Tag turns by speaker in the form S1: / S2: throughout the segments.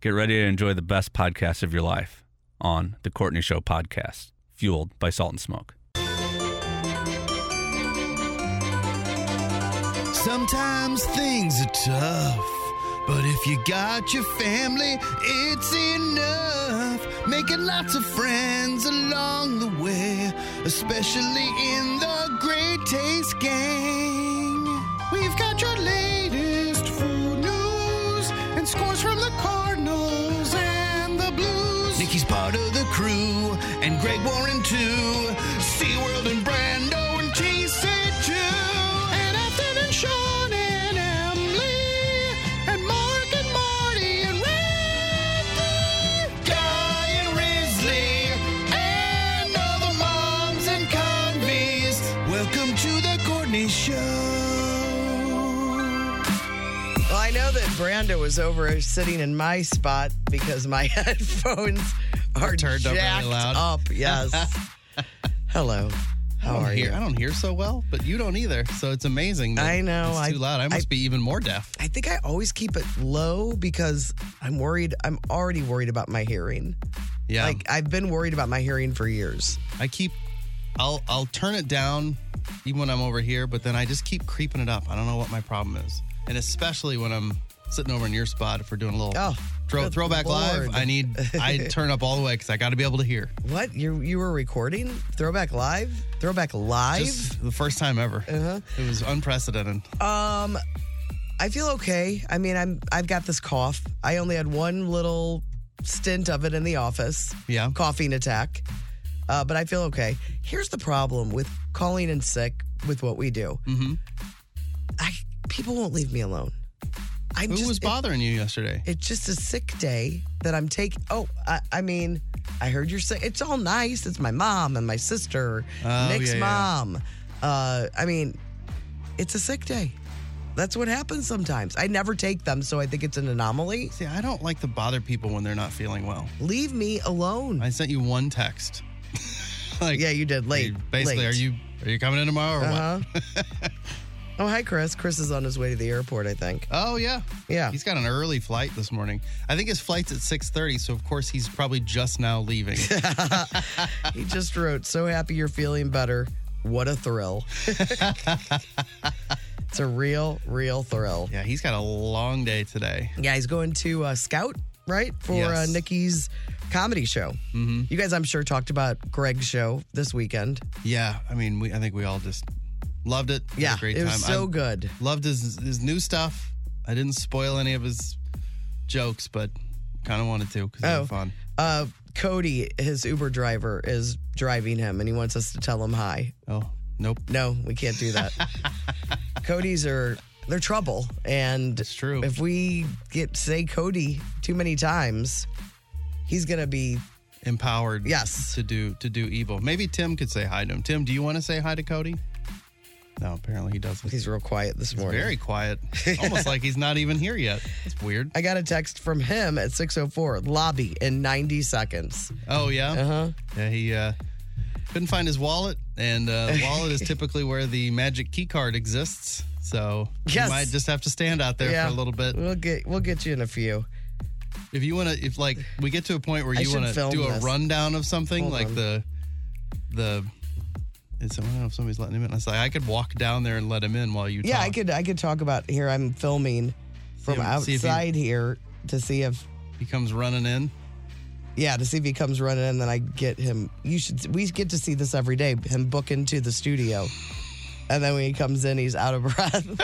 S1: Get ready to enjoy the best podcast of your life on The Courtney Show Podcast, fueled by Salt and Smoke.
S2: Sometimes things are tough, but if you got your family, it's enough. Making lots of friends along the way, especially in the Great Taste Gang. We've got your latest food news and scores from the Cardinals and the Blues. Nikki's part of the crew, and Greg Warren too. SeaWorld and Brando and TC2. And Ethan and Sean and Emily. And Mark and Marty and Randy. Guy and Risley. And all the moms and convies. Welcome to the Courtney Show.
S3: Well, I know that Brando was over sitting in my spot because my headphones are
S4: Turned up really
S3: jacked
S4: loud.
S3: up. Yes. Hello. How
S4: I don't
S3: are
S4: hear,
S3: you?
S4: I don't hear so well, but you don't either. So it's amazing. that
S3: I know,
S4: It's
S3: I-
S4: too loud. I must be even more deaf.
S3: I think I always keep it low because I'm worried. I'm already worried about my hearing.
S4: Yeah.
S3: Like I've been worried about my hearing for years.
S4: I keep, I'll, I'll turn it down even when I'm over here, but then I just keep creeping it up. I don't know what my problem is. And especially when I'm sitting over in your spot, if we're doing a little
S3: Oh,
S4: throw,
S3: good
S4: throwback
S3: Lord.
S4: live, I need, I turn up all the way because I got to be able to hear.
S3: What you you were recording? Throwback live? Throwback live?
S4: Just the first time ever.
S3: Uh-huh.
S4: It was unprecedented.
S3: Um, I feel okay. I mean, I'm I've got this cough. I only had one little stint of it in the office.
S4: Yeah.
S3: coughing attack, uh, but I feel okay. Here's the problem with calling in sick with what we do.
S4: Mm-hmm.
S3: I people won't leave me alone. I'm
S4: Who
S3: just,
S4: was
S3: it-
S4: bothering you yesterday?
S3: it's just a sick day that I'm taking. Oh, I, I mean, I heard you're sick. It's all nice. It's my mom and my sister,
S4: Oh,
S3: Nick's
S4: yeah, yeah.
S3: mom. Uh, I mean, it's a sick day. That's what happens sometimes. I never take them, so I think it's an anomaly.
S4: See, I don't like to bother people when they're not feeling well.
S3: Leave me alone.
S4: I sent you one text. like,
S3: yeah, you did late.
S4: you- basically,
S3: late.
S4: are you are you coming in tomorrow or what?
S3: Uh-huh. oh, hi, Chris. Chris is on his way to the airport, I think.
S4: Oh yeah,
S3: Yeah.
S4: He's got an early flight this morning. I think his flight's at six thirty, so of course he's probably just now leaving.
S3: He just wrote, So happy you're feeling better. What a thrill. it's a real, real thrill.
S4: yeah, he's got a long day today.
S3: Yeah, he's going to uh, Scout, right? For
S4: Yes.
S3: uh, Nikki's comedy show. Mm-hmm. You guys, I'm sure, talked about Greg's show this weekend.
S4: Yeah, I mean, we I think we all just loved it. Had a
S3: Yeah,
S4: great
S3: it
S4: time.
S3: was so
S4: I
S3: good.
S4: Loved his his new stuff. I didn't spoil any of his jokes, but kind of wanted to because it
S3: Oh.
S4: was fun.
S3: Uh, Cody, his Uber driver, is driving him and he wants us to tell him hi.
S4: Oh nope,
S3: No, we can't do that. Cody's are they're trouble, and
S4: it's true.
S3: if we get say Cody too many times, he's gonna be
S4: Empowered.
S3: yes.
S4: to do to do evil. Maybe Tim could say hi to him. Tim, do you want to say hi to Cody? No, apparently he doesn't.
S3: He's real quiet this morning.
S4: Very quiet, almost like he's not even here yet. It's weird.
S3: I got a text from him at 604 lobby in 90 seconds.
S4: Oh yeah,
S3: Uh-huh.
S4: yeah. He uh, couldn't find his wallet, and uh, the wallet is typically where the magic key card exists. So
S3: Yes.
S4: you might just have to stand out there
S3: Yeah.
S4: for a little bit.
S3: We'll get we'll get you in a few.
S4: If you want to, if like we get to a point where
S3: I
S4: you
S3: should
S4: want to
S3: film
S4: do a
S3: this.
S4: rundown of something,
S3: Hold
S4: like
S3: on.
S4: the the. It's, I don't know if somebody's letting him in. I was like, I could walk down there and let him in while you.
S3: Yeah, I
S4: talk.
S3: could I could talk about here I'm filming from
S4: if- see if he-
S3: outside here to see if
S4: He comes running in.
S3: yeah, to see if he comes running in, then I get him. You should. We get to see this every day. Him book into the studio, and then when he comes in, he's out of breath.
S4: Do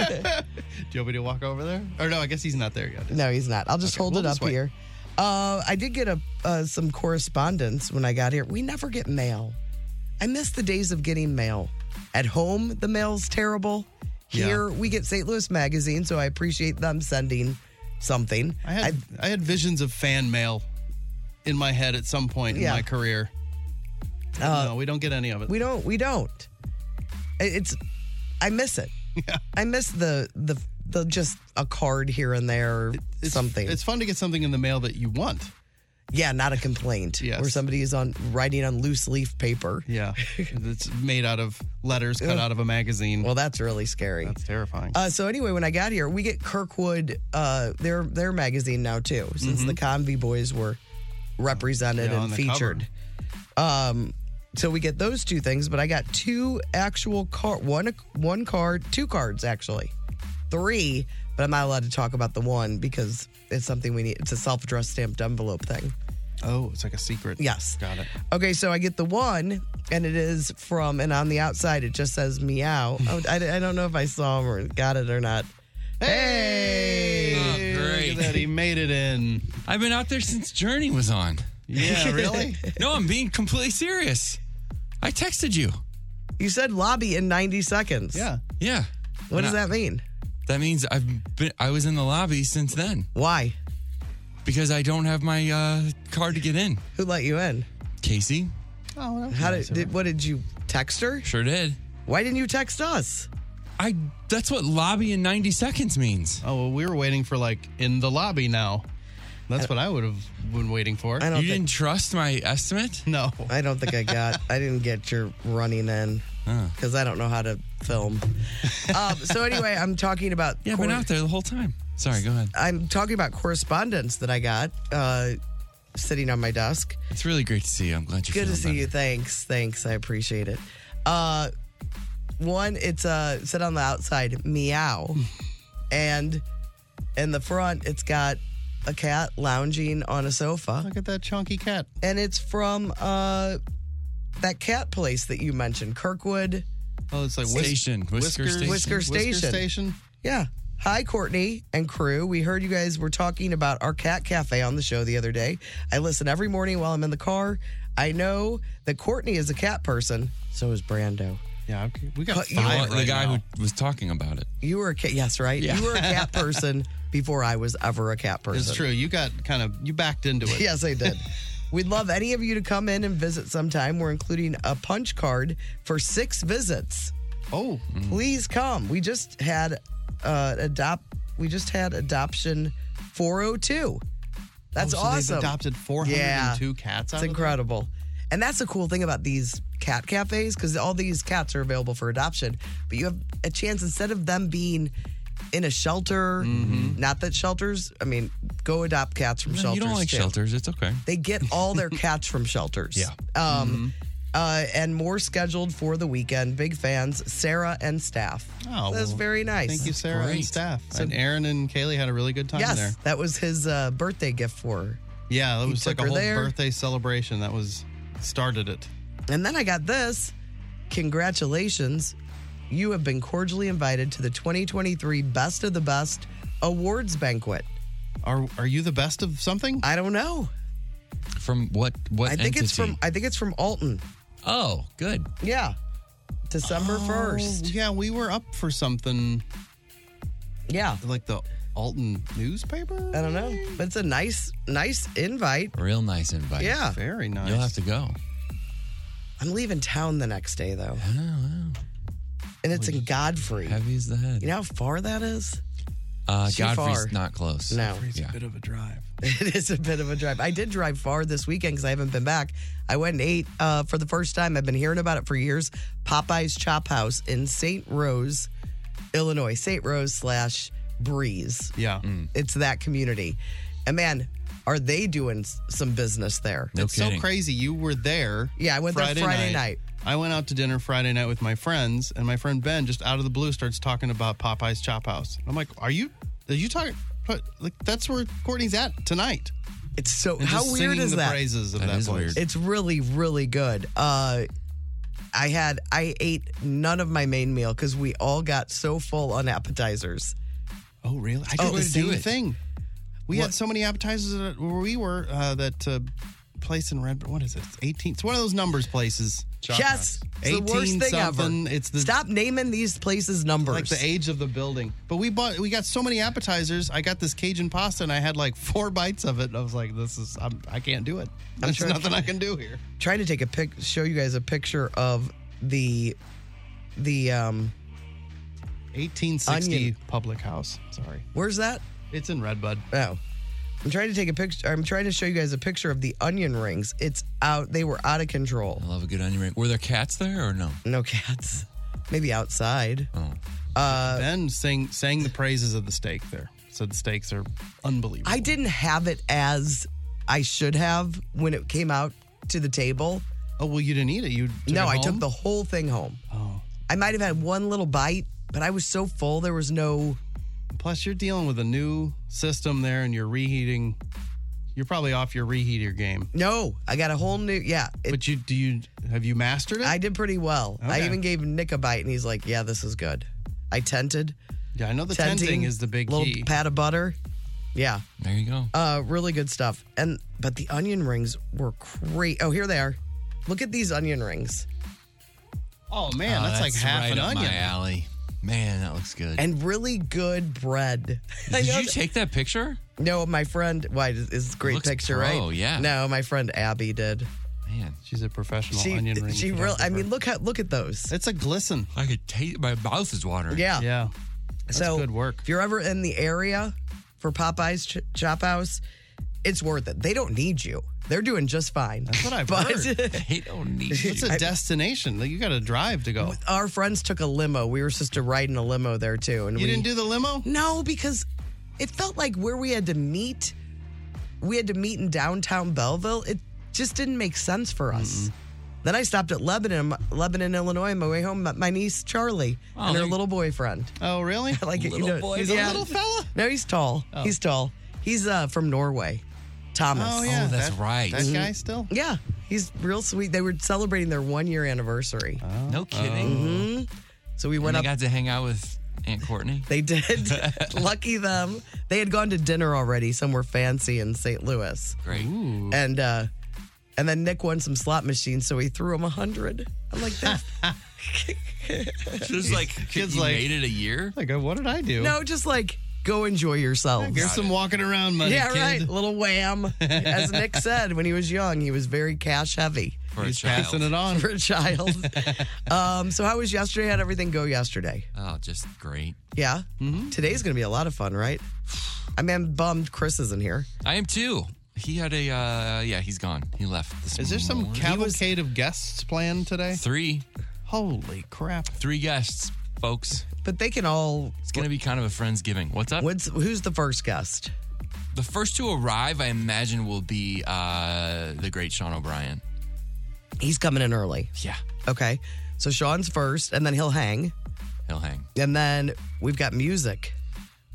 S4: you want me to walk over there? Or no, I guess he's not there yet.
S3: no, he's not. I'll just
S4: Okay,
S3: hold
S4: we'll
S3: it
S4: just
S3: up
S4: wait.
S3: here. Uh, I did get a uh, some correspondence when I got here. We never get mail. I miss the days of getting mail. At home, the mail's terrible.
S4: Yeah.
S3: Here, we get St. Louis Magazine, so I appreciate them sending something.
S4: I had I, had visions of fan mail in my head at some point
S3: Yeah.
S4: in my career.
S3: Uh,
S4: no, we don't get any of it.
S3: We don't. We don't. I- It's. I miss it.
S4: Yeah.
S3: I miss the the the just a card here and there or
S4: It's-
S3: something.
S4: It's fun to get something in the mail that you want.
S3: Yeah, not a complaint.
S4: Yes.
S3: Where somebody is on writing on loose leaf paper.
S4: Yeah. it's made out of letters cut out of a magazine.
S3: Well, that's really scary.
S4: That's terrifying.
S3: Uh, so anyway, when I got here, we get Kirkwood uh, their their magazine now too, since the Convy Boys were represented
S4: Mm-hmm. Yeah, on
S3: and
S4: the cover.
S3: featured. Um, so we get those two things, but I got two actual card one one card two cards actually, three. But I'm not allowed to talk about the one because it's something we need. It's a self addressed stamped envelope thing.
S4: oh, it's like a secret.
S3: Yes.
S4: Got it.
S3: Okay, so I get the one, and it is from, and on the outside it just says meow. Oh, I, I don't know if I saw him or got it or not. Hey!
S5: Oh,
S4: Look
S5: great.
S4: at that. He made it in.
S5: I've been out there since Journey was on.
S4: Yeah, really?
S5: No, I'm being completely serious. I texted you.
S3: You said lobby in 90 seconds.
S4: yeah.
S5: Yeah.
S3: What does
S5: And I-
S3: that mean?
S5: That means I've been I was in the lobby since then
S3: Why?
S5: because I don't have my uh, card to get in.
S3: Who let you in?
S5: Casey
S4: Oh, well, that was
S3: How
S4: nice
S3: did,
S4: of
S3: did what did you text her?
S5: sure did.
S3: Why didn't you text us?
S5: I that's what lobby in 90 seconds means.
S4: her. Oh, well, we were waiting for like in the lobby now. That's what I would have been waiting for.
S3: I don't
S5: You
S3: think
S5: didn't trust my estimate?
S4: No.
S3: I don't think I got I didn't get your running in because I don't know how to film. um, so anyway, I'm talking about
S5: Yeah, I've been
S3: Corey-
S5: out there the whole time. Sorry, go ahead.
S3: I'm talking about correspondence that I got uh, sitting on my desk.
S5: It's really great to see you. I'm glad you're
S3: Good to
S5: feeling
S3: see you. Thanks. Thanks. I appreciate it. Uh, one, it's uh, it said on the outside, meow.
S5: Hmm.
S3: and in the front, it's got a cat lounging on a sofa.
S4: Look at that chunky cat.
S3: And it's from uh, that cat place that you mentioned, Kirkwood.
S4: Oh, it's like
S5: better. Station, Whisker
S4: Whiskers-
S5: Station.
S3: Whisker Station.
S4: Whisker Station.
S3: Yeah. Hi, Courtney and crew. We heard you guys were talking about our cat cafe on the show the other day. I listen every morning while I'm in the car. I know that Courtney is a cat person. So is Brando.
S4: Yeah, okay. we got
S3: Cut you
S5: The
S4: five
S5: one-
S4: right
S5: the guy
S4: now.
S5: who was talking about it.
S3: You were a cat. Yes, right? You were a cat person before I was ever a cat person.
S4: It's true. You got kind of you backed into it.
S3: Yes, I did. We'd love any of you to come in and visit sometime. We're including a punch card for six visits.
S4: Oh,
S3: Please come. We just had uh, adopt. We just had adoption 402. That's
S4: oh, so
S3: awesome.
S4: They've adopted 402 cats. Out
S3: It's
S4: of
S3: incredible. And that's the cool thing about these cat cafes because all these cats are available for adoption, but you have a chance instead of them being in a shelter,
S4: Mm-hmm.
S3: not that shelters, I mean, go adopt cats from
S5: No,
S3: shelters.
S5: you don't like
S3: too.
S5: shelters. It's okay.
S3: They get all their cats from shelters.
S5: Yeah.
S3: Um,
S4: Mm-hmm.
S3: uh, and more scheduled for the weekend. Big fans, Sarah and staff.
S4: Oh,
S3: that's
S4: well,
S3: very nice.
S4: Thank you, Sarah and
S5: Great.
S4: staff. and Aaron and Kaylee had a really good time
S3: Yes,
S4: there.
S3: that was his uh, birthday gift for her.
S4: Yeah, that was like
S3: took
S4: a
S3: her
S4: whole
S3: there.
S4: birthday celebration. That was started it.
S3: And then I got this. Congratulations. You have been cordially invited to the 2023 Best of the Best Awards Banquet.
S4: Are are you the best of something?
S3: I don't know.
S5: From what what
S3: I think
S5: entity?
S3: it's from I think it's from Alton.
S5: Oh, good.
S3: Yeah. December 1st.
S4: Oh, Yeah, we were up for something
S3: Yeah.
S4: like the Alton newspaper.
S3: I don't know. But it's a nice nice invite.
S5: Real nice invite.
S3: Yeah.
S4: Very nice.
S5: You'll have to go.
S3: I'm leaving town the next day though.
S5: Oh, wow.
S3: And it's in Godfrey.
S5: Heavy as the head.
S3: You know how far that is?
S5: uh,
S3: too
S5: Godfrey's
S3: far.
S5: not close.
S3: No.
S4: It's
S5: Yeah.
S4: a bit of a drive.
S3: It is a bit of a drive. I did drive far this weekend because I haven't been back. I went and ate uh, for the first time. I've been hearing about it for years. Popeye's Chop House in St. Rose, Illinois. St. Rose slash Breeze.
S4: Yeah.
S5: Mm. Hmm.
S3: It's that community. And man, are they doing s- some business there?
S5: No
S4: it's
S5: kidding.
S4: so crazy. You were there.
S3: Yeah, I went there Friday night.
S4: I went out to dinner Friday night with my friends, and my friend Ben just out of the blue starts talking about Popeye's Chop House. I'm like, "Are you? Are you talking? but, Like that's where Courtney's at tonight."
S3: It's so,
S4: And
S3: how
S4: just
S3: weird
S4: singing
S3: is
S4: the
S3: that?
S4: Praises of
S5: That
S4: that,
S5: is
S4: place.
S5: weird.
S3: It's really, really good. Uh, I had I ate none of my main meal because we all got so full on appetizers.
S4: Oh, really? I did
S5: way
S4: the
S5: to do
S4: same
S5: it.
S4: thing. We had so many appetizers at where we were. Uh, that uh, place in Red, what is it? It's 18. It's one of those numbers places.
S3: yes, it's the
S4: 18
S3: worst thing ever.
S4: something. It's the
S3: Stop naming these places numbers.
S4: like the age of the building. But we bought. We got so many appetizers. I got this Cajun pasta, and I had like four bites of it. And I was like, "This is. I'm, I can't do it. There's
S3: sure-
S4: nothing I can do here."
S3: trying to take a pic, show you guys a picture of the the um.
S4: 1860
S3: Onion.
S4: Public House. Sorry,
S3: Where's that?
S4: it's in Redbud.
S3: Oh, I'm trying to take a picture. I'm trying to show you guys a picture of the onion rings. It's out. They were out of control.
S5: I love a good onion ring. Were there cats there or no?
S3: No cats. Maybe outside. Uh,
S5: Oh.
S4: ben sang sang the praises of the steak there. Said the steaks are unbelievable.
S3: I didn't have it as I should have when it came out to the table.
S4: Oh well, you didn't eat it. You took
S3: no,
S4: it
S3: I took
S4: home?
S3: the whole thing home.
S4: Oh.
S3: I might have had one little bite, but I was so full there was no.
S4: Plus, you're dealing with a new system there, and you're reheating. You're probably off your reheater game.
S3: No, I got a whole new. Yeah, it,
S4: But you do you have you mastered it?
S3: I did pretty well. I
S4: Okay.
S3: even gave Nick a bite, and he's like, "Yeah, this is good." I tented.
S4: yeah, I know the tenting is the big
S3: little
S4: key.
S3: pat of butter. Yeah,
S5: There you go.
S3: uh, really good stuff. And but the onion rings were great. Oh, here they are. Look at these onion rings,
S4: oh man,
S5: Oh,
S4: that's, like half
S5: right
S4: an
S5: up
S4: onion.
S5: My alley. Man, that looks good.
S3: and really good bread. I
S5: Did
S3: know
S5: you take that picture?
S3: No, my friend. Why is this a great
S5: Looks
S3: picture,
S5: pro,
S3: right?
S5: yeah.
S3: No, my friend Abby did.
S5: Man,
S4: She's a professional
S3: She
S4: onion ring.
S3: she really. I mean, look how look at those.
S4: it's a glisten.
S5: I could taste. My mouth is watering.
S3: Yeah.
S4: Yeah, that's
S3: so
S4: good work.
S3: If you're ever in the area for Popeyes Ch- Chop House, it's worth it. They don't need you. They're doing just fine.
S4: That's what I've heard.
S5: They don't need
S4: It's
S5: you.
S4: a destination. Like you got to drive to go.
S3: Our friends took a limo. We were supposed to ride in a limo there too, and
S4: You
S3: we
S4: didn't do the limo.
S3: No, because it felt like where we had to meet, we had to meet in downtown Belleville. It just didn't make sense for us. Then I stopped at Lebanon, Lebanon, Illinois, on my way home. Met my niece Charlie and her
S5: there-
S3: little boyfriend.
S4: Oh really?
S3: Like
S5: Little boy?
S4: He's a little fella.
S3: No, he's tall. He's tall. He's uh, from Norway, Thomas. Mm-hmm.
S4: Oh yeah,
S5: that's
S4: that-
S5: right.
S4: That guy still.
S3: Yeah, he's real sweet. They were celebrating their one year anniversary,
S4: Oh.
S5: No kidding.
S3: so we
S5: When
S3: went
S5: I
S3: up.
S5: got to hang out with Aunt Courtney.
S3: they did. Lucky them. They had gone to dinner already somewhere fancy in St. Louis.
S5: Great.
S3: and uh and then Nick won some slot machines, so he threw him a hundred. I'm like, that,
S5: Just like
S4: Kids
S5: you
S4: like-
S5: made it a year.
S4: Like uh, what did I do?
S3: no, just like go enjoy yourselves.
S4: Here's some walking around money,
S3: Yeah,
S4: kid.
S3: right. Little wham. As Nick said, when he was young, he was very cash heavy
S5: For
S4: He's
S5: a child.
S4: passing it on.
S3: for a child. um, so how was yesterday? How'd everything go yesterday?
S5: Oh, just great.
S3: Yeah.
S5: Mm-hmm.
S3: Today's gonna be a lot of fun, right? I mean, I'm bummed Chris isn't here.
S5: I am too. He had a uh yeah, he's gone. He left this
S4: Is there some
S5: morning.
S4: cavalcade of guests planned today?
S5: three
S4: Holy crap.
S5: three guests, folks.
S3: But they can all.
S5: It's gonna be kind of a friendsgiving. What's up?
S3: What's who's the first guest?
S5: The first to arrive, I imagine, will be uh the great Sean O'Brien.
S3: He's coming in early.
S5: Yeah,
S3: Okay, so Sean's first, and then he'll hang.
S5: he'll hang.
S3: And then we've got music,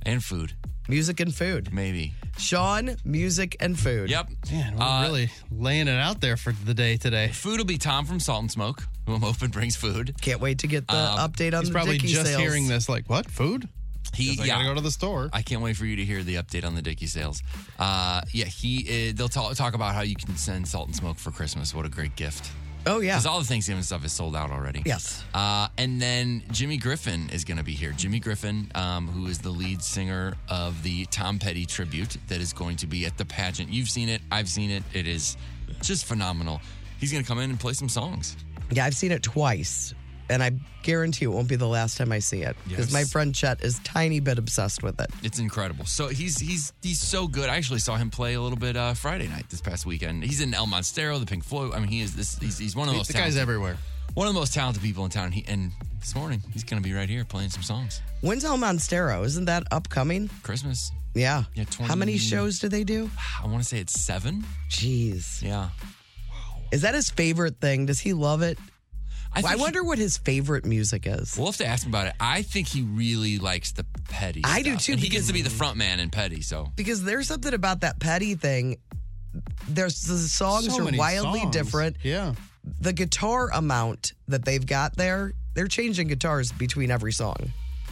S5: And food,
S3: music and food.
S5: maybe.
S3: Sean, music and food.
S5: Yep.
S4: Man, we're
S5: Uh,
S4: really laying it out there for the day today.
S5: Food will be Tom from Salt and Smoke, who I'm hoping brings food.
S3: Can't wait to get the
S5: Um,
S3: update on
S4: He's
S3: the
S4: probably
S3: Dickie
S4: just
S3: sales.
S4: hearing this, like, what? Food?
S5: He
S4: He's like, I gotta go to the store.
S5: I can't wait for you to hear the update on the Dickie sales. Uh, yeah, he uh, they'll talk, talk about how you can send salt and smoke for Christmas. What a great gift!
S3: Oh yeah.
S5: Because all the Thanksgiving stuff is sold out already.
S3: Yes.
S5: Uh, and then Jimmy Griffin is going to be here. Jimmy Griffin, um, who is the lead singer of the Tom Petty tribute that is going to be at the pageant. You've seen it. I've seen it. It is just phenomenal. He's going to come in and play some songs.
S3: Yeah, I've seen it twice, and I guarantee it won't be the last time I see it because
S5: Yes.
S3: my friend Chet is tiny bit obsessed with it.
S5: It's incredible. So he's he's he's so good. I actually saw him play a little bit uh, Friday night this past weekend. He's in El Monstero, the Pink Floyd. I mean, he is this. He's, he's one of those
S4: the guy's everywhere.
S5: one of the most talented people in town. He, and this morning he's going to be right here playing some songs.
S3: When's El Monstero? Isn't that upcoming?
S5: Christmas.
S3: Yeah.
S5: Yeah,
S3: How many
S5: 20
S3: shows do they do?
S5: I want to say it's seven.
S3: Jeez.
S5: Yeah.
S3: Is that his favorite thing? Does he love it?
S5: I, think
S3: I
S5: he-
S3: wonder what his favorite music is.
S5: we'll have to ask him about it. I think he really likes the petty.
S3: I do
S5: stuff.
S3: too,
S5: And he gets
S3: because-
S5: to be the front man in petty. So
S3: because there's something about that petty thing. There's the songs
S4: So
S3: are
S4: many
S3: wildly
S4: songs.
S3: different.
S4: Yeah.
S3: The guitar amount that they've got there, they're changing guitars between every song.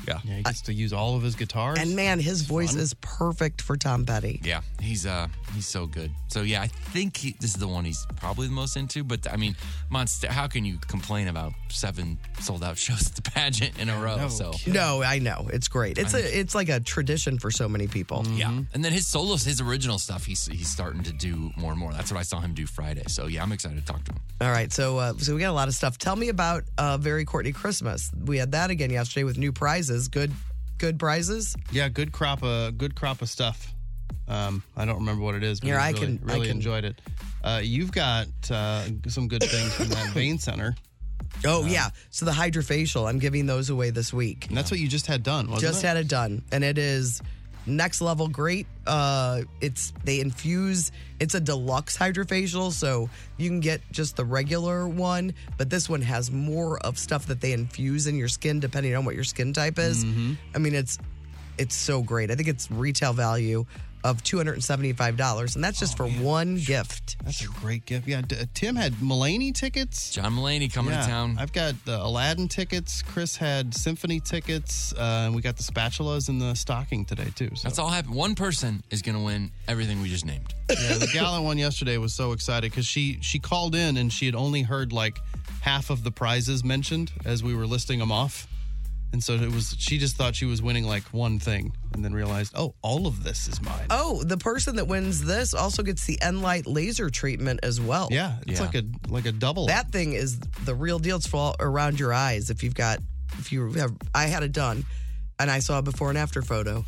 S4: Yeah, he gets to use all of his guitars.
S3: And man, his voice is perfect for Tom Petty.
S5: yeah, he's uh he's so good. So yeah, I think he, this is the one he's probably the most into. But I mean, Monster, how can you complain about seven sold out shows at the pageant in a row?
S4: no
S5: so
S3: No, I know it's great. It's a it's like a tradition for so many people.
S5: yeah, and then his solos, his original stuff, he's he's starting to do more and more. That's what I saw him do Friday. So yeah, I'm excited to talk to him.
S3: All right, so uh, so we got a lot of stuff. Tell me about uh, Very Courtney Christmas. We had that again yesterday with new prizes. Good good prizes.
S4: yeah, good crop of good crop of stuff. Um, I don't remember what it is, but
S3: Here,
S4: we
S3: I
S4: really,
S3: can- I
S4: really
S3: can-
S4: enjoyed it. Uh, you've got uh, some good things from that vein center, Uh,
S3: Oh yeah. So the hydrofacial, I'm giving those away this week.
S4: and that's what you just had done, wasn't
S3: just
S4: it?
S3: had it done and it is next level great uh it's they infuse it's a deluxe hydrofacial so you can get just the regular one but this one has more of stuff that they infuse in your skin depending on what your skin type is i mean it's it's so great i think it's retail value of $275 and that's just for one gift
S4: Oh, that's a great gift. Yeah, D- uh, Tim had Mulaney tickets.
S5: John Mulaney coming
S4: Yeah,
S5: to town.
S4: I've got the Aladdin tickets. Chris had symphony tickets. Uh, and we got the spatulas in the stocking today too. So.
S5: That's all happened. One person is going to win everything we just named.
S4: Yeah, the gala one yesterday was so excited because she she called in and she had only heard like half of the prizes mentioned as we were listing them off, and so it was she just thought she was winning like one thing and then realized oh all of this is mine.
S3: oh the person that wins this also gets the nlight laser treatment as well
S4: Yeah, it's
S5: Yeah.
S4: like a like a double.
S3: That thing is the real deal. It's for all around your eyes. If you've got, if you have, I had it done, and I saw a before and after photo.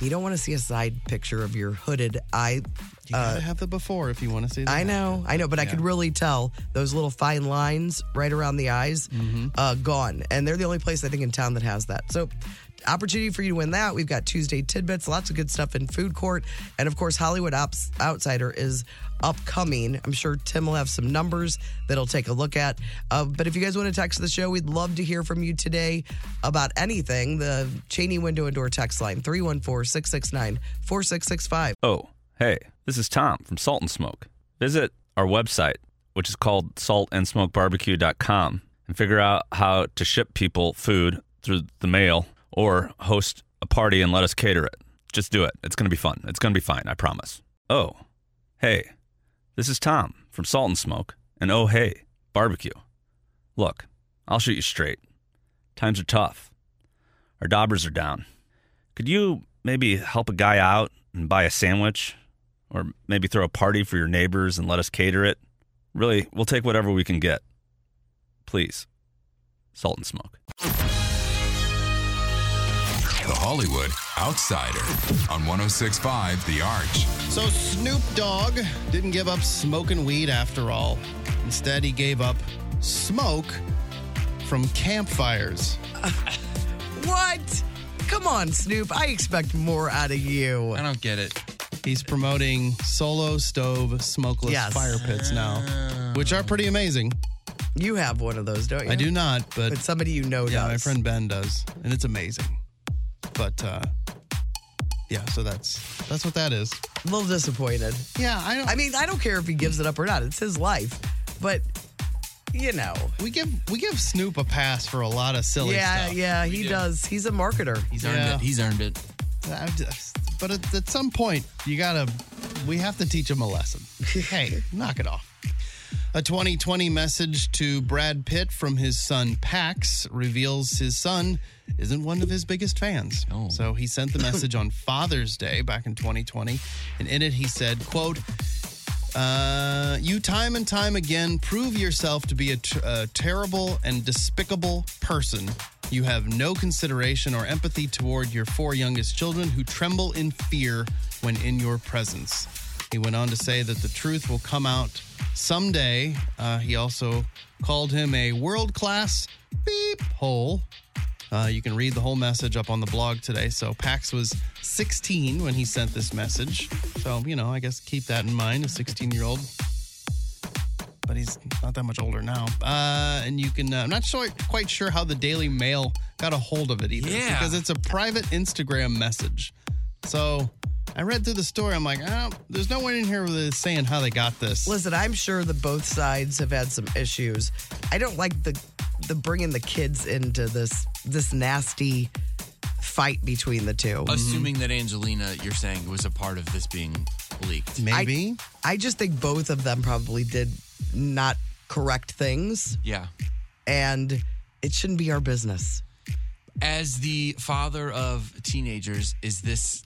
S3: You don't want to see a side picture of your hooded eye. uh,
S4: you gotta have the before if you want to see. The
S3: I
S4: after.
S3: know, I know, but I could really tell those little fine lines right around the eyes
S4: Mm-hmm.
S3: uh, gone. And they're the only place I think in town that has that. So, opportunity for you to win that. We've got Tuesday tidbits, lots of good stuff in food court, and of course, Hollywood Ops Outsider is upcoming. I'm sure Tim will have some numbers that he'll take a look at. Uh, but if you guys want to text the show, we'd love to hear from you today about anything. The Cheney Window and Door text line 314 669 4665.
S1: Oh, hey, this is Tom from Salt and Smoke. Visit our website, which is called saltandsmokebarbecue.com, and figure out how to ship people food through the mail or host a party and let us cater it. Just do it. It's going to be fun. It's going to be fine, I promise. Oh, hey, this is Tom from Salt and Smoke, and oh, hey, barbecue. Look, I'll shoot you straight. Times are tough. Our daubers are down. Could you maybe help a guy out and buy a sandwich? Or maybe throw a party for your neighbors and let us cater it? Really, we'll take whatever we can get. Please. Salt and smoke.
S6: The Hollywood Outsider on 1065 The Arch.
S4: So Snoop Dogg didn't give up smoking weed after all. Instead, he gave up smoke from campfires.
S3: What? Come on, Snoop. I expect more out of you.
S5: I don't get it.
S4: He's promoting solo stove smokeless
S3: Yes.
S4: fire pits now, which are pretty amazing.
S3: You have one of those, don't you?
S4: I do not, but
S3: But somebody you know
S4: yeah,
S3: does.
S4: my friend Ben does, and it's amazing. But uh, yeah, so that's that's what that is.
S3: A little disappointed.
S4: Yeah, I don't.
S3: I mean, I don't care if he gives it up or not. It's his life. But, you know.
S4: we give we give Snoop a pass for a lot of silly
S3: yeah,
S4: stuff.
S3: yeah, he does. He's a marketer.
S5: He's earned
S4: Yeah.
S5: it. He's earned it.
S4: I just- but at, at some point, you gotta, we have to teach him a lesson. hey, knock it off. A 2020 message to Brad Pitt from his son Pax reveals his son isn't one of his biggest fans.
S5: Oh.
S4: So he sent the message on Father's Day back in 2020, and in it he said, "quote uh, You time and time again prove yourself to be a, t- a terrible and despicable person. You have no consideration or empathy toward your four youngest children who tremble in fear when in your presence. He went on to say that the truth will come out someday. Uh, he also called him a world class beep hole. Uh, you can read the whole message up on the blog today. So Pax was 16 when he sent this message. So, you know, I guess keep that in mind, a 16 year old. But he's not that much older now. Uh, and you can, uh, I'm not sure, quite sure how the Daily Mail got a hold of it either.
S5: Yeah.
S4: Because it's a private Instagram message. So I read through the story. I'm like, I don't, there's no one in here that's saying how they got this.
S3: Listen, I'm sure that both sides have had some issues. I don't like the the bringing the kids into this this nasty fight between the two.
S5: Mm-hmm. Assuming that Angelina, you're saying, was a part of this being leaked.
S4: Maybe.
S3: I just think both of them probably did not correct things
S5: Yeah.
S3: and it shouldn't be our business.
S5: As the father of teenagers, is this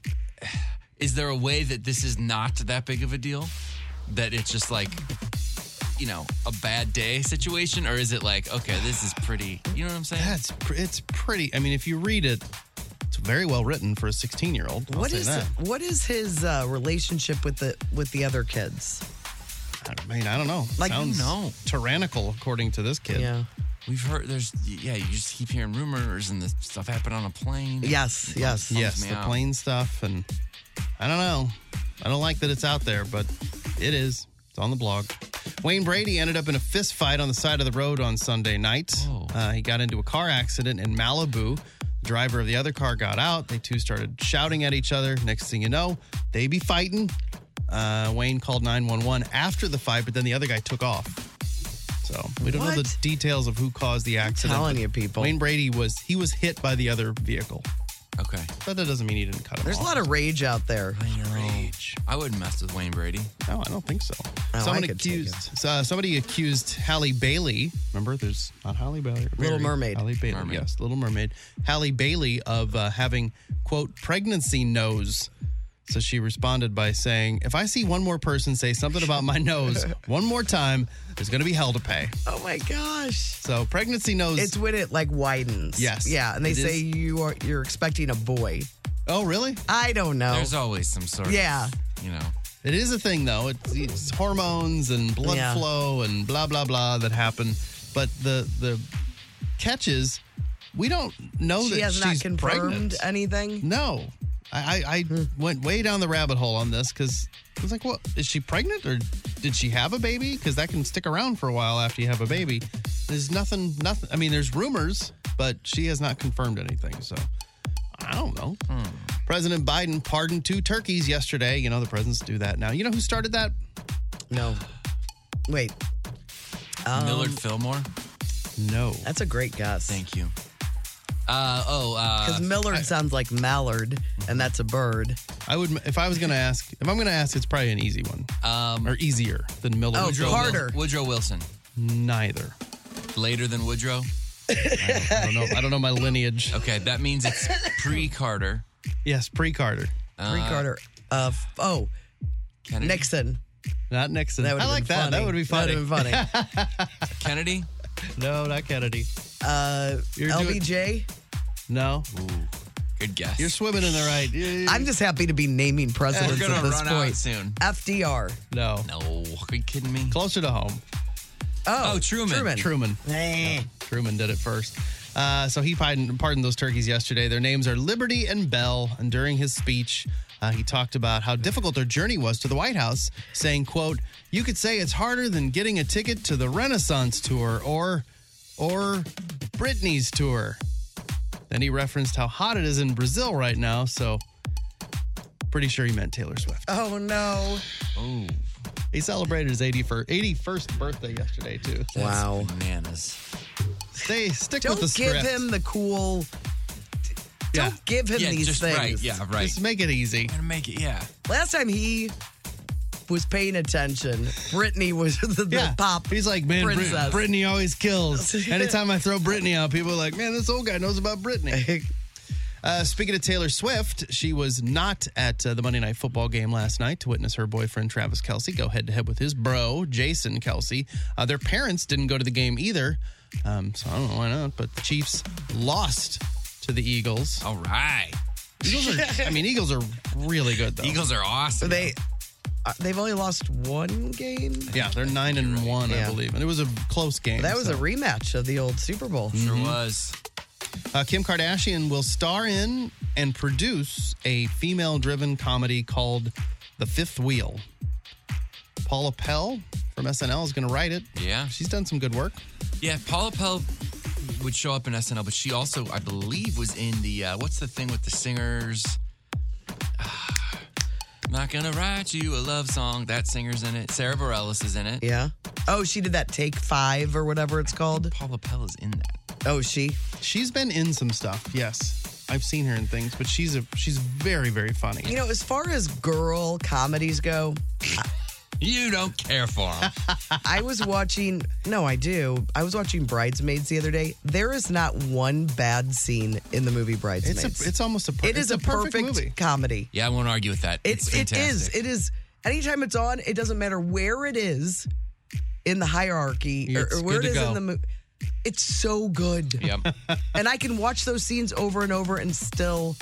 S5: is there a way that this is not that big of a deal? That it's just like you know, a bad day situation, or is it like, okay, this is pretty you know what I'm saying?
S4: That's pr- it's pretty. I mean, if you read it, it's It's very well written for a 16 year old.
S3: What is
S4: that?
S3: what is his uh, relationship with the with the other kids?
S4: I mean, I don't know.
S3: Like, you
S4: Sounds
S5: know.
S4: tyrannical according to this kid.
S5: We've heard there's yeah, you just keep hearing rumors and the stuff happened on a plane.
S3: Yes. Yes.
S4: Yes,
S5: me
S4: the
S5: out.
S4: plane stuff, and I don't know. I don't like that it's out there, but it is. It's on the blog. Wayne Brady ended up in a fist fight on the side of the road on Sunday night.
S5: Oh.
S4: Uh, he got into a car accident in Malibu. The driver of the other car got out. They two started shouting at each other. Next thing you know, they be fighting. Uh, Wayne called 911 after the fight, but then the other guy took off. So we don't know the
S3: What?
S4: details of who caused the accident.
S3: telling
S4: but
S3: you, people.
S4: Wayne Brady was he was hit by the other vehicle.
S5: Okay.
S4: But that doesn't mean he didn't cut him
S3: There's a lot of rage out there.
S4: rage.
S5: I wouldn't mess with Wayne Brady.
S4: No, I don't think so.
S3: Oh, I
S4: Someone
S3: could take
S4: accused. Uh, somebody accused Halle Bailey. Remember, there's not Halle Bailey. Mary,
S3: Mermaid.
S4: Halle Bailey.
S5: Mermaid.
S4: Yes, Little Mermaid. Halle Bailey of uh, having quote pregnancy nose. So she responded by saying, "If I see one more person say something about my nose one more time, there's going to be hell to pay."
S3: Oh my gosh.
S4: So pregnancy nose.
S3: It's when it like widens.
S4: Yes.
S3: Yeah, and they
S4: It
S3: say
S4: is.
S3: you are you're expecting a boy.
S4: oh, really?
S3: I don't know.
S5: There's always some sort
S3: Yeah.
S5: of you know.
S4: It is a thing, though. It's, it's hormones and blood
S3: Yeah.
S4: flow and blah blah blah that happen. But the the catch is, we don't know
S3: she
S4: that
S3: has
S4: she's
S3: not confirmed
S4: pregnant.
S3: anything. Hmm.
S4: no, I I, I went way down the rabbit hole on this because I was like, "What is she pregnant or did she have a baby?" Because that can stick around for a while after you have a baby. There's nothing, nothing. I mean, there's rumors, but she has not confirmed anything. So I don't know.
S3: Hmm.
S4: President Biden pardoned two turkeys yesterday. You know, the presidents do that now. You know who started that?
S3: No. Wait, Oh.
S5: Millard Fillmore.
S4: No.
S3: Um, that's a great guess.
S5: Thank you. Uh oh, uh
S3: Because Millard sounds like mallard, and that's a bird.
S4: I would, if I was going to ask, if I'm going to ask, it's probably an easy one
S5: um
S4: or easier than Miller.
S3: Oh,
S5: Woodrow,
S3: Carter.
S5: Wil- Woodrow Wilson.
S4: Neither.
S5: Later than Woodrow.
S4: I don't know. I don't know my lineage.
S5: Okay, that means it's pre Carter.
S4: Yes, pre Carter.
S3: Pre Carter. Uh, f- oh,
S5: Kennedy.
S3: Nixon.
S4: Not Nixon.
S3: That would
S4: I
S3: have
S4: like
S3: been
S4: that.
S3: funny.
S4: That would be funny.
S3: That would have been funny.
S5: Kennedy.
S4: no, not Kennedy.
S3: Uh,
S4: You're doing-
S3: LBJ.
S4: No.
S5: Good guess.
S4: You're swimming in the right. Yeah, yeah, yeah.
S3: I'm just happy to be naming
S5: We're
S3: presidents
S5: gonna
S3: at this
S5: run out
S3: point.
S5: soon.
S3: FDR.
S4: no.
S5: No, are you kidding me?
S4: Closer to home.
S3: Oh,
S5: Oh, Truman.
S3: Truman.
S4: Truman.
S3: Eh.
S4: Truman did it first. Uh, so he pardoned, pardoned those turkeys yesterday. Their names are Liberty and Bell. And during his speech, uh, he talked about how difficult their journey was to the White House, saying, "quote You could say it's harder than getting a ticket to the Renaissance tour or or Britney's tour." Then he referenced how hot it is in Brazil right now. So pretty sure he meant Taylor Swift.
S3: Oh no.
S5: Oh,
S4: He celebrated his 81st, 81st birthday yesterday too. So
S3: Wow.
S5: bananas.
S4: Stay stick
S3: Don't
S4: with the
S3: give
S4: script.
S3: him the cool.
S4: yeah.
S3: Don't give him
S5: yeah,
S3: these
S5: just
S3: things.
S5: right. Yeah, right.
S4: Just make it easy.
S5: gonna make it. Yeah.
S3: Last time he was paying attention, Brittany was the, the pop.
S4: He's like, man, Brit-
S3: princess.
S4: Brittany always kills. Anytime I throw Brittany out, people are like, man, this old guy knows about Brittany. Uh, speaking of Taylor Swift, she was not at uh, the Monday Night Football game last night to witness her boyfriend Travis Kelsey go head to head with his bro Jason Kelsey. Uh, their parents didn't go to the game either, um, so I don't know why not. But the Chiefs lost to the Eagles.
S5: All right.
S4: Eagles are, I mean, Eagles are really good though.
S5: Eagles are awesome.
S3: They uh, they've only lost one game.
S4: yeah, they're nine and one, I
S3: Yeah.
S4: believe, and it was a close game.
S3: That was
S4: so.
S3: a Mm-hmm. rematch of the old Super Bowl.
S5: Sure was.
S4: Uh, Kim Kardashian will star in and produce a female driven comedy called The Fifth Wheel. Paula Pell from SNL is going to write it.
S5: Yeah.
S4: She's done some good work.
S5: Yeah, Paula Pell would show up in SNL, but she also, I believe, was in the uh, what's the thing with the singers? Ah, I'm not gonna write you a love song. That singer's in it. Sarah Bareilles is in it.
S3: Yeah. Oh, she did that take five or whatever it's called.
S5: Paula Pell is in that.
S3: Oh, she.
S4: She's been in some stuff, yes. I've seen her in things, but she's a she's very, very funny.
S3: You know, as far as girl comedies go,
S5: You don't care for him.
S3: I was watching. No, I do. I was watching Bridesmaids the other day. There is not one bad scene in the movie Bridesmaids.
S4: it's a, it's almost a per-
S3: It
S4: it's
S3: is a perfect,
S4: movie.
S3: comedy.
S5: yeah, I won't argue with that.
S3: It's, it is.
S5: fantastic.
S3: It is. Anytime it's on, it doesn't matter where it is in the hierarchy or,
S4: It's
S3: or where it
S4: good
S3: is
S4: to go.
S3: in the movie. It's so good.
S5: Yep.
S3: And I can watch those scenes over and over and still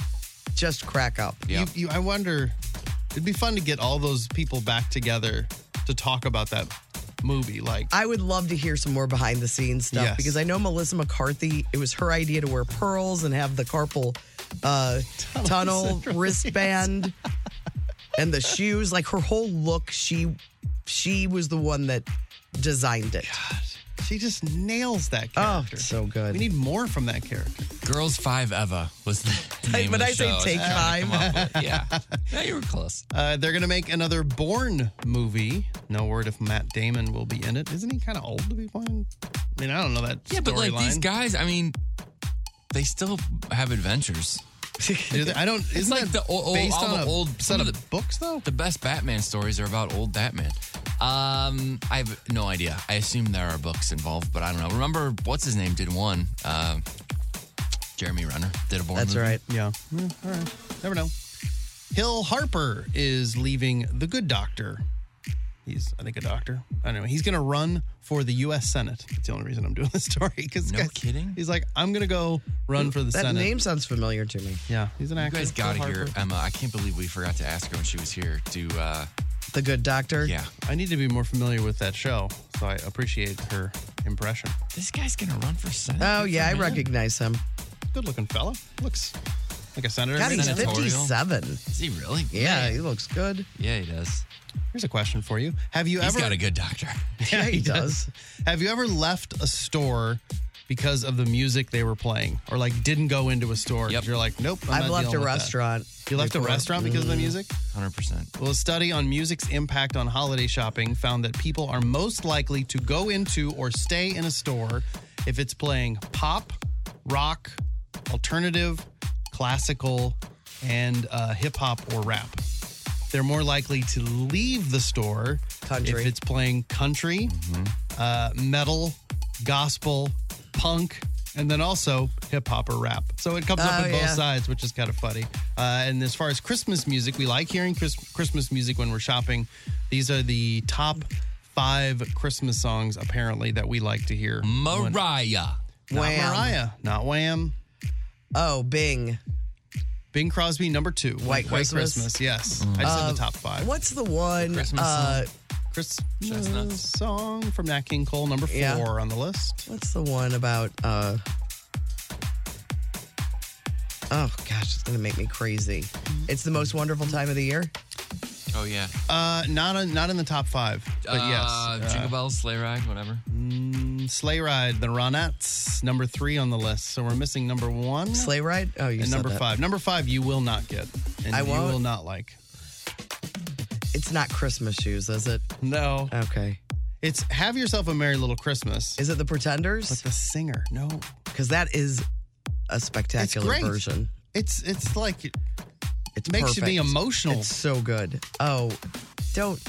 S3: just crack up.
S5: Yeah.
S4: You, you, I wonder, it'd be fun to get all those people back together to talk about that movie. Like,
S3: I would love to hear some more behind the scenes stuff
S4: Yes.
S3: because I know Melissa McCarthy, it was her idea to wear pearls and have the carpal uh, tunnel wristband and the shoes. Like her whole look, she she was the one that designed it.
S4: she just nails that
S3: Oh,
S4: character.
S3: it's so good.
S4: we need more from that character.
S5: Girls Five Eva was the name
S3: when
S5: of
S3: I
S5: the
S3: say
S5: show.
S3: take
S5: Come
S3: five,
S5: up with- Yeah. Yeah, you were close.
S4: Uh, they're going to make another Born movie. No word if Matt Damon will be in it. Isn't he kind of old to be playing? I mean, I don't know that
S5: Yeah, but like these
S4: storyline.
S5: guys, I mean, they still have adventures.
S4: Do they- I don't. Isn't
S5: like
S4: that
S5: the o- o-
S4: based
S5: all
S4: on
S5: the
S4: a
S5: old-
S4: set
S5: some
S4: of
S5: of the-
S4: books though?
S5: The best Batman stories are about old Batman. Um, I have no idea. I assume there are books involved, but I don't know. Remember what's his name did one? Uh, Jeremy Renner did a Bourne.
S3: That's
S5: movie.
S3: right.
S4: Yeah. Yeah, All right. Never know. Hill Harper is leaving The Good Doctor. He's, I think, a doctor. I don't know. He's going to run for the U.S. Senate. That's the only reason I'm doing this story. Because
S5: No kidding?
S4: He's like, I'm going to go run for the
S3: That
S4: Senate.
S3: name sounds familiar to me.
S4: Yeah, he's an
S5: You
S4: actor.
S5: guys got to
S4: Hill
S5: hear
S4: Harper.
S5: Emma. I can't believe we forgot to ask her when she was here. To uh,
S3: The Good Doctor.
S5: yeah,
S4: I need to be more familiar with that show, so I appreciate her impression.
S5: this guy's gonna run for senate.
S3: Oh
S5: Good
S3: yeah,
S5: for
S3: I
S5: him.
S3: recognize him.
S4: Good-looking fella. Looks like a senator.
S3: God, he's
S5: Senatorial.
S3: 57.
S5: Is he really?
S3: Yeah, he looks good.
S5: yeah, he does.
S4: Here's a question for you. Have you
S5: He's
S4: ever
S5: got a good doctor.
S3: Yeah, he does.
S4: Have you ever left a store because of the music they were playing, or like didn't go into a store? 'cause
S5: Yep.
S4: You're like, nope. I'm
S3: I've
S4: not
S3: left
S4: dealing
S3: a
S4: with that.
S3: restaurant.
S4: You left a
S3: before. Mm.
S4: restaurant because of the music.
S5: Hundred percent.
S4: Well, a study on music's impact on holiday shopping found that people are most likely to go into or stay in a store if it's playing pop, rock, alternative, classical, and uh, hip hop or rap. They're more likely to leave the store
S3: Country. Mm-hmm.
S4: if it's playing country, uh, metal, gospel, punk, and then also hip hop or rap. So it comes up
S3: Oh,
S4: on both
S3: yeah.
S4: sides, which is kind of funny. Uh, and as far as Christmas music, we like hearing Chris- Christmas music when we're shopping. These are the top five Christmas songs, apparently, that we like to hear.
S5: Mariah.
S4: Not
S3: Wham.
S4: Mariah, not Wham.
S3: Oh, Bing.
S4: Bing Crosby, number two.
S3: White
S4: White
S3: Christmas?
S4: Christmas, yes. I just said the top five.
S3: What's the one?
S5: Christmas
S3: uh,
S4: Chris
S5: Chestnuts.
S4: song from Nat King Cole, number four
S3: Yeah.
S4: on the list.
S3: What's the one about? Uh, oh gosh, it's gonna make me crazy. It's the most wonderful time of the year.
S5: Oh yeah.
S4: Uh, not on, not in the top five, but yes.
S5: Uh,
S4: Uh,
S5: Jingle bells, sleigh ride, whatever.
S4: Sleigh Ride, the Ronettes, number three on the list. So we're missing number one
S3: Sleigh ride. Oh, you
S4: and
S3: said
S4: number
S3: that.
S4: five. Number five, you will not get. And
S3: I
S4: You
S3: won't?
S4: will not like.
S3: It's not Christmas shoes, is it?
S4: No.
S3: Okay.
S4: It's Have Yourself a Merry Little Christmas.
S3: Is it the
S4: but
S3: Pretenders?
S4: the singer, no.
S3: Because that is a
S4: It's
S3: spectacular
S4: great.
S3: version.
S4: It's it's like it
S3: It's
S4: makes you be
S3: perfect.
S4: emotional.
S3: It's so good. Oh, don't.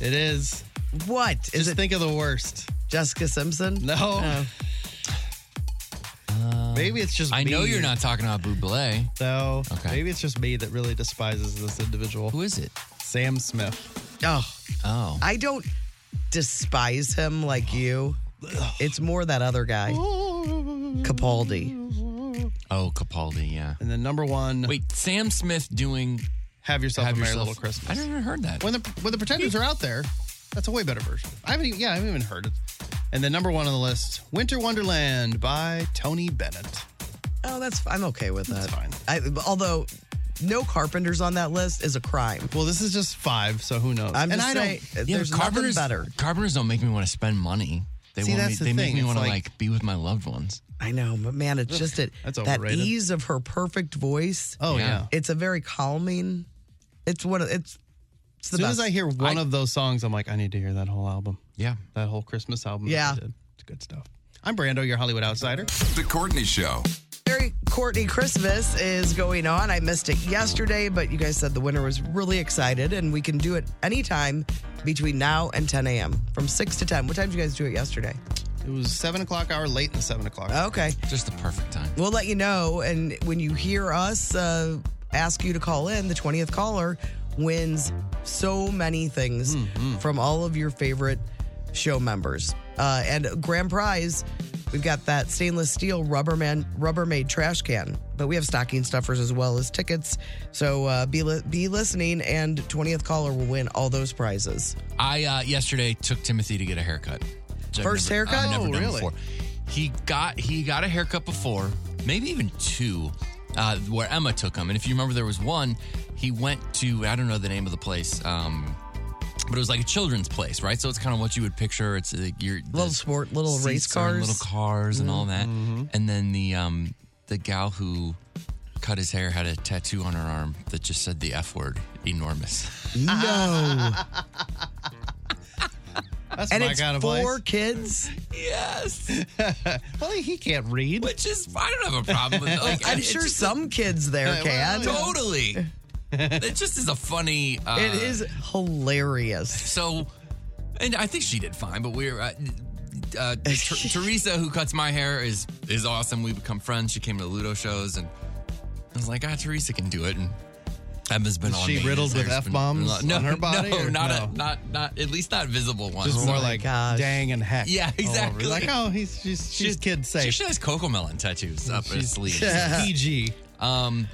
S4: It is.
S3: What is
S4: Just
S3: it?
S4: think of the worst.
S3: Jessica Simpson? Um,
S4: No.
S3: Oh.
S4: Maybe it's just
S5: I know
S4: me,
S5: you're not talking about Buble.
S4: though.
S5: Okay.
S4: Maybe it's just me that really despises this individual.
S5: Who is it?
S4: Sam Smith.
S3: Oh,
S5: Oh.
S3: I don't despise him like you. It's more that other guy, Capaldi.
S5: Oh, Capaldi. Yeah.
S4: And then number one,
S5: Wait, Sam Smith doing
S4: Have Yourself
S5: Have
S4: a Merry
S5: Yourself
S4: Little Christmas.
S5: I never even heard that.
S4: when the when the pretenders are out there, that's a way better version. I haven't even yeah, I haven't even heard it. And then number one on the list, Winter Wonderland by Tony Bennett.
S3: Oh, that's I'm okay with that.
S4: That's fine.
S3: I, although no carpenters on that list is a crime.
S4: Well, this is just five, so who knows?
S3: I'm
S4: and
S3: just
S4: I
S3: saying
S4: don't.
S5: Yeah,
S3: there's
S5: but
S3: nothing
S5: carpenters
S3: better.
S5: Carpenters don't make me want to spend money. They
S4: See,
S5: want
S4: that's the
S5: me, they make
S4: thing.
S5: me
S4: It's
S5: want to
S4: like-
S5: like, be with my loved ones.
S3: I know, but man, it's just it
S4: That's
S3: that
S4: overrated.
S3: ease of her perfect voice.
S4: Oh yeah.
S5: Yeah.
S3: It's a very calming. It's one of it's it's the
S4: As soon
S3: best.
S4: as I hear one
S5: I-
S4: of those songs, I'm like, I need to hear that whole album,
S5: Yeah.
S4: that whole Christmas album. that
S3: Yeah.
S4: they did. it's good stuff. I'm Brando, your Hollywood outsider.
S6: The Courtney Show.
S3: Merry Courtney Christmas is going on. I missed it yesterday, but you guys said the winner was really excited, and we can do it anytime between now and 10 a.m. from 6 to 10. What time did you guys do it yesterday?
S4: It was seven o'clock hour, late in the seven o'clock.
S3: Okay.
S5: Just the perfect time.
S3: We'll let you know. And when you hear us uh, ask you to call in, the 20th caller wins so many things
S5: Mm-hmm.
S3: from all of your favorite show members. Uh, and grand prize We've got that stainless steel Rubberman Rubbermaid trash can, but we have stocking stuffers as well as tickets. So uh, be li- be listening, and 20th caller will win all those prizes.
S5: I uh, yesterday took Timothy to get a haircut. which I've
S3: First
S5: never-
S3: haircut?
S5: I've never
S3: Oh,
S5: done
S4: really?
S5: before. He got he got a haircut before, maybe even two, uh, where Emma took him. And if you remember, there was one he went to. I don't know the name of the place. Um, but it was like a children's place, right? So it's kind of what you would picture. It's like your the
S3: Little sport, little race
S5: seats are
S3: cars.
S5: in
S3: Mm-hmm.
S5: little cars, and all that. And then the um, the gal who cut his hair had a tattoo on her arm that just said the f word, enormous.
S3: No,
S4: That's
S3: and
S4: my
S3: it's
S4: kind of
S3: four
S4: place.
S3: kids.
S5: yes.
S4: Well, he can't read.
S5: Which is, I don't have a problem with. Like,
S3: I'm
S5: it
S3: sure
S5: just-
S3: some kids there
S4: Yeah,
S3: can.
S5: totally. it just is a funny. Uh,
S3: It is hilarious.
S5: So, and I think she did fine, but we're. Uh, uh, Ter- Teresa, who cuts my hair, is is awesome. We become friends. She came to Ludo shows, and I was like, ah, Teresa can do it. And Emma's been
S4: Is
S5: on.
S4: she
S5: me.
S4: riddled
S5: His
S4: with
S5: hair's been-
S4: F-bombs
S5: no,
S4: on her body,
S5: No,
S4: or
S5: not
S4: no?
S5: A, not not at least not visible ones.
S4: Just more
S3: my
S4: like
S3: gosh.
S4: dang and heck.
S5: Oh Yeah,
S4: all over.
S5: exactly.
S4: Like, oh, he's she's she's, kid
S5: She
S4: safe.
S5: should has cocoa melon tattoos up her sleeve.
S4: PG.
S5: Um,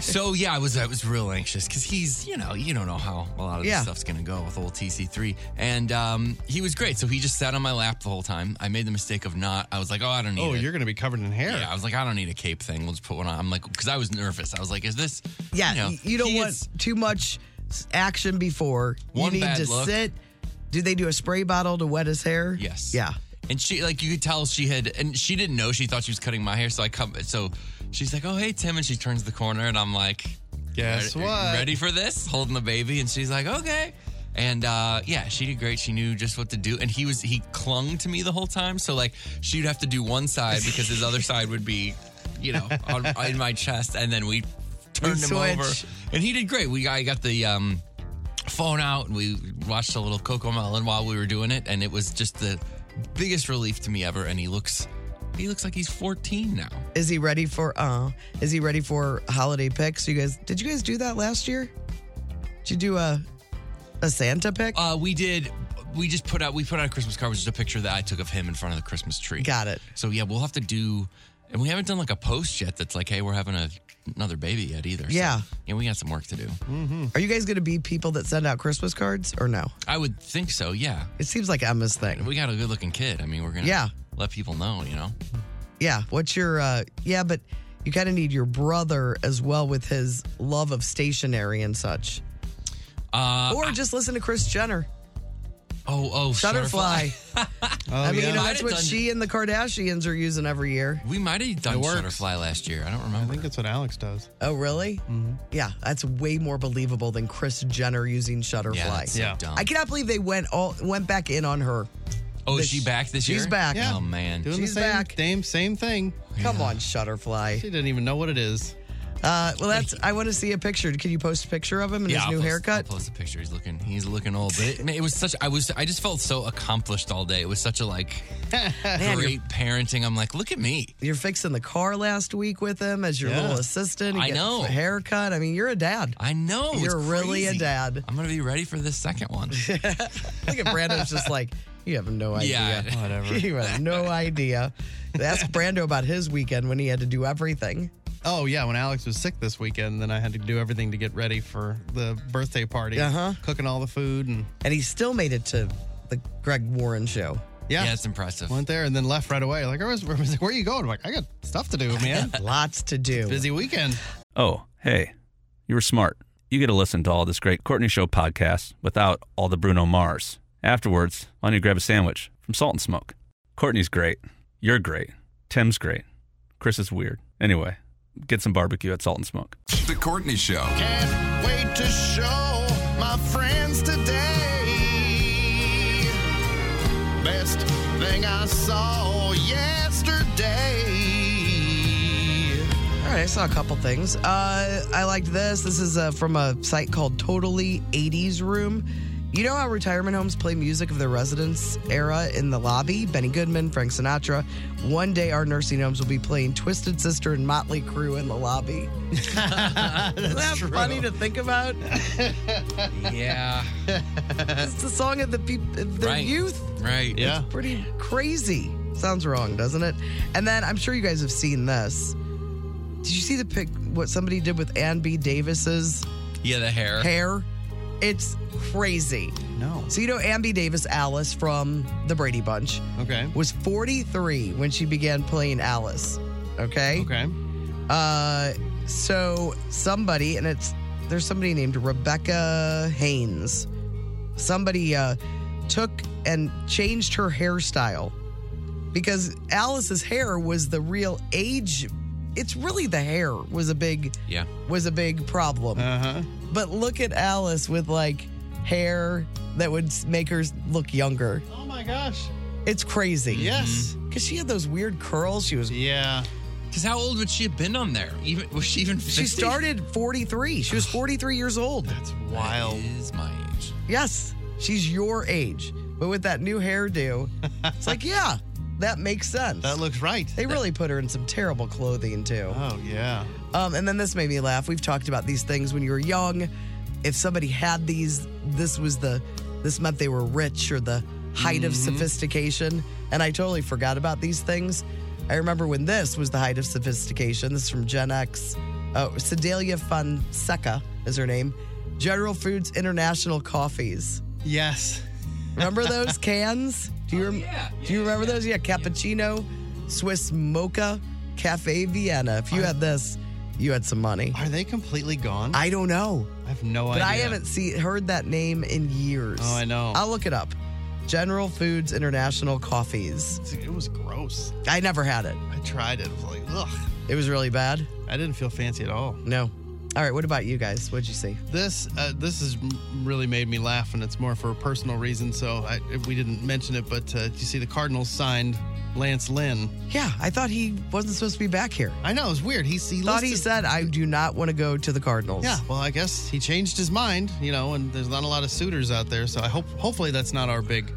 S5: so yeah, I was I was real anxious because he's you know you don't know how a lot of
S3: Yeah.
S5: this stuff's gonna go with old TC3, and um, he was great. So he just sat on my lap the whole time. I made the mistake of not. I was like, oh, I don't need.
S4: Oh,
S5: a-
S4: you're gonna be covered in hair.
S5: Yeah, I was like, I don't need a cape thing. We'll just put one on. I'm like, because I was nervous. I was like, is this?
S3: Yeah,
S5: know,
S3: y- you don't
S5: he
S3: want
S5: is-
S3: too much s- action before.
S5: One
S3: you need
S5: bad
S3: to
S5: look.
S3: sit. Do they do a spray bottle to wet his hair?
S5: Yes.
S3: Yeah.
S5: And she like you could tell she had and she didn't know she thought she was cutting my hair. So I come so she's like, Oh hey Tim, and she turns the corner and I'm like,
S4: Guess
S5: "Are- are you
S4: what?"
S5: Ready for this? Holding the baby, and she's like, Okay. And uh, yeah, she did great. She knew just what to do, and he was he clung to me the whole time. So like she'd have to do one side because his other side would be, you know, on, in my chest, and then we turned him
S3: switch.
S5: over, and he did great. We I got the um, phone out and we watched a little Coco Melon while we were doing it, and it was just the biggest relief to me ever. And he looks, he looks like he's 14 now.
S3: Is he ready for uh is he ready for holiday picks? You guys did you guys do that last year? Did you do a a Santa pick?
S5: Uh, we did, we just put out, we put out a Christmas card, which is a picture that I took of him in front of the Christmas tree.
S3: Got it.
S5: So yeah, we'll have to do, and we haven't done like a post yet. That's like, hey, we're having a, another baby yet either. So,
S3: Yeah.
S5: yeah, we got some work to do. Mm-hmm.
S3: Are you guys gonna be people that send out Christmas cards or no?
S5: I would think so. Yeah,
S3: It seems like Emma's thing.
S5: we got a good looking kid. I mean, we're gonna
S3: Yeah.
S5: let people know, you know.
S3: Yeah. What's your uh yeah, but you kinda need your brother as well with his love of stationery and such.
S5: Uh,
S3: Or just listen to Chris Jenner.
S5: oh, oh,
S3: Shutterfly.
S4: Oh,
S3: I mean,
S4: yeah.
S3: you know,
S5: Might
S3: that's
S5: have
S3: what
S5: done-
S3: she and the Kardashians are using every year.
S5: We might have done
S4: It works.
S5: Shutterfly last year. I don't
S4: I
S5: remember.
S4: think that's what Alex does.
S3: Oh, really?
S4: Mm-hmm.
S3: Yeah, that's way more believable than Chris Jenner using Shutterfly.
S5: yeah, that's so
S4: Yeah.
S5: dumb.
S3: I cannot believe they went all went back in on her.
S5: oh, is
S3: this-
S5: she back this year?
S3: she's back.
S4: Yeah.
S5: Oh man.
S4: Doing
S3: She's
S4: the same,
S3: back.
S4: same same thing.
S3: Come on, Shutterfly.
S4: She didn't even know what it is.
S3: Uh, well, that's. I want to see a picture. Can you post a picture of him and
S5: Yeah,
S3: his
S5: I'll
S3: new
S5: post-
S3: haircut?
S5: I'll post a picture. He's looking. He's looking old. But it, man, it was such. I was. I just felt so accomplished all day. It was such a like great parenting. I'm like, look at me.
S3: You're fixing the car last week with him as your
S4: Yeah.
S3: little assistant. You
S5: I
S3: get
S5: know.
S3: A haircut. I mean, you're a dad.
S5: I know. it's
S3: You're really a
S5: crazy.
S3: dad.
S5: I'm gonna be ready for this second one.
S3: Look at Brando's just like, you have no idea.
S5: yeah. Whatever.
S3: You have no idea. Ask Brando about his weekend when he had to do everything.
S4: Oh yeah, when Alex was sick this weekend, then I had to do everything to get ready for the birthday party.
S3: Uh-huh.
S4: Cooking all the food and
S3: And he still made it to the Greg Warren show.
S4: yeah,
S5: Yeah, it's impressive.
S4: went there and then left right away. Like, I was, I was like, where are you going? I'm like, I got stuff to do, man.
S3: Lots to do.
S4: Busy weekend.
S1: Oh, hey, you were smart. You get to listen to all this great Courtney Show podcast without all the Bruno Mars. Afterwards, why don't you grab a sandwich from Salt and Smoke? Courtney's great. You're great. Tim's great. Chris is weird. Anyway, get some barbecue at Salt and Smoke.
S6: The Courtney Show.
S2: Can't wait to show my friends today. Best thing I saw yesterday.
S3: All right, I saw a couple things. Uh, I liked this. This is uh, from a site called Totally 80s Room. You know how retirement homes play music of their residence era in the lobby? Benny Goodman, Frank Sinatra. One day our nursing homes will be playing Twisted Sister and Motley Crue in the lobby. Isn't that funny to think about?
S5: yeah.
S3: It's the song of the peop- of the
S5: Right.
S3: youth.
S5: Right.
S4: Yeah.
S3: Pretty crazy. Sounds wrong, doesn't it? And then I'm sure you guys have seen this. Did you see the pic? What somebody did with Ann B. Davis's
S5: Yeah, the hair.
S3: hair? It's crazy.
S4: No.
S3: So you know, Ann B. Davis Alice from the Brady Bunch
S4: Okay.
S3: was 43 when she began playing Alice. Okay.
S4: Okay.
S3: Uh, so somebody, and it's there's somebody named Rebecca Haynes. Somebody uh, took and changed her hairstyle because Alice's hair was the real age. It's really the hair was a big
S5: Yeah.
S3: was a big problem.
S4: Uh huh.
S3: But look at Alice with like hair that would s- make her look younger.
S4: Oh my gosh.
S3: It's crazy.
S4: Yes.
S3: Cause she had those weird curls. She was
S4: Yeah.
S5: Because how old would she have been on there? Even was she even? 50?
S3: she started 43. She was 43 years old.
S4: That's
S5: That
S4: wild.
S5: is my age.
S3: Yes, she's your age, but with that new hairdo, it's like, yeah, that makes sense.
S4: That looks right.
S3: they really put her in some terrible clothing too.
S4: Oh yeah.
S3: Um, and then this made me laugh. We've talked about these things when you were young. If somebody had these, this was the this meant they were rich or the height
S4: Mm-hmm.
S3: of sophistication. And I totally forgot about these things. I remember when this was the height of sophistication. This is from Gen X. Uh, Sedalia Fonseca is her name. General Foods International Coffees.
S4: Yes.
S3: Remember those cans? Do you
S4: Oh,
S3: rem- do you remember those? Yeah, cappuccino, Swiss mocha, cafe Vienna. If you had this, you had some money.
S4: Are they completely gone?
S3: I don't know,
S4: I have no
S3: but
S4: idea.
S3: I haven't seen heard that name in years.
S4: Oh, I know.
S3: I'll look it up. General Foods International Coffees.
S4: It was gross.
S3: I never had it.
S4: I tried it. I was like, ugh.
S3: It was really bad.
S4: I didn't feel oh. fancy at all.
S3: No. All right. What about you guys? What'd you see?
S4: This uh, this has m- really made me laugh, and it's more for a personal reason. So I, we didn't mention it, but uh, you see, the Cardinals signed Lance Lynn.
S3: Yeah, I thought he wasn't supposed to be back here.
S4: I know it's weird. He, he
S3: Thought he
S4: listed-
S3: said, "I do not want to go to the Cardinals."
S4: Yeah, well, I guess he changed his mind, you know, and there's not a lot of suitors out there. So I hope, hopefully, that's not our big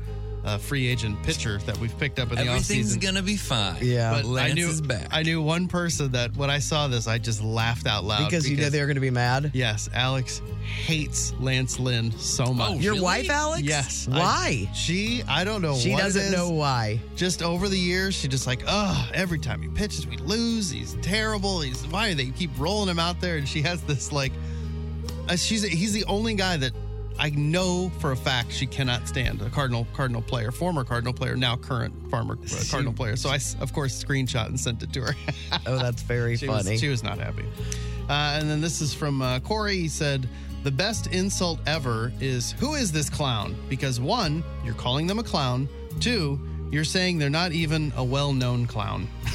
S4: uh, free agent pitcher that we've picked up in the
S5: Everything's
S4: offseason.
S5: gonna be fine.
S3: Yeah.
S5: But Lance
S4: I knew,
S5: is back.
S4: I knew one person that when I saw this, I just laughed out loud
S3: because, you know they were going to be mad.
S4: Yes, Alex hates Lance Lynn so much.
S5: Oh,
S3: Your
S5: Really?
S3: wife, Alex?
S4: Yes. I-
S3: Why?
S4: she, I don't know.
S3: she
S4: what it
S3: doesn't
S4: is.
S3: know why.
S4: Just over the years, she just like, ugh. Every time he pitches, we lose. He's terrible. He's why do they keep rolling him out there? And she has this like, uh, she's he's the only guy that I know for a fact she cannot stand. A Cardinal Cardinal player, former Cardinal player, now current farmer uh, Cardinal player. So I s- of course screenshot and sent it to her.
S3: Oh, that's very
S4: She
S3: funny.
S4: Was, she was not happy. Uh, and then this is from uh, Corey. He said, The best insult ever is who is this clown? Because one, you're calling them a clown. Two, you're saying they're not even a well known clown.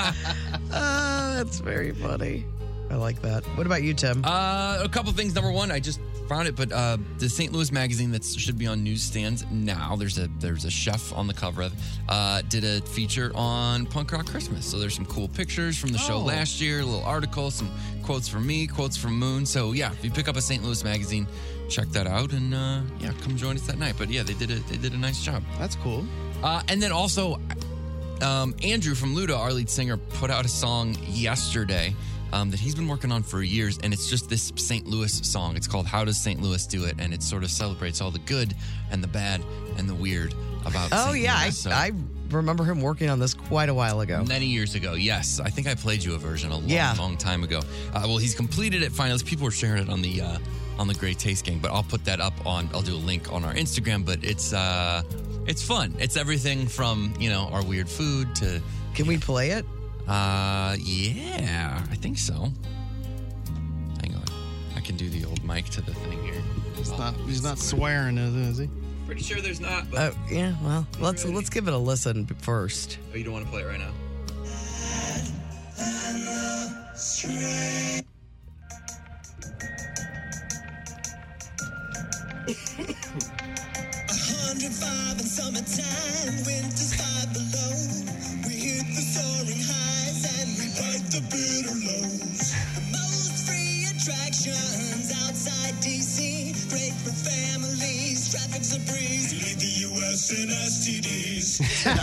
S3: Ah, that's very funny. I like that. What about you, Tim?
S5: Uh, a couple things. Number one, I just found it, but uh, the St. Louis magazine that should be on newsstands now. There's a there's a chef on the cover of. it, Uh, did a feature on punk rock Christmas. So there's some cool pictures from the show
S3: Oh.
S5: last year, a little article, some quotes from me, quotes from Moon. So yeah, if you pick up a St. Louis magazine, check that out, and uh, yeah, come join us that night. But yeah, they did a they did a nice job.
S4: That's cool.
S5: Uh, and then also, um, Andrew from Luda, our lead singer, put out a song yesterday um, that he's been working on for years, and it's just this St. Louis song. It's called "How Does St. Louis Do It," and it sort of celebrates all the good and the bad and the weird about.
S3: oh,
S5: St.
S3: yeah. I,
S5: Louis. So,
S3: I remember him working on this quite a while ago.
S5: Many years ago, yes. I think I played you a version a long,
S3: Yeah.
S5: long time ago. Uh, well, he's completed it finally. People were sharing it on the uh, on the Great Taste Gang, but I'll put that up on. I'll do a link on our Instagram. But it's uh, it's fun. It's everything from you know our weird food to
S3: Can we play it?
S5: uh, yeah, I think so. Hang on, I can do the old mic to the thing here.
S4: He's not, he's not swearing, is, is he?
S5: Pretty sure there's not, but
S3: Oh, yeah. Well, let's let's give it a listen first.
S5: oh, you don't want to play it right now.
S7: Outside DC, great for families. Traffic's a breeze, lead the U.S. us and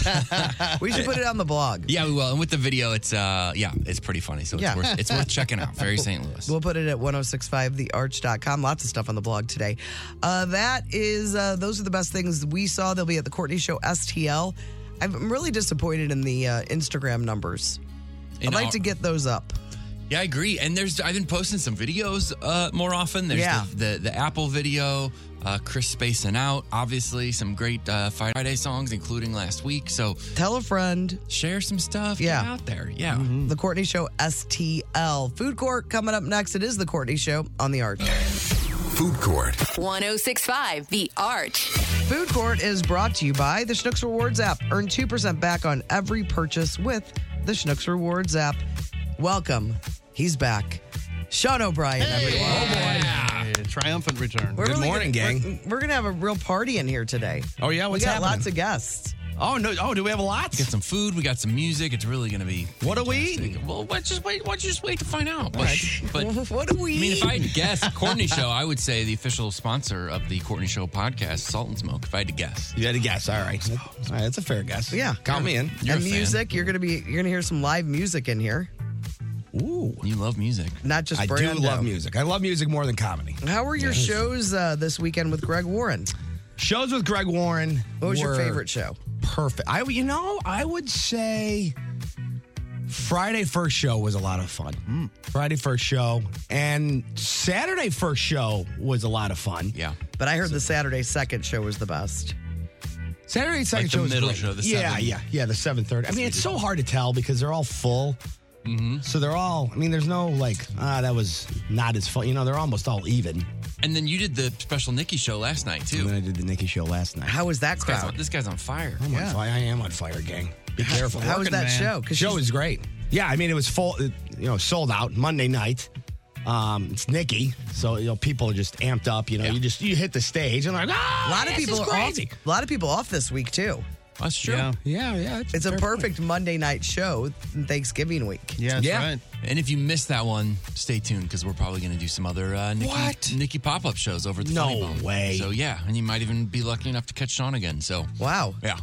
S7: STDs.
S3: We should put it on the blog.
S5: Yeah, we will. And with the video, it's uh, yeah, it's pretty funny. So it's
S3: Yeah.
S5: worth it's worth checking out. Very St. Louis.
S3: We'll put it at 1065thearch.com. Lots of stuff on the blog today. Uh, that is, uh, those are the best things we saw. They'll be at the Courtney Show STL. I'm really disappointed in the uh, Instagram numbers.
S5: In
S3: I'd like
S5: our-
S3: to get those up.
S5: Yeah, I agree. And there's I've been posting some videos uh, more often. There's
S3: Yeah.
S5: the, the the Apple video, uh, Chris spacing out. Obviously, some great uh, Friday songs, including last week. So
S3: Tell a friend.
S5: share some stuff. Get
S3: Yeah. Mm-hmm.
S5: out there. Yeah.
S3: The Courtney Show STL. Food Court coming up next. It is The Courtney Show on the Arch.
S6: Food Court.
S8: 1065 The Arch.
S3: Food Court is brought to you by the Schnucks Rewards app. Earn 2% back on every purchase with the Schnucks Rewards app. Welcome. He's back. Sean O'Brien, everyone.
S5: Oh,
S4: A triumphant return.
S3: We're
S9: Good morning,
S3: gonna,
S9: gang.
S3: We're, we're going to have a real party in here today.
S9: Oh, yeah?
S3: We
S9: What's
S3: got
S9: happening?
S3: lots of guests.
S9: Oh, no. Oh, do we have lots?
S5: Get some food. We got some music. It's really going to be.
S9: What are we
S5: fantastic.
S9: eating?
S5: Well, what, just wait. Why don't you just wait to find out? But, but
S3: what do we
S5: I mean, if
S3: eat?
S5: I had to guess, Courtney Show, I would say the official sponsor of the Courtney Show podcast, Salt and Smoke. If I had to guess,
S9: You had to guess. All right. All right. That's a fair guess.
S3: Yeah.
S9: Count me in.
S5: You're a
S3: and
S5: fan.
S3: music, you're gonna be you're gonna hear some live music in here,
S9: Ooh.
S5: you love music.
S3: not just
S9: I do
S3: Brando.
S9: love music. I love music more than comedy.
S3: How were your shows uh, this weekend with Greg Warren?
S9: Shows with Greg Warren.
S3: What was your
S9: were
S3: favorite show?
S9: Perfect. I, you know, I would say Friday first show was a lot of fun.
S5: Hmm.
S9: Friday first show and Saturday first show was a lot of fun.
S5: Yeah.
S3: But I heard the Saturday second show was the best.
S9: Saturday second
S5: the
S9: show was
S5: middle
S9: great.
S5: show, the
S9: yeah,
S5: seven.
S9: yeah, yeah, the seven thirty. I mean, it's so hard to tell because they're all full.
S5: Mm-hmm.
S9: So they're all. I mean, there's no like ah, that was not as fun. You know, they're almost all even.
S5: And then you did the special Nikki show last night too.
S9: And then I did the Nikki show last night.
S3: How was that
S5: This guy's
S3: crowd?
S5: on, this guy's on fire.
S9: I'm on fire. I am on fire, gang. Be careful.
S3: How was
S4: Working,
S3: that
S4: man.
S3: show? Because
S9: show is great. Yeah, I mean it was full, you know, sold out Monday night. Um, it's Nikki, so you know people are just amped up. You know, you just you hit the stage and like ah,
S3: a lot of people are off,
S9: crazy.
S3: a lot of people off this week too.
S5: That's true.
S4: Yeah.
S9: Yeah, yeah,
S3: It's a
S9: fair
S3: perfect Monday night show in Thanksgiving week.
S4: Yeah, that's
S9: Yeah.
S4: right.
S5: And if you missed that one, stay tuned because we're probably going to do some other uh, Nikki,
S9: What?
S5: Nikki pop up shows over at the
S9: No
S5: Funny Bone.
S9: way.
S5: So yeah, and you might even be lucky enough to catch Sean again. So
S3: Wow.
S5: yeah,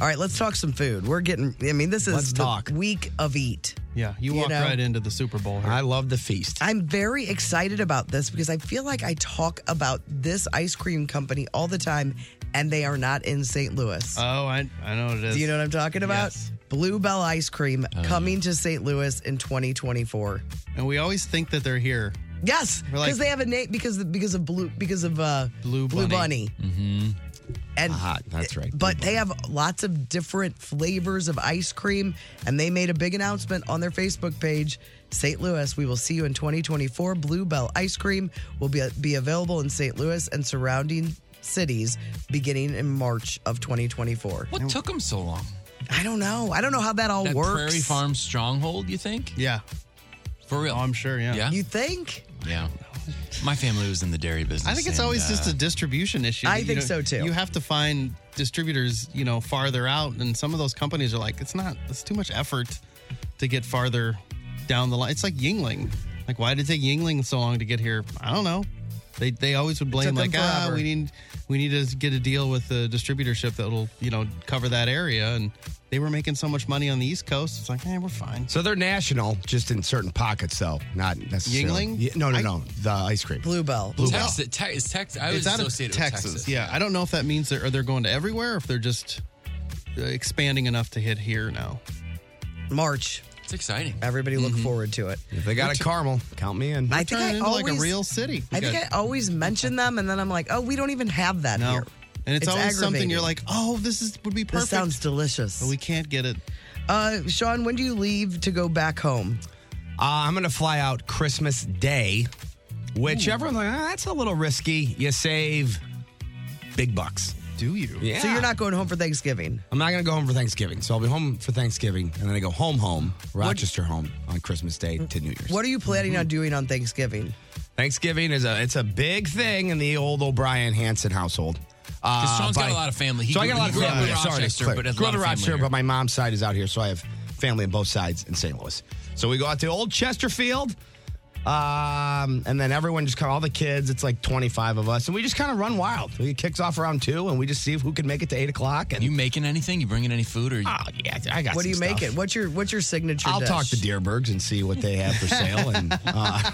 S3: All right, let's talk some food. We're getting. I mean, this is
S9: Let's
S3: the
S9: talk.
S3: week of eat.
S4: Yeah, you,
S3: You
S4: walked
S3: know.
S4: right into the Super Bowl. Here.
S9: point. I love the feast.
S3: I'm very excited about this because I feel like I talk about this ice cream company all the time, and they are not in St. Louis.
S4: oh, I, I know what it is.
S3: Do you know what I'm talking about?
S4: Yes. Oh,
S3: Bluebell ice cream coming to St. Louis in 2024.
S4: and we always think that they're here.
S3: Yes, because
S4: We're like-
S3: they have a name because because of blue because of uh,
S4: Blue Bunny.
S3: Mm-hmm. And
S9: Ah, that's right.
S3: but they have lots of different flavors of ice cream, and they made a big announcement on their Facebook page. St. Louis, we will see you in 2024. Bluebell ice cream will be be available in St. Louis and surrounding cities beginning in March of 2024.
S5: what took him so long?
S3: I don't know. I don't know how that all
S5: That
S3: works.
S5: Prairie Farm stronghold, you think?
S4: Yeah.
S5: For real?
S4: Oh, I'm sure. Yeah.
S5: yeah,
S3: You think?
S5: yeah. My family was in the dairy business.
S4: I think it's
S5: and,
S4: always
S5: uh,
S4: just a distribution issue.
S3: I
S4: You
S3: think
S4: know,
S3: so, too.
S4: You have to find distributors, you know, farther out, and some of those companies are like, it's not, it's too much effort to get farther down the line. It's like Yingling. Like, why did it take Yingling so long to get here? I don't know. They they always would blame
S3: took them
S4: like, ah,
S3: forever."
S4: we need we need to get a deal with the distributorship that'll you know cover that area, and they were making so much money on the East Coast. It's like, hey, we're fine.
S9: so they're national, just in certain pockets, though, not necessarily.
S4: Yingling?
S9: Yeah, no, no,
S4: I-
S9: no. the ice cream.
S3: Bluebell.
S5: Texas, te- it's Texas. I was
S4: it's out of
S5: associated
S4: Texas.
S5: with Texas.
S4: Yeah, I don't know if that means they're, are they're going to everywhere, or if they're just uh, expanding enough to hit here now. Mm-hmm.
S3: March.
S5: it's exciting.
S3: Everybody look forward to it.
S9: If they got a caramel, count me in.
S3: I think
S4: Turning
S3: I
S4: into
S3: always
S4: like a real city.
S3: I think I always mention them, and then I'm like, oh, we don't even have that
S4: no,
S3: here.
S4: and it's, always something you're
S3: aggravating.
S4: like, oh, this is would be
S3: This
S4: perfect.
S3: sounds delicious.
S4: but we can't get it.
S3: Uh, Sean, when do you leave to go back home?
S9: Uh, I'm going to fly out Christmas Day, which everyone's like, ah, that's a little risky. You save big bucks.
S4: Do you?
S9: Yeah.
S3: So you're not going home for Thanksgiving.
S9: I'm not going to go home for Thanksgiving. So I'll be home for Thanksgiving, and then I go home, home, Rochester, home on Christmas Day to New Year's.
S3: What are you planning
S9: Mm-hmm.
S3: on doing on Thanksgiving?
S9: Thanksgiving is a it's a big thing in the old O'Brien Hanson household. Uh,
S5: Because Sean's got
S9: by-
S5: a lot of family. He
S9: so I
S5: grew-
S9: got a lot of
S5: he grew up
S9: family.
S5: in
S9: Sorry, to
S5: Rochester,
S9: clear.
S5: but has a
S9: grew up
S5: lot
S9: in
S5: of family
S9: Rochester,
S5: here.
S9: but my mom's side is out here, so I have family on both sides in St. Louis. So we go out to Old Chesterfield. Um, and then everyone just kind of, all the kids, it's like 25 of us. And we just kind of run wild. It kicks off around two, and we just see who can make it to eight o'clock. And
S5: You making anything? You bringing any food? Or you,
S9: oh, yeah, I got
S3: What do you
S9: some
S3: make
S9: stuff.
S3: it? What's your what's your signature?
S9: I'll
S3: dish?
S9: talk to Deerbergs and see what they have for sale, and uh,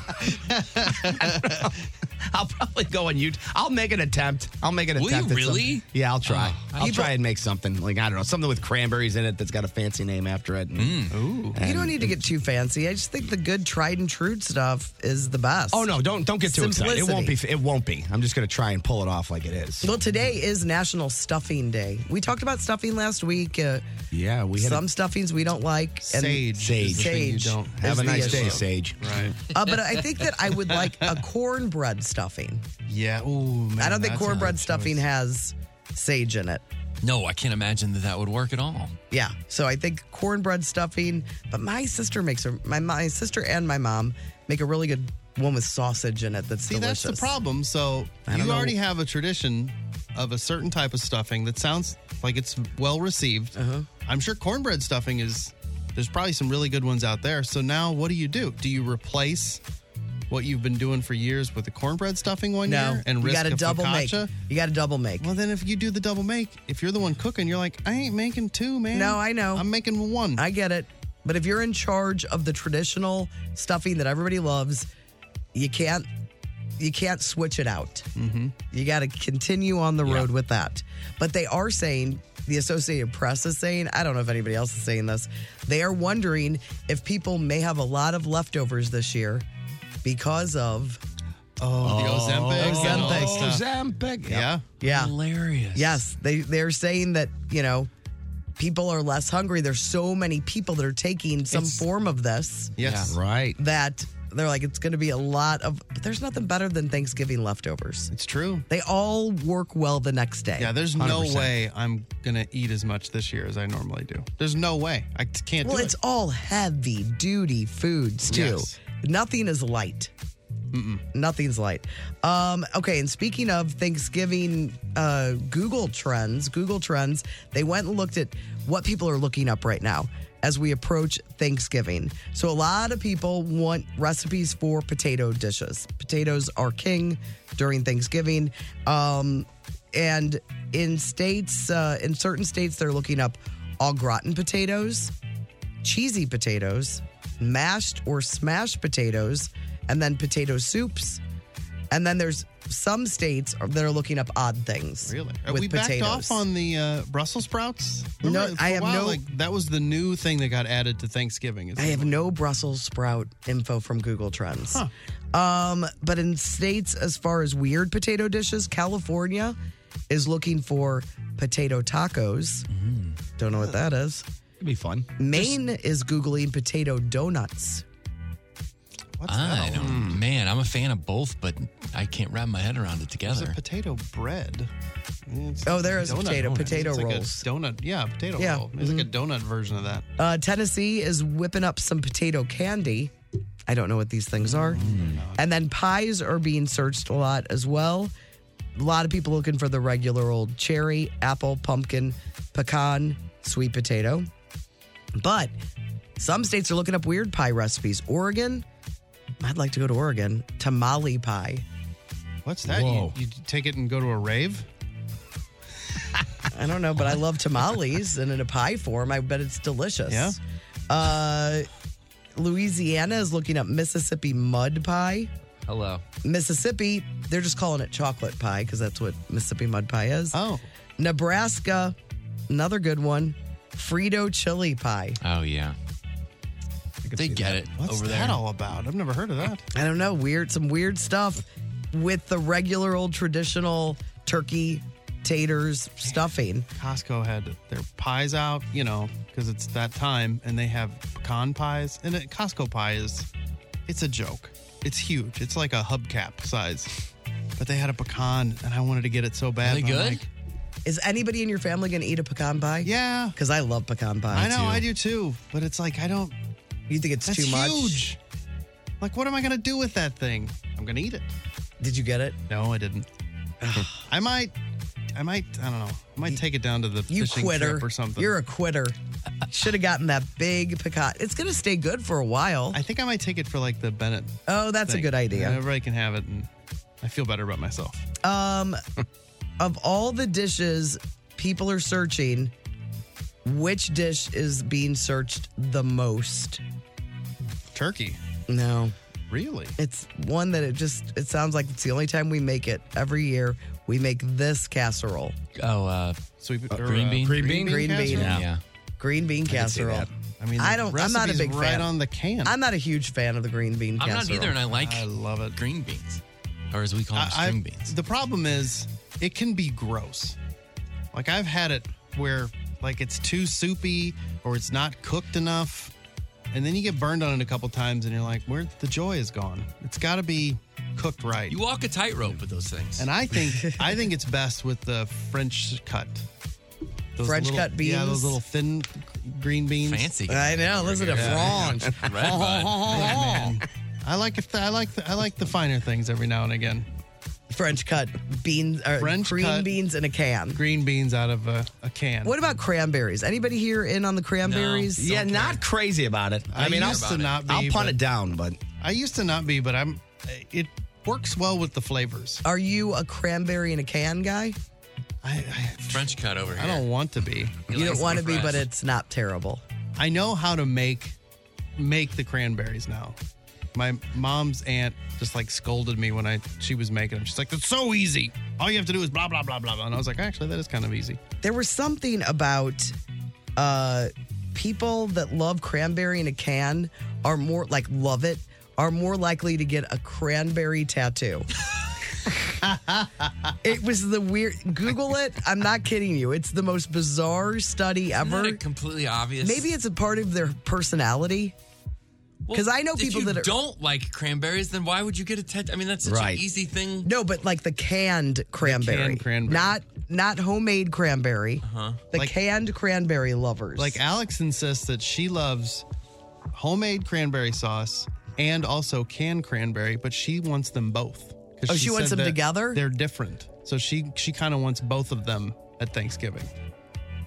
S9: I'll probably go on YouTube. I'll make an attempt. I'll make an
S5: Will you
S9: attempt. at some-
S5: really?
S9: yeah, I'll try.
S5: Oh,
S9: I'll try and make something like I don't know something with cranberries in it that's got a fancy name after it. and-
S3: You don't need to get too fancy. I just think the good tried and true stuff is the best.
S9: Oh no! Don't don't get too excited. It won't be.
S3: Simplicity.
S9: It won't be. I'm just gonna try and pull it off like it is.
S3: Well, today is National Stuffing Day. We talked about stuffing last week. Uh,
S9: Yeah, we had a-
S3: some stuffings we don't like.
S4: Sage. is
S9: Sage.
S4: the thing
S3: Sage.
S4: You don't
S3: Have
S9: have a
S3: is the
S9: nice day,
S3: issue.
S9: Sage.
S4: Right.
S3: Uh, but I think that I would like a cornbread stuffing.
S4: Yeah. Ooh, man.
S3: I don't think
S4: that's a
S3: cornbread
S4: hard
S3: stuffing
S4: choice.
S3: has sage in it.
S5: no, I can't imagine that that would work at all.
S3: Yeah, so I think cornbread stuffing. But my sister makes her. My my sister and my mom make a really good one with sausage in it. That's
S4: See,
S3: delicious.
S4: that's the problem. So you
S3: don't know.
S4: already have a tradition of a certain type of stuffing that sounds like it's well received.
S3: Uh-huh.
S4: I'm sure cornbread stuffing is. There's probably some really good ones out there. So now, what do you do? Do you replace what you've been doing for years with the cornbread stuffing one
S3: No,
S4: year and
S3: you
S4: risk
S3: got to
S4: a
S3: double make.
S4: focaccia?
S3: You got to double make.
S4: Well, then if you do the double make, if you're the one cooking, you're like, I ain't making two, man.
S3: No, I know.
S4: I'm making one.
S3: I get it. But if you're in charge of the traditional stuffing that everybody loves, you can't you can't switch it out. Mm-hmm. You got to continue on the road with that. But they are saying the Associated Press is saying I don't know if anybody else is saying this. They are wondering if people may have a lot of leftovers this year because of
S4: oh, the Ozempic. Oh, and all that
S9: Ozempic.
S4: stuff.
S9: Ozempic.
S4: Yeah.
S3: yeah.
S5: Hilarious.
S3: Yes, they they're saying that you know people are less hungry. There's so many people that are taking some form of this.
S4: Yes.
S9: Yeah, right.
S3: that they're like it's going to be a lot of but there's nothing better than thanksgiving leftovers
S4: It's true.
S3: they all work well the next day
S4: Yeah, there's no way I'm gonna eat as much this year as I normally do. There's no way. I t- can't
S3: well
S4: do
S3: it's
S4: it.
S3: all heavy duty foods too
S4: Yes.
S3: nothing is light nothing's light um, okay and speaking of thanksgiving uh, google trends google trends they went and looked at what people are looking up right now as we approach thanksgiving so a lot of people want recipes for potato dishes potatoes are king during thanksgiving um, and in states uh, in certain states they're looking up au gratin potatoes cheesy potatoes, mashed or smashed potatoes, and then potato soups. And then there's some states that are looking up odd things.
S4: Really? Uh,
S3: With
S4: we
S3: potatoes.
S4: backed off on the uh, Brussels sprouts.
S3: No,
S4: for
S3: I
S4: a
S3: have
S4: while,
S3: no-
S4: Like, that was the new thing that got added to Thanksgiving. Is
S3: I have no Brussels sprout info from Google Trends. Um, but in states as far as weird potato dishes, California is looking for potato tacos.
S4: Mm-hmm.
S3: Don't know what that is.
S9: It'd be fun.
S3: Maine is Googling potato donuts.
S5: I don't. Man, I'm a fan of both, but I can't wrap my head around
S4: There's
S5: it together.
S4: a potato bread. It's-
S3: Oh, there is
S4: donut.
S3: potato- potato
S4: It's like a
S3: rolls.
S4: donut. Yeah, potato
S3: Yeah. Mm-hmm.
S4: roll. It's like a donut version of that.
S3: Uh, Tennessee is whipping up some potato candy. I don't know what these things are.
S4: Mm.
S3: And then pies are being searched a lot as well. A lot of people looking for the regular old cherry, apple, pumpkin, pecan, sweet potato. But some states are looking up weird pie recipes. Oregon, I'd like to go to Oregon, tamale pie.
S4: What's that? You,
S9: Whoa.
S4: you take it and go to a rave?
S3: I don't know, but I love tamales and in a pie form. I bet it's delicious.
S4: Yeah.
S3: Uh, Louisiana is looking up Mississippi mud pie.
S5: Hello.
S3: Mississippi, they're just calling it chocolate pie because that's what Mississippi mud pie is.
S4: Oh,
S3: Nebraska, another good one. Frito chili pie.
S5: Oh yeah. They get it
S4: what's
S5: over
S4: that
S5: there.
S4: all about? I've never heard of that.
S3: I don't know, weird, some weird stuff with the regular old traditional turkey, taters, stuffing.
S4: Costco had their pies out, you know, because it's that time, and they have pecan pies. And it, Costco pie is, it's a joke. It's huge. It's like a hubcap size. But they had a pecan, and I wanted to get it so bad.
S5: Are they
S4: and I'm
S5: good?
S4: like,
S3: Is anybody in your family going to eat a pecan pie?
S4: yeah,
S3: Because I love pecan pie.
S4: I know, I do too. But it's like I don't.
S3: You think it's
S4: That's
S3: too much?
S4: huge. Like, what am I gonna do with that thing? I'm gonna eat it.
S3: Did you get it?
S4: No, I didn't. I might. I might. I don't know. I might take it down to the
S3: You
S4: fishing
S3: quitter.
S4: trip or something.
S3: You're a quitter. Should have gotten that big piccata. It's going to stay good for a while.
S4: I think I might take it for like the Bennett.
S3: Oh, that's a
S4: thing.
S3: good idea.
S4: And Everybody can have it, and I feel better about myself.
S3: Um, of all the dishes people are searching, which dish is being searched the most?
S4: Turkey,
S3: No,
S4: really?
S3: it's one that it just it sounds like it's the only time we make it every year. We make this casserole,
S5: Oh, uh,
S4: Sweet or,
S5: green bean?
S4: Green bean.
S3: Green bean.
S4: casserole?
S5: yeah.
S3: green bean casserole.
S4: I mean,
S3: I
S4: the
S3: don't- I'm not a
S4: recipe's
S3: big
S4: right
S3: fan.
S4: on the can.
S3: I'm not a huge fan of the green bean
S5: I'm not
S3: casserole.
S5: either, and I like
S4: I love it.
S5: green beans, or as we call them,
S4: I-
S5: string
S4: I-
S5: beans.
S4: The problem is, it can be gross. Like I've had it where like it's too soupy or it's not cooked enough, and then you get burned on it a couple times, and you're like, where the joy is gone. It's got to be cooked right.
S5: You walk a tightrope with those things.
S4: and I think I think it's best with the French cut. Those
S3: French
S4: little-
S3: cut
S4: Yeah,
S3: beans?
S4: those little thin green beans.
S5: fancy.
S3: I know. Listen to Franz.
S5: Red
S4: Oh,
S5: bud.
S4: I like it. I like the, I like the finer things every now and again.
S3: French cut beans, or
S4: French
S3: green
S4: cut-
S3: beans in a can.
S4: Green beans out of a, a can.
S3: What about cranberries? Anybody here in on the cranberries?
S9: Yeah, not crazy about it. I,
S4: I
S9: mean, I'll,
S4: used to not be,
S9: I'll
S4: but-
S9: punt it down, but
S4: I used to not be, but I'm. It works well with the flavors.
S3: Are you a cranberry in a can guy?
S4: I I,
S5: French cut over here.
S4: I don't want to be.
S3: You don't want to be, but
S5: fresh.
S3: it's not terrible.
S4: I know how to make make the cranberries now. My mom's aunt just like scolded me when I she was making them. She's like, "That's so easy. All you have to do is blah blah blah blah." blah." And I was like, "Actually, that is kind of easy."
S3: There was something about uh, people that love cranberry in a can are more like love it are more likely to get a cranberry tattoo. it was the weird. Google it. I'm not kidding you. It's the most bizarre study
S5: Isn't
S3: ever.
S5: that completely obvious.
S3: Maybe it's a part of their personality.
S5: Well,
S3: 'cause I know
S5: if
S3: people
S5: you
S3: that are-
S5: don't like cranberries. Then why would you get a tet? I mean, that's such
S9: Right.
S5: an easy thing.
S3: No, but like the canned cranberry,
S4: cranberry.
S3: not not homemade cranberry. The
S4: Like-
S3: canned cranberry lovers.
S4: Like Alex insists that she loves homemade cranberry sauce and also canned cranberry, but she wants them both. 'Cause
S3: Oh, she wants
S4: said that
S3: them together?
S4: They're different, so she she kind of wants both of them at Thanksgiving.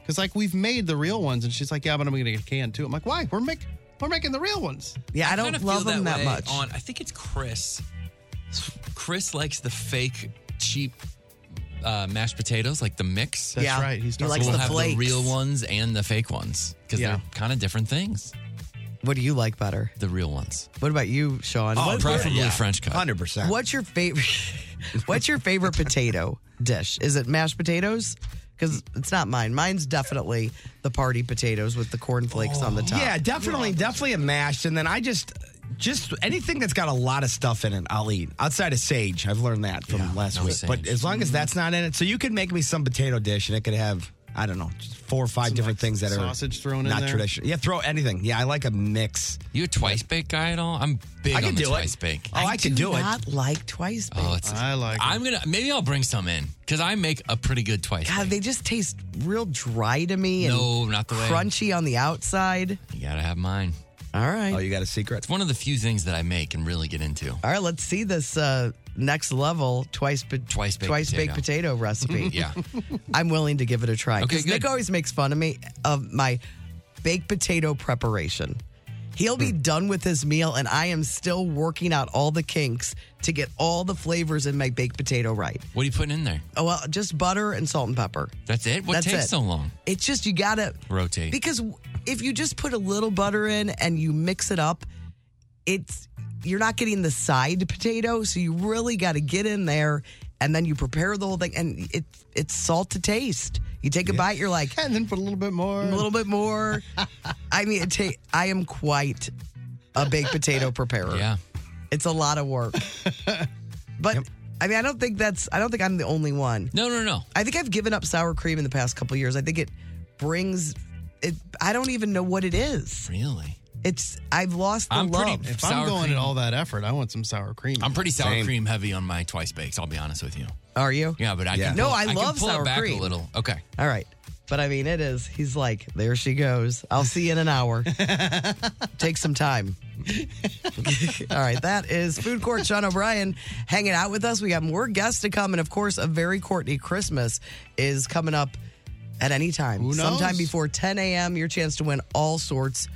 S4: Because like we've made the real ones, and she's like, "Yeah, but I'm gonna get canned too." I'm like, "Why? We're making we're making the real ones."
S3: yeah, I,
S5: kinda
S3: don't
S5: feel
S3: love them that
S5: way
S3: much.
S5: On, I think it's Chris. Chris likes the fake, cheap uh, mashed potatoes, like the mix.
S4: That's
S3: Yeah.
S4: right. He's
S3: He
S4: not-
S3: likes
S5: we'll
S3: the
S5: have
S3: flakes.
S5: the real ones and the fake ones because
S4: Yeah.
S5: they're kind of different things.
S3: What do you like better?
S5: The real ones,
S3: What about you, Sean?
S9: Oh,
S3: What-
S5: preferably
S9: yeah.
S5: French cut.
S9: hundred percent.
S3: what's your favorite? what's your favorite potato dish? Is it mashed potatoes? Because it's not mine. Mine's definitely the party potatoes with the cornflakes on the top.
S9: Oh. Yeah, definitely, definitely a mash. And then I just, just anything that's got a lot of stuff in it, I'll eat. Outside of sage, I've learned that from last
S5: no
S9: week.
S5: sage.
S9: But as long as that's not in it, so you could make me some potato dish, and it could have. I don't know, just four or five different
S4: like,
S9: things that
S4: sausage
S9: are
S4: thrown in
S9: not
S4: there?
S9: traditional. Yeah, throw anything. Yeah, I like a mix.
S5: You a twice bake guy at all? I'm big
S9: I
S5: on
S9: can
S5: the
S9: do
S5: twice
S9: it.
S5: bake.
S9: Oh, I, could do, it.
S3: Not like twice. baked.
S5: Oh, it's.
S4: I like.
S5: I'm gonna maybe I'll bring some in because I make a pretty good twice.
S3: God,
S5: bake.
S3: they just taste real dry to me and
S5: No, not the way.
S3: crunchy on the outside.
S5: you gotta have mine.
S3: All right.
S9: Oh, you got a secret?
S5: It's one of the few things that I make and really get into.
S3: All right, let's see this uh, next level twice po-
S5: Twice baked
S3: twice baked potato recipe.
S5: Yeah,
S3: I'm willing to give it a try
S5: Okay,
S3: because Nick
S5: good.
S3: always makes fun of me of my baked potato preparation. He'll
S5: Hmm.
S3: be done with his meal, and I am still working out all the kinks to get all the flavors in my baked potato right.
S5: what are you putting in there?
S3: Oh well, just butter and salt and pepper.
S5: That's it. What
S3: That's
S5: takes
S3: it.
S5: so long?
S3: It's just you gotta
S5: Rotate.
S3: because w- if you just put a little butter in and you mix it up, it's you're not getting the side potato, so you really got to get in there and then you prepare the whole thing and it it's salt to taste. You take a bite, you're like
S4: and then put a little bit more.
S3: a little bit more. I mean, it ta- I am quite a baked potato preparer.
S5: yeah.
S3: It's a lot of work. But I mean, I don't think that's I don't think I'm the only one.
S5: No, no, no.
S3: I think I've given up sour cream in the past couple years. I think it brings it. I don't even know what it is.
S5: Really?
S3: It's I've lost the
S5: I'm pretty-
S3: love.
S4: if
S5: sour
S4: I'm going
S5: cream.
S4: at all that effort, I want some sour cream.
S5: I'm pretty sour
S9: Same.
S5: cream heavy on my twice bakes. I'll be honest with you.
S3: Are you?
S5: Yeah, but I
S9: Yeah.
S5: can
S3: No,
S5: pull-
S3: I
S5: can
S3: love
S5: pull
S3: sour
S5: it back
S3: cream.
S5: a little. Okay,
S3: All right. But I mean, it is. He's like, there she goes. I'll see you in an hour. Take some time. All right, that is Food Court Sean O'Brien hanging out with us. We got more guests to come. And of course, a very Courtney Christmas is coming up at any time.
S4: Who knows?
S3: Sometime before 10 a.m., your chance to win all sorts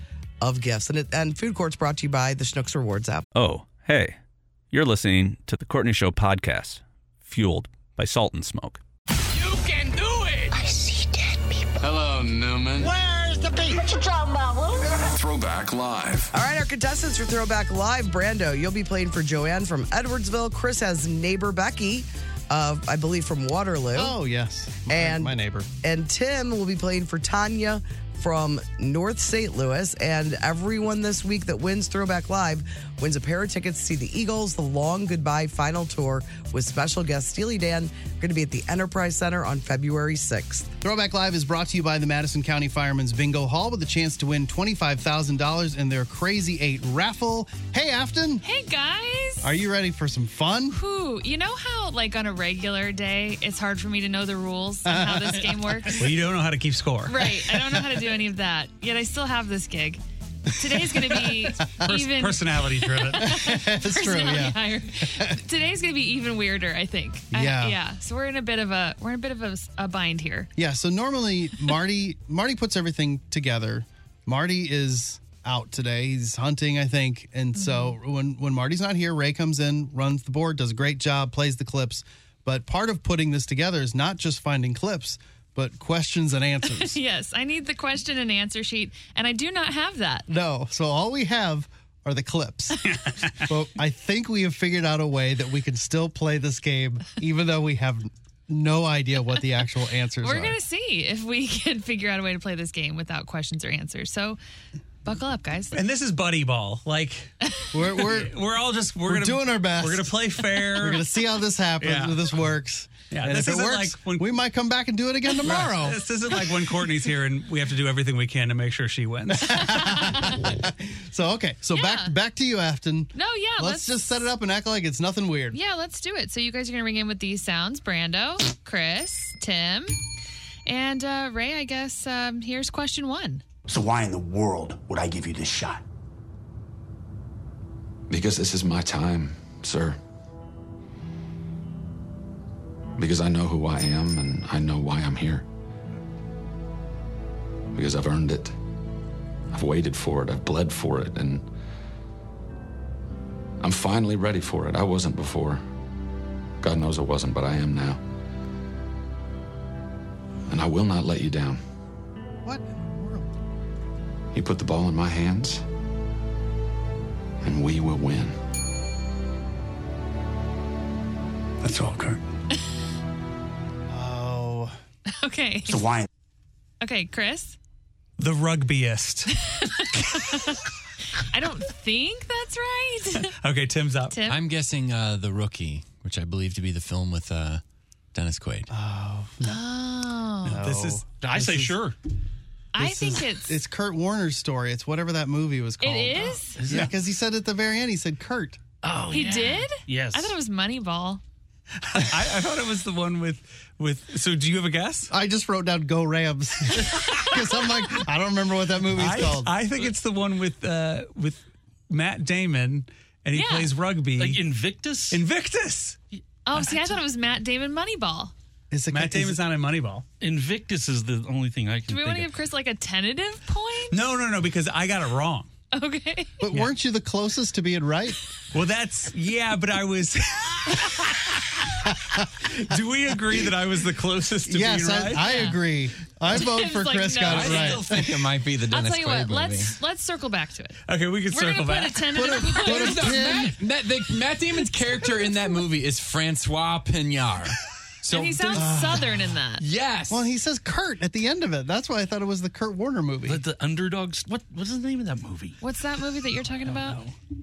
S3: of gifts. And, it, and Food Court's brought to you by the Schnucks Rewards app.
S1: Oh, hey, you're listening to the Courtney Show podcast, fueled by Salt and Smoke.
S10: You can do it! I see dead people.
S9: Oh,
S5: Hello, Newman.
S10: Where's the beat? What you talking about,
S6: Throwback Live.
S3: All right, our contestants for Throwback Live, Brando, you'll be playing for Joanne from Edwardsville. Chris has neighbor Becky, uh, I believe from Waterloo.
S4: Oh, yes. My,
S3: And-
S4: my neighbor.
S3: And Tim will be playing for Tanya from North St. Louis. And everyone this week that wins Throwback Live wins a pair of tickets to see the Eagles, the long goodbye final tour with special guest Steely Dan. They're going to be at the Enterprise Center on February 6th.
S4: Throwback Live is brought to you by the Madison County Firemen's Bingo Hall with a chance to win $25,000 in their Crazy Eight raffle. Hey, Afton,
S11: Hey guys!
S4: are you ready for some fun?
S11: Whew, you know how, like, on a regular day, it's hard for me to know the rules and how this game works?
S12: Well, you don't know how to keep score.
S11: Right. I don't know how to do any of that, yet I still have this gig. Today's going to be
S12: Pers-
S11: even.
S12: personality driven.
S4: That's true,
S11: personality
S4: yeah.
S11: higher. Today's going to be even weirder, I think. I-
S4: Yeah.
S11: yeah. So we're in a bit of a we're in a bit of a, s- a bind here.
S4: Yeah, so normally Marty Marty puts everything together. Marty is out today. He's hunting, I think. And so
S11: Mm-hmm.
S4: when when Marty's not here, Ray comes in, runs the board, does a great job, plays the clips. But part of putting this together is not just finding clips, but questions and answers.
S11: yes, I need the question and answer sheet, and I do not have that.
S4: No. So all we have are the clips. but I think we have figured out a way that we can still play this game, even though we have no idea what the actual answers
S11: We're
S4: are.
S11: going to see if we can figure out a way to play this game without questions or answers. So buckle up, guys.
S12: And this is buddy ball. Like
S4: we're we're,
S12: we're all just we're,
S4: We're
S12: gonna,
S4: doing our best.
S12: We're gonna play fair.
S4: We're gonna see how this happens,
S12: Yeah.
S4: if this works.
S12: Yeah,
S4: and
S12: this
S4: if it
S12: isn't
S4: works,
S12: like when-
S4: we might come back and do it again tomorrow.
S12: This isn't like when Courtney's here and we have to do everything we can to make sure she wins.
S4: So okay, so
S11: Yeah.
S4: back back to you, Afton.
S11: No, yeah,
S4: let's,
S11: let's-
S4: just set it up and act like it's nothing weird.
S11: Yeah, let's do it. So you guys are going to ring in with these sounds Brando, Chris, Tim, and uh, Ray, I guess um, here's question one.
S13: So why in the world would I give you this shot?
S6: Because this is my time, sir. Because I know who I am and I know why I'm here. Because I've earned it. I've waited for it. I've bled for it. And I'm finally ready for it. I wasn't before. God knows I wasn't, but I am now. And I will not let you down.
S4: What in the world?
S6: You put the ball in my hands, and we will win.
S13: That's all, Kurt.
S4: Oh,
S11: Okay.
S13: So why?
S11: Okay, Chris,
S12: the rugbyist.
S11: I don't think that's right.
S12: Okay, Tim's up.
S11: Tim?
S5: I'm guessing uh, The Rookie, which I believe to be the film with uh, Dennis Quaid.
S11: Oh.
S12: This is
S4: I say
S12: sure.
S11: I
S4: this
S11: think
S4: is-
S11: it's.
S4: it's Kurt Warner's story. It's whatever that movie was
S11: it
S4: called. uh,
S11: is?
S4: Yeah, because he said at the very end, he said Kurt.
S12: Oh,
S11: He did?
S12: Yes.
S11: I thought it was Moneyball.
S12: I, I thought it was the one with with. So, do you have a guess?
S4: I just wrote down Go Rams because I'm like, I don't remember what that movie's
S12: I,
S4: called.
S12: I think it's the one with uh with Matt Damon, and he
S11: Yeah.
S12: plays rugby.
S14: Like Invictus?
S12: Invictus.
S11: Oh, see, I thought it was Matt Damon Moneyball.
S4: is it,
S12: Matt
S4: is it-
S12: Damon's not in Moneyball.
S14: Invictus is the only thing I can
S11: Do we
S14: think
S11: want to
S14: of.
S11: give Chris like a tentative point?
S12: No, no, no, because I got it wrong.
S11: Okay.
S4: But weren't you the closest to being right?
S12: Well, that's yeah, but I was. Do we agree that I was the closest to
S4: yes,
S12: being
S4: I,
S12: right?
S4: I agree. I vote
S11: Tim's
S4: for
S11: like,
S4: Chris
S11: no.
S4: got it
S11: I
S4: right.
S5: think it might be the
S11: I'll tell you what, let's let's circle back to it.
S12: okay, we can
S11: We're
S12: circle
S11: gonna
S12: back.
S11: put a tentative point.
S4: Put a pin.
S5: Matt, Matt, the, Matt Damon's character in that movie is Francois Pignard. So
S11: and he sounds southern in that.
S5: yes,
S4: Well, he says Kurt at the end of it. That's why I thought it was the Kurt Warner movie.
S14: Let the underdogs. What What's the name of that movie?
S11: What's that movie that you're talking about?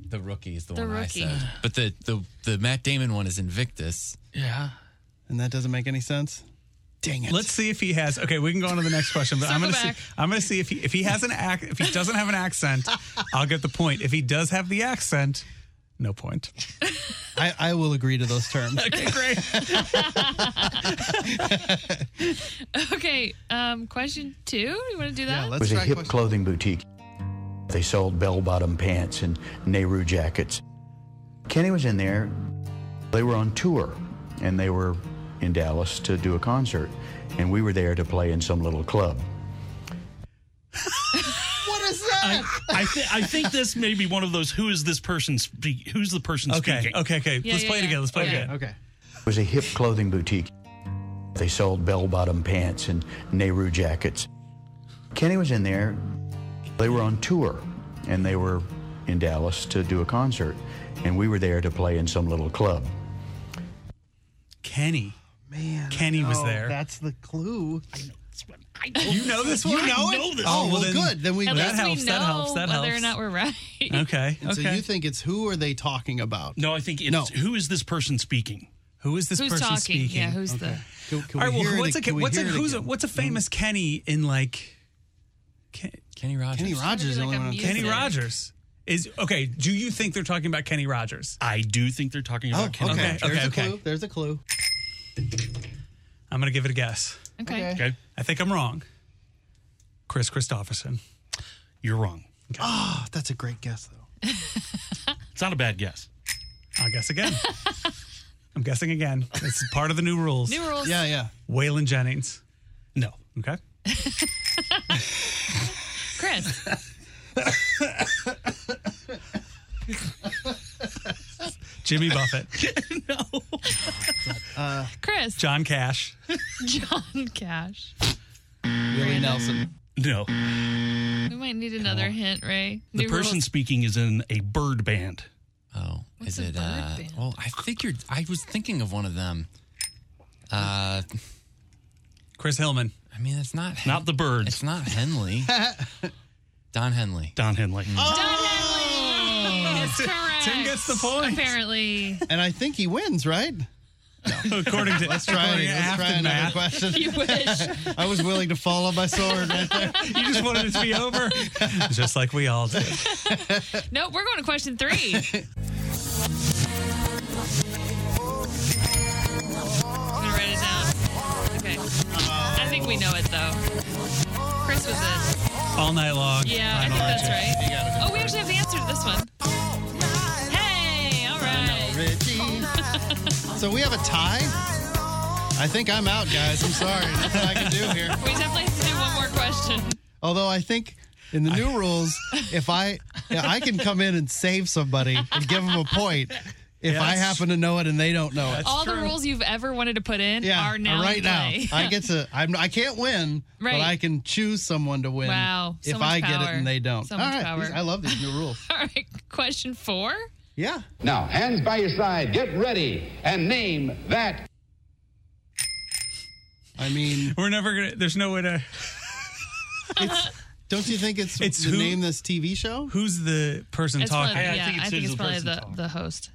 S5: the rookie is the,
S11: The
S5: one
S11: Rookie.
S5: I said. But the, the the Matt Damon one is Invictus.
S14: Yeah.
S4: And that doesn't make any sense. Dang it.
S12: Let's see if he has. Okay, we can go on to the next question, but I'm
S11: Circle
S12: gonna see.
S11: back.
S12: I'm gonna see if he if he has an act if he doesn't have an accent, I'll get the point. If he does have the accent, no point.
S4: I, I will agree to those terms.
S12: Okay, great.
S11: Okay, um, question two. You want to do that?
S4: Yeah,
S13: It
S4: let's
S13: was a
S4: try
S13: hip
S4: question-
S13: clothing boutique. They sold bell bottom pants and Nehru jackets. Kenny was in there. They were on tour and they were in Dallas to do a concert, and we were there to play in some little club.
S2: What is that?
S14: I, thi- I think this may be one of those. Who is this person? Speak- who's the person
S12: Okay,
S14: speaking?
S12: okay, okay. Yeah, Let's yeah, play it yeah. again, let's play it Yeah. again.
S14: Okay.
S13: It was a hip clothing boutique. They sold bell bottom pants and Nehru jackets. Kenny was in there. They were on tour and they were in Dallas to do a concert, and we were there to play in some little club.
S12: Kenny.
S4: Man.
S12: Kenny was
S4: Oh,
S12: there.
S4: That's the clue. I know this one. I know
S12: You know this one?
S4: You know
S12: I
S4: it?
S12: know this
S4: Oh, well,
S12: one. Well, then-
S4: good. Then we
S12: At least we know
S11: whether or not we're right.
S12: Okay,
S4: And So
S12: okay.
S4: you think it's who are they talking about?
S14: No, I think it's
S4: No.
S14: who is this person speaking?
S12: Who is
S14: this
S11: Who's person talking? speaking? Yeah, who's the-
S4: the? Can, can
S12: All
S4: we
S12: right, well,
S4: hear it
S12: what's
S4: ag-
S12: a
S4: can we
S12: what's a
S4: hear it
S12: who's a,
S4: again?
S12: what's a famous Kenny in like Ken,
S5: Kenny Rogers?
S4: Kenny Rogers is the only one. I'm
S12: Kenny
S4: thinking of.
S12: Rogers is okay. Do you think they're talking about Kenny Rogers?
S14: I do think they're talking
S4: Oh,
S14: about Kenny.
S12: okay.
S4: okay.
S14: Rogers.
S4: There's
S12: Okay,
S4: a
S12: okay.
S4: clue. There's a clue.
S12: I'm gonna give it a guess.
S11: Okay.
S14: Okay.
S12: I think I'm wrong. Chris Christopherson.
S14: You're wrong.
S4: Oh, that's a great guess though.
S14: It's not a bad guess.
S12: I'll guess again. I'm guessing again. It's part of the new rules.
S11: New rules.
S4: Yeah, yeah.
S12: Waylon Jennings.
S14: No.
S12: Okay.
S11: Chris.
S12: Jimmy Buffett.
S4: Uh,
S11: Chris.
S12: John Cash.
S11: John Cash.
S4: Willie Nelson.
S14: No.
S11: We might need
S12: Oh.
S11: another hint, Ray.
S14: The
S11: New
S14: person
S11: rules.
S14: speaking is in a bird band.
S5: Oh,
S11: What's
S5: is
S11: a
S5: it?
S11: bird
S5: Uh,
S11: band?
S4: oh,
S5: well, I figured I was thinking of one of them. Uh,
S12: Chris Hillman.
S5: I mean, it's not Hen-
S14: Not the birds.
S5: It's not Henley. Don Henley.
S14: Don Henley.
S5: Mm.
S11: Don Henley is correct.
S12: Oh! Tim gets the point.
S11: Apparently,
S4: And I think he wins, right?
S12: According to
S4: Let's try it.
S12: according to
S4: Let's try another
S12: Aftermath.
S4: question.
S11: you wish.
S4: I was willing to fall on my sword right there.
S12: You just wanted it to be over, just like we all do.
S11: No, we're going to question three. I'm gonna write it down. Okay. I think we know it though. Chris was it.
S12: All night long.
S11: Yeah, I think that's right. Oh, we actually have the answer to this one. Hey, all right.
S4: Richie. So we have a tie. I think I'm out, guys. I'm sorry. That's what I can do here.
S11: We definitely have to do one more question.
S4: Although I think in the new rules, if I I can come in and save somebody and give them a point if I
S12: that's-
S4: happen to know it and they don't know it.
S11: All the rules you've ever wanted to put in
S4: Yeah, uh,
S11: are now
S4: right
S11: in
S4: now.
S11: play.
S4: I get to. I'm. I can't win,
S11: Right.
S4: but I can choose someone to win.
S11: Wow, so
S4: if
S11: much
S4: I get it
S11: power.
S4: and they don't.
S11: So
S4: All
S11: much
S4: right,
S11: power.
S4: these- I love these new rules.
S11: All right, question four.
S4: Yeah.
S10: Now, hands by your side, get ready, and name that.
S4: I mean,
S12: We're never gonna. There's no way to.
S4: it's, don't you think it's,
S12: It's
S4: the
S12: who-
S4: name of this TV show?
S12: Who's the person
S11: It's
S12: talking?
S11: probably,
S14: I
S11: yeah,
S14: think it's
S11: I think it's
S14: the
S11: probably
S14: person
S11: the,
S14: talking.
S11: the host.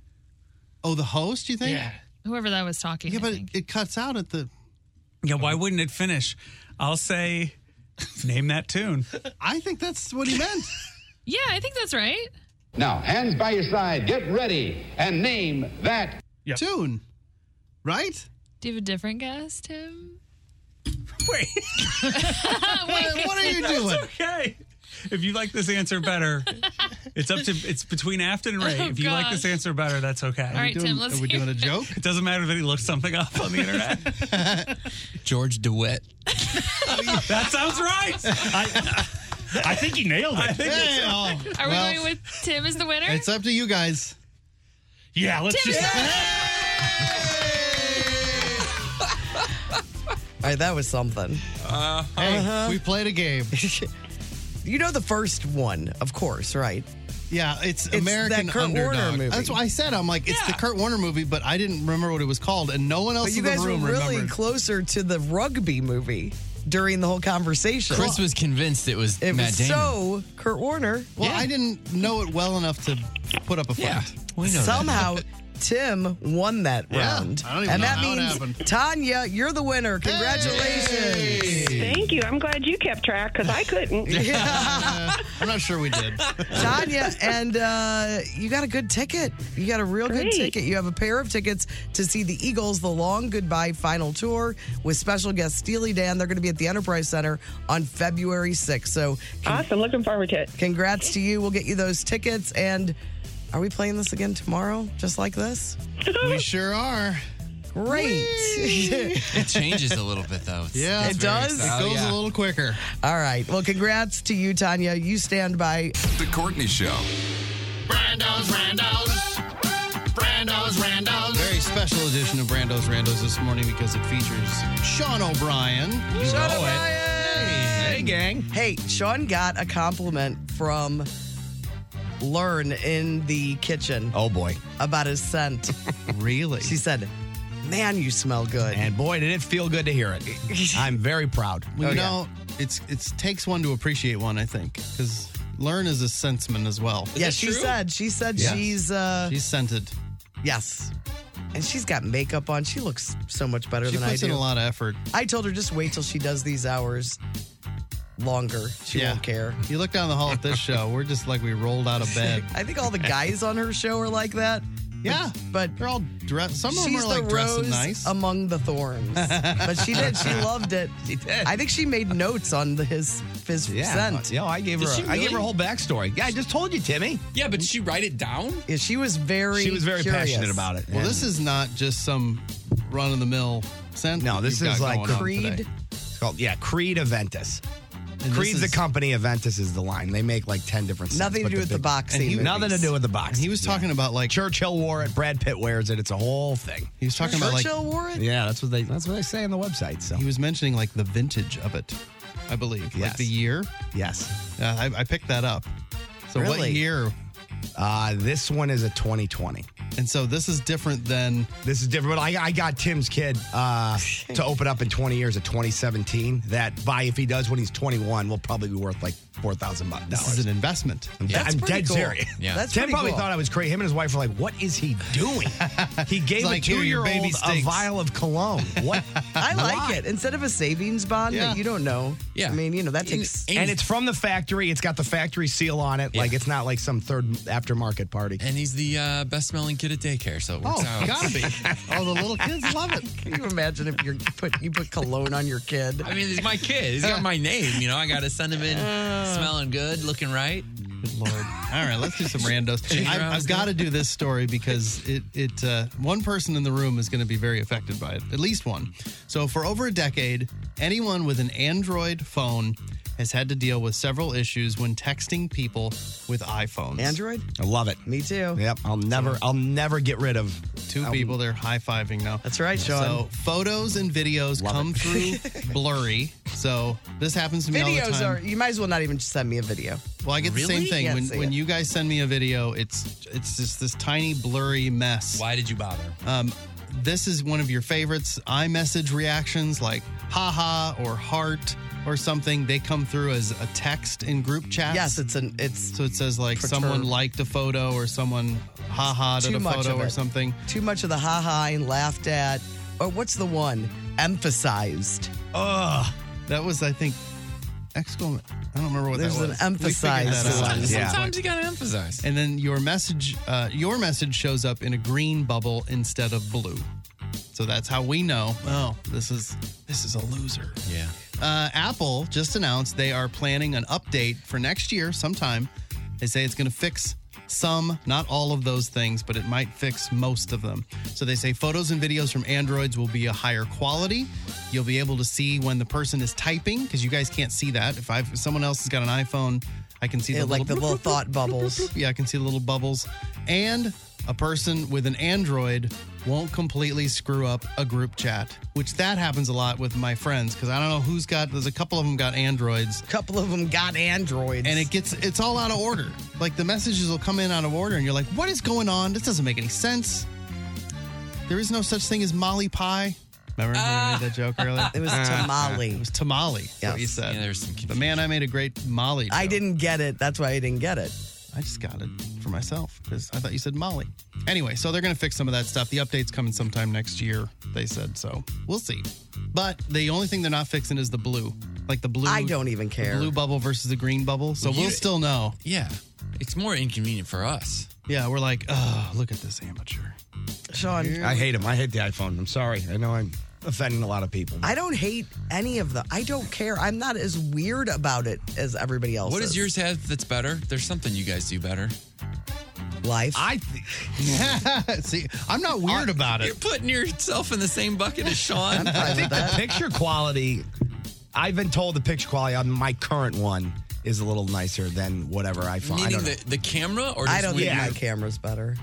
S4: Oh, the host. You think?
S11: Whoever that was talking.
S4: Yeah,
S11: I
S4: but it,
S11: think.
S4: it cuts out at the.
S12: Yeah, why wouldn't it finish? I'll say, name that tune.
S4: I think that's what he meant.
S11: yeah, I think that's right.
S10: Now, hands by your side, get ready, and name that.
S4: Tune, right?
S11: Do you have a different guess, Tim?
S12: Wait,
S4: What, what are you doing?
S12: okay. If you like this answer better, it's up to it's between Afton and Ray.
S11: Oh,
S12: if you like this
S11: gosh.
S12: answer better, that's okay.
S11: All right,
S4: Doing-
S11: Tim, let's
S4: are we
S11: hear
S4: doing a joke?
S12: It doesn't matter if he looked something up on the internet.
S5: George DeWitt.
S12: that sounds right.
S14: I think he nailed it.
S4: Hey, oh,
S11: Are we
S4: well,
S11: going with Tim as the winner?
S4: It's up to you guys.
S14: yeah, let's just.
S3: All right, that was something. Uh-huh.
S4: Hey, we played a game.
S3: You know the first one, of course, right?
S4: Yeah, it's,
S3: that
S4: American
S3: Kurt
S4: Underdog.
S3: Warner movie.
S4: That's what I said. I'm like, it's the Kurt Warner movie, but I didn't remember what it was called, and no one else
S3: But you
S4: in the
S3: guys were
S4: room
S3: really
S4: remembered.
S3: closer to the rugby movie during the whole conversation.
S5: Chris was convinced it was
S3: it
S5: Matt
S3: was
S5: Damon.
S3: so Kurt Warner.
S4: well, I didn't know it well enough to put up a fight.
S5: yeah, we know that.
S3: Somehow, Tim won that
S4: Yeah,
S3: round.
S4: I don't even
S3: and
S4: know
S3: that
S4: how it
S3: means,
S4: happened.
S3: Tanya, you're the winner. Congratulations.
S15: Thank you. I'm glad you kept track because I couldn't.
S4: Uh, I'm not sure we did.
S3: Tanya, and uh, you got a good ticket. You got a real good
S15: Great.
S3: ticket. You have a pair of tickets to see the Eagles, the long goodbye final tour with special guest Steely Dan. They're going to be at the Enterprise Center on February 6th. So, con-
S15: Awesome. Looking forward to it.
S3: congrats to you. We'll get you those tickets. And are we playing this again tomorrow, just like this?
S4: We sure are.
S3: Great.
S5: It changes a little bit though. It's-
S3: Yeah,
S5: it's
S3: it
S5: very
S3: does.
S5: exciting. Oh, yeah.
S3: little quicker. All right. Well, congrats to you, Tanya. You stand by.
S16: The Courtney Show.
S10: Brando's, Brando's. Brando's, Brando's.
S4: Very special edition of Brando's Randos this morning because it features Sean O'Brien. You
S3: Sean
S4: know
S3: O'Brien.
S4: it.
S3: Hey, gang. Hey, Sean got a compliment from Learn in the kitchen. Oh boy, about his scent.
S4: really?
S3: She said, "Man, you smell good."
S9: And boy, did it feel good to hear it. I'm very proud.
S3: Oh,
S4: Well, you know, it's it's takes one to appreciate one, I think, because Learn is a sensman as well.
S3: yeah, she said. She said
S4: Yeah.
S3: she's uh
S4: she's scented.
S3: yes, and she's got makeup on. She looks so much better
S4: She
S3: than
S4: puts
S3: I
S4: in
S3: do.
S4: a lot of effort.
S3: I told her just wait till she does these hours longer. She
S4: Yeah.
S3: won't care.
S4: You look down the hall at this show, we're just like we rolled out of bed.
S3: I think all the guys on her show are like that.
S4: Yeah,
S3: but
S4: they're all dressed. Some of them
S3: she's
S4: are
S3: the
S4: like dressing
S3: rose
S4: nice.
S3: among the thorns. but she did. She loved it. She did. I think she made notes on the, his his
S9: Yeah.
S3: scent.
S9: Yeah, I gave her.
S3: Did she
S9: a- I gave her a
S3: really?
S9: whole backstory. Yeah, I just told you, Timmy.
S5: Yeah, but did she write it down?
S3: Yeah, she was very.
S9: She was very passionate about it.
S4: Well, this is not just some run of the mill scent.
S9: No,
S4: that
S9: this
S4: you've
S9: is
S4: got
S9: like
S4: going on today.
S9: It's called yeah, Creed Aventus.
S4: this
S9: Creed's
S4: is-
S9: the company. Aventus is the line. They make like ten different. scents,
S4: Nothing to
S9: but
S4: do with the
S9: big-
S4: boxing
S9: And he- Nothing to
S4: movies.
S9: do with the box. He was
S4: talking about like
S9: Churchill wore it. Brad Pitt wears it. It's a whole thing.
S4: He was talking about like
S3: wore it.
S9: Yeah, that's what they that's what they say on the website. So
S4: He was mentioning like the vintage of it, I believe, like
S9: Yes.
S4: the year.
S9: Yes.
S4: Uh, I, I picked that up. So what
S9: Really?
S4: year?
S9: Uh, this one is a 2020.
S4: And so this is different than
S9: this is different. But I, I got Tim's kid uh, to open up in 20 years, a 2017. That by if he does when he's 21, will probably be worth like four thousand dollars. This
S4: is an investment.
S9: I'm,
S4: Yeah. That's
S9: I'm
S4: pretty
S9: dead
S4: cool.
S9: serious.
S4: Yeah. That's
S9: Tim
S4: pretty
S9: probably
S4: cool.
S9: thought I was crazy. Him and his wife were like, "What is he doing?" He gave
S4: like,
S9: a
S4: here, your
S9: two-year-old
S4: baby
S9: a
S4: stinks.
S9: vial of cologne. What?
S3: I like it instead of a savings bond
S9: Yeah.
S3: that you don't know. I mean, you know that takes
S9: and it's from the factory. It's got the factory seal on it. Like it's not like some third aftermarket party.
S5: And he's the uh, best smelling kid at daycare, so it works
S9: Oh,
S5: out.
S9: gotta be.
S4: Oh, the little kids love it.
S3: Can you imagine if you put you put cologne on your kid?
S5: I mean, he's my kid. He's got my name. You know, I got to send him in smelling good, looking right.
S4: Good lord. All right, let's do some randos.
S5: Chicken
S4: I've,
S5: rounds,
S4: I've got to do this story because it it uh, one person in the room is going to be very affected by it, at least one. So for over a decade, anyone with an Android phone has had to deal with several issues when texting people with iPhones.
S3: Android?
S9: I love it.
S3: Me too.
S9: Yep. I'll never. I'll never get rid of
S4: Two people they're high fiving now.
S3: That's right, Sean.
S4: So photos and videos come through blurry. So this happens to me all the
S3: Videos
S4: time.
S3: are. You might as well not even send me a video.
S4: Well, I get the same thing.
S3: Can't
S4: when
S3: see
S4: when
S3: it.
S4: you guys send me a video, it's it's just this tiny blurry mess.
S5: Why did you bother?
S4: Um, this is one of your favorites iMessage reactions like haha or heart or something. They come through as a text in group chats.
S3: Yes, it's an it's
S4: so it says like someone
S3: perturb-
S4: liked a photo or someone haha
S3: Too
S4: to a
S3: much
S4: photo
S3: of
S4: or
S3: it.
S4: something.
S3: too much of the ha ha and laughed at, or what's the one emphasized?
S9: Ugh.
S4: That was I think exclamation. I don't remember what
S3: There's
S4: that was.
S3: an
S4: We figured that
S3: emphasized
S4: out.
S3: one.
S5: Sometimes you gotta emphasize.
S4: And then your message, uh, your message shows up in a green bubble instead of blue. So that's how we know. Oh, this is this is a loser.
S5: Yeah.
S4: Uh, Apple just announced they are planning an update for next year sometime. They say it's going to fix some, not all of those things, but it might fix most of them. So they say photos and videos from Androids will be a higher quality. You'll be able to see when the person is typing because you guys can't see that. If I've if someone else has got an iPhone, I can see
S3: Yeah,
S4: the
S3: like the
S4: bloop, bloop,
S3: little
S4: bloop,
S3: thought
S4: bloop, bloop,
S3: bubbles.
S4: bloop. Yeah, I can see the little bubbles. And a person with an Android won't completely screw up a group chat, which that happens a lot with my friends because I don't know who's got. There's a couple of them got Androids.
S3: Couple of them got Androids,
S4: and it gets it's all out of order. Like the messages will come in out of order, and you're like, "What is going on? This doesn't make any sense." There is no such thing as Molly Pie. Remember when I made that joke earlier?
S3: Ah. It was tamale.
S4: It was tamale. Yeah, what you said.
S5: Yeah, there's some
S4: the man I made a great Molly. Joke.
S3: I didn't get it. That's why I didn't get it.
S4: I just got it for myself because I thought you said Molly. Anyway, so they're going to fix some of that stuff. The update's coming sometime next year, they said. So we'll see. But the only thing they're not fixing is the blue. Like the blue.
S3: I don't even
S4: the
S3: care.
S4: blue bubble versus the green bubble. So
S5: You-
S4: we'll still know.
S5: Yeah. It's more inconvenient for us.
S4: Yeah, we're like, oh, look at this amateur.
S3: Sean.
S9: I hate him. I hate the iPhone. I'm sorry. I know I'm offending a lot of people.
S3: I don't hate any of them. I don't care. I'm not as weird about it as everybody else.
S5: What
S3: is.
S5: does yours have that's better? There's something you guys do better.
S3: life.
S9: I
S4: see. I'm not weird about it.
S5: You're putting yourself in the same bucket as Sean.
S9: I think the picture quality, I've been told the picture quality on my current one is a little nicer than whatever I find. I
S5: Meaning
S9: don't know.
S5: the, the camera or just
S9: I don't
S5: when
S9: think
S5: you're-
S9: my
S3: camera's better.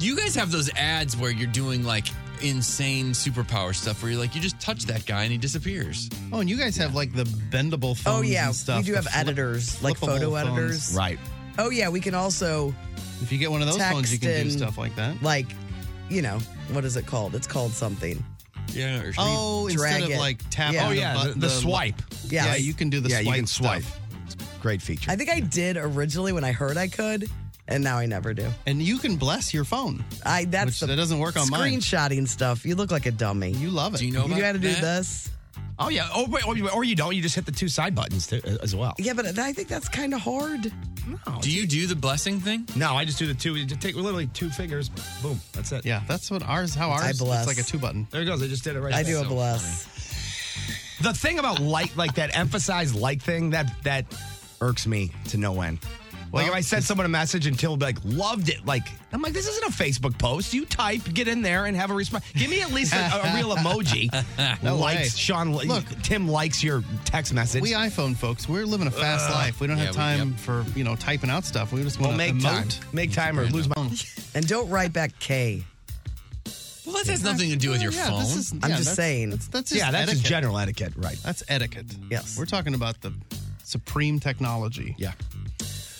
S5: You guys have those ads where you're doing like insane superpower stuff where you're like, you just touch that guy and he disappears.
S4: Oh, and you guys have like the bendable phones.
S3: Oh, yeah.
S4: and stuff,
S3: We do
S4: the
S3: have
S4: flip-
S3: editors, like
S4: flippable
S3: photo
S4: phones.
S3: editors. Oh, yeah. We can also.
S4: If you get one of those phones, you can do stuff like that.
S3: Like, you know, what is it called? It's called something.
S5: Yeah.
S3: or-
S4: oh,
S3: We
S4: instead
S3: drag
S4: of
S3: it.
S4: like tap.
S3: Yeah.
S4: on
S3: Oh, yeah,
S4: bu-
S3: the- the swipe.
S4: Yeah,
S3: Yes.
S4: you can do the
S3: Yeah,
S4: swipe.
S3: you can
S4: stuff.
S9: Great feature.
S3: I think I did originally when I heard I could, and now I never do.
S4: And you can bless your phone.
S3: I that's
S4: Which-
S3: the
S4: that doesn't work on mine.
S3: Screenshotting stuff. You look like a dummy. You
S4: love
S9: it. Do you know about
S3: got to do
S9: that?
S3: this.
S9: Oh yeah. Oh, wait, or you- or you don't. You just hit the two side buttons too, as well.
S3: Yeah, but I think that's kind of hard.
S5: Do you do the blessing thing?
S9: No, I just do the two. You just take literally two fingers. Boom. That's it.
S4: Yeah, that's what ours. How ours.
S9: I bless.
S4: It's like a two button.
S9: There it goes. I just did it right.
S4: I
S9: there.
S4: do a So
S3: bless.
S9: The thing about like, like that emphasized like thing that that irks me to no end. Like if I sent someone a message and Till would be like loved it, like I'm like this isn't a Facebook post. You type, get in there, and have a response. Give me at least a, a real emoji.
S4: No
S9: likes
S4: way.
S9: Sean. li-
S4: Look.
S9: Tim likes your text message.
S4: We iPhone folks, we're living a fast
S9: Ugh.
S4: life. We don't
S9: Yeah,
S4: have
S9: we-
S4: time for you know typing out stuff. We just want
S9: Well,
S4: to
S9: make
S4: emote.
S9: time. Make time or lose my.
S3: And don't write back K.
S5: Well, that has nothing to do with your
S4: Yeah,
S5: phone.
S4: this is-
S3: I'm
S4: yeah,
S3: just
S4: that's-
S3: saying.
S4: that's- that's just etiquette.
S9: etiquette, right?
S4: That's etiquette.
S3: Yes.
S4: We're talking about the supreme technology.
S9: Yeah.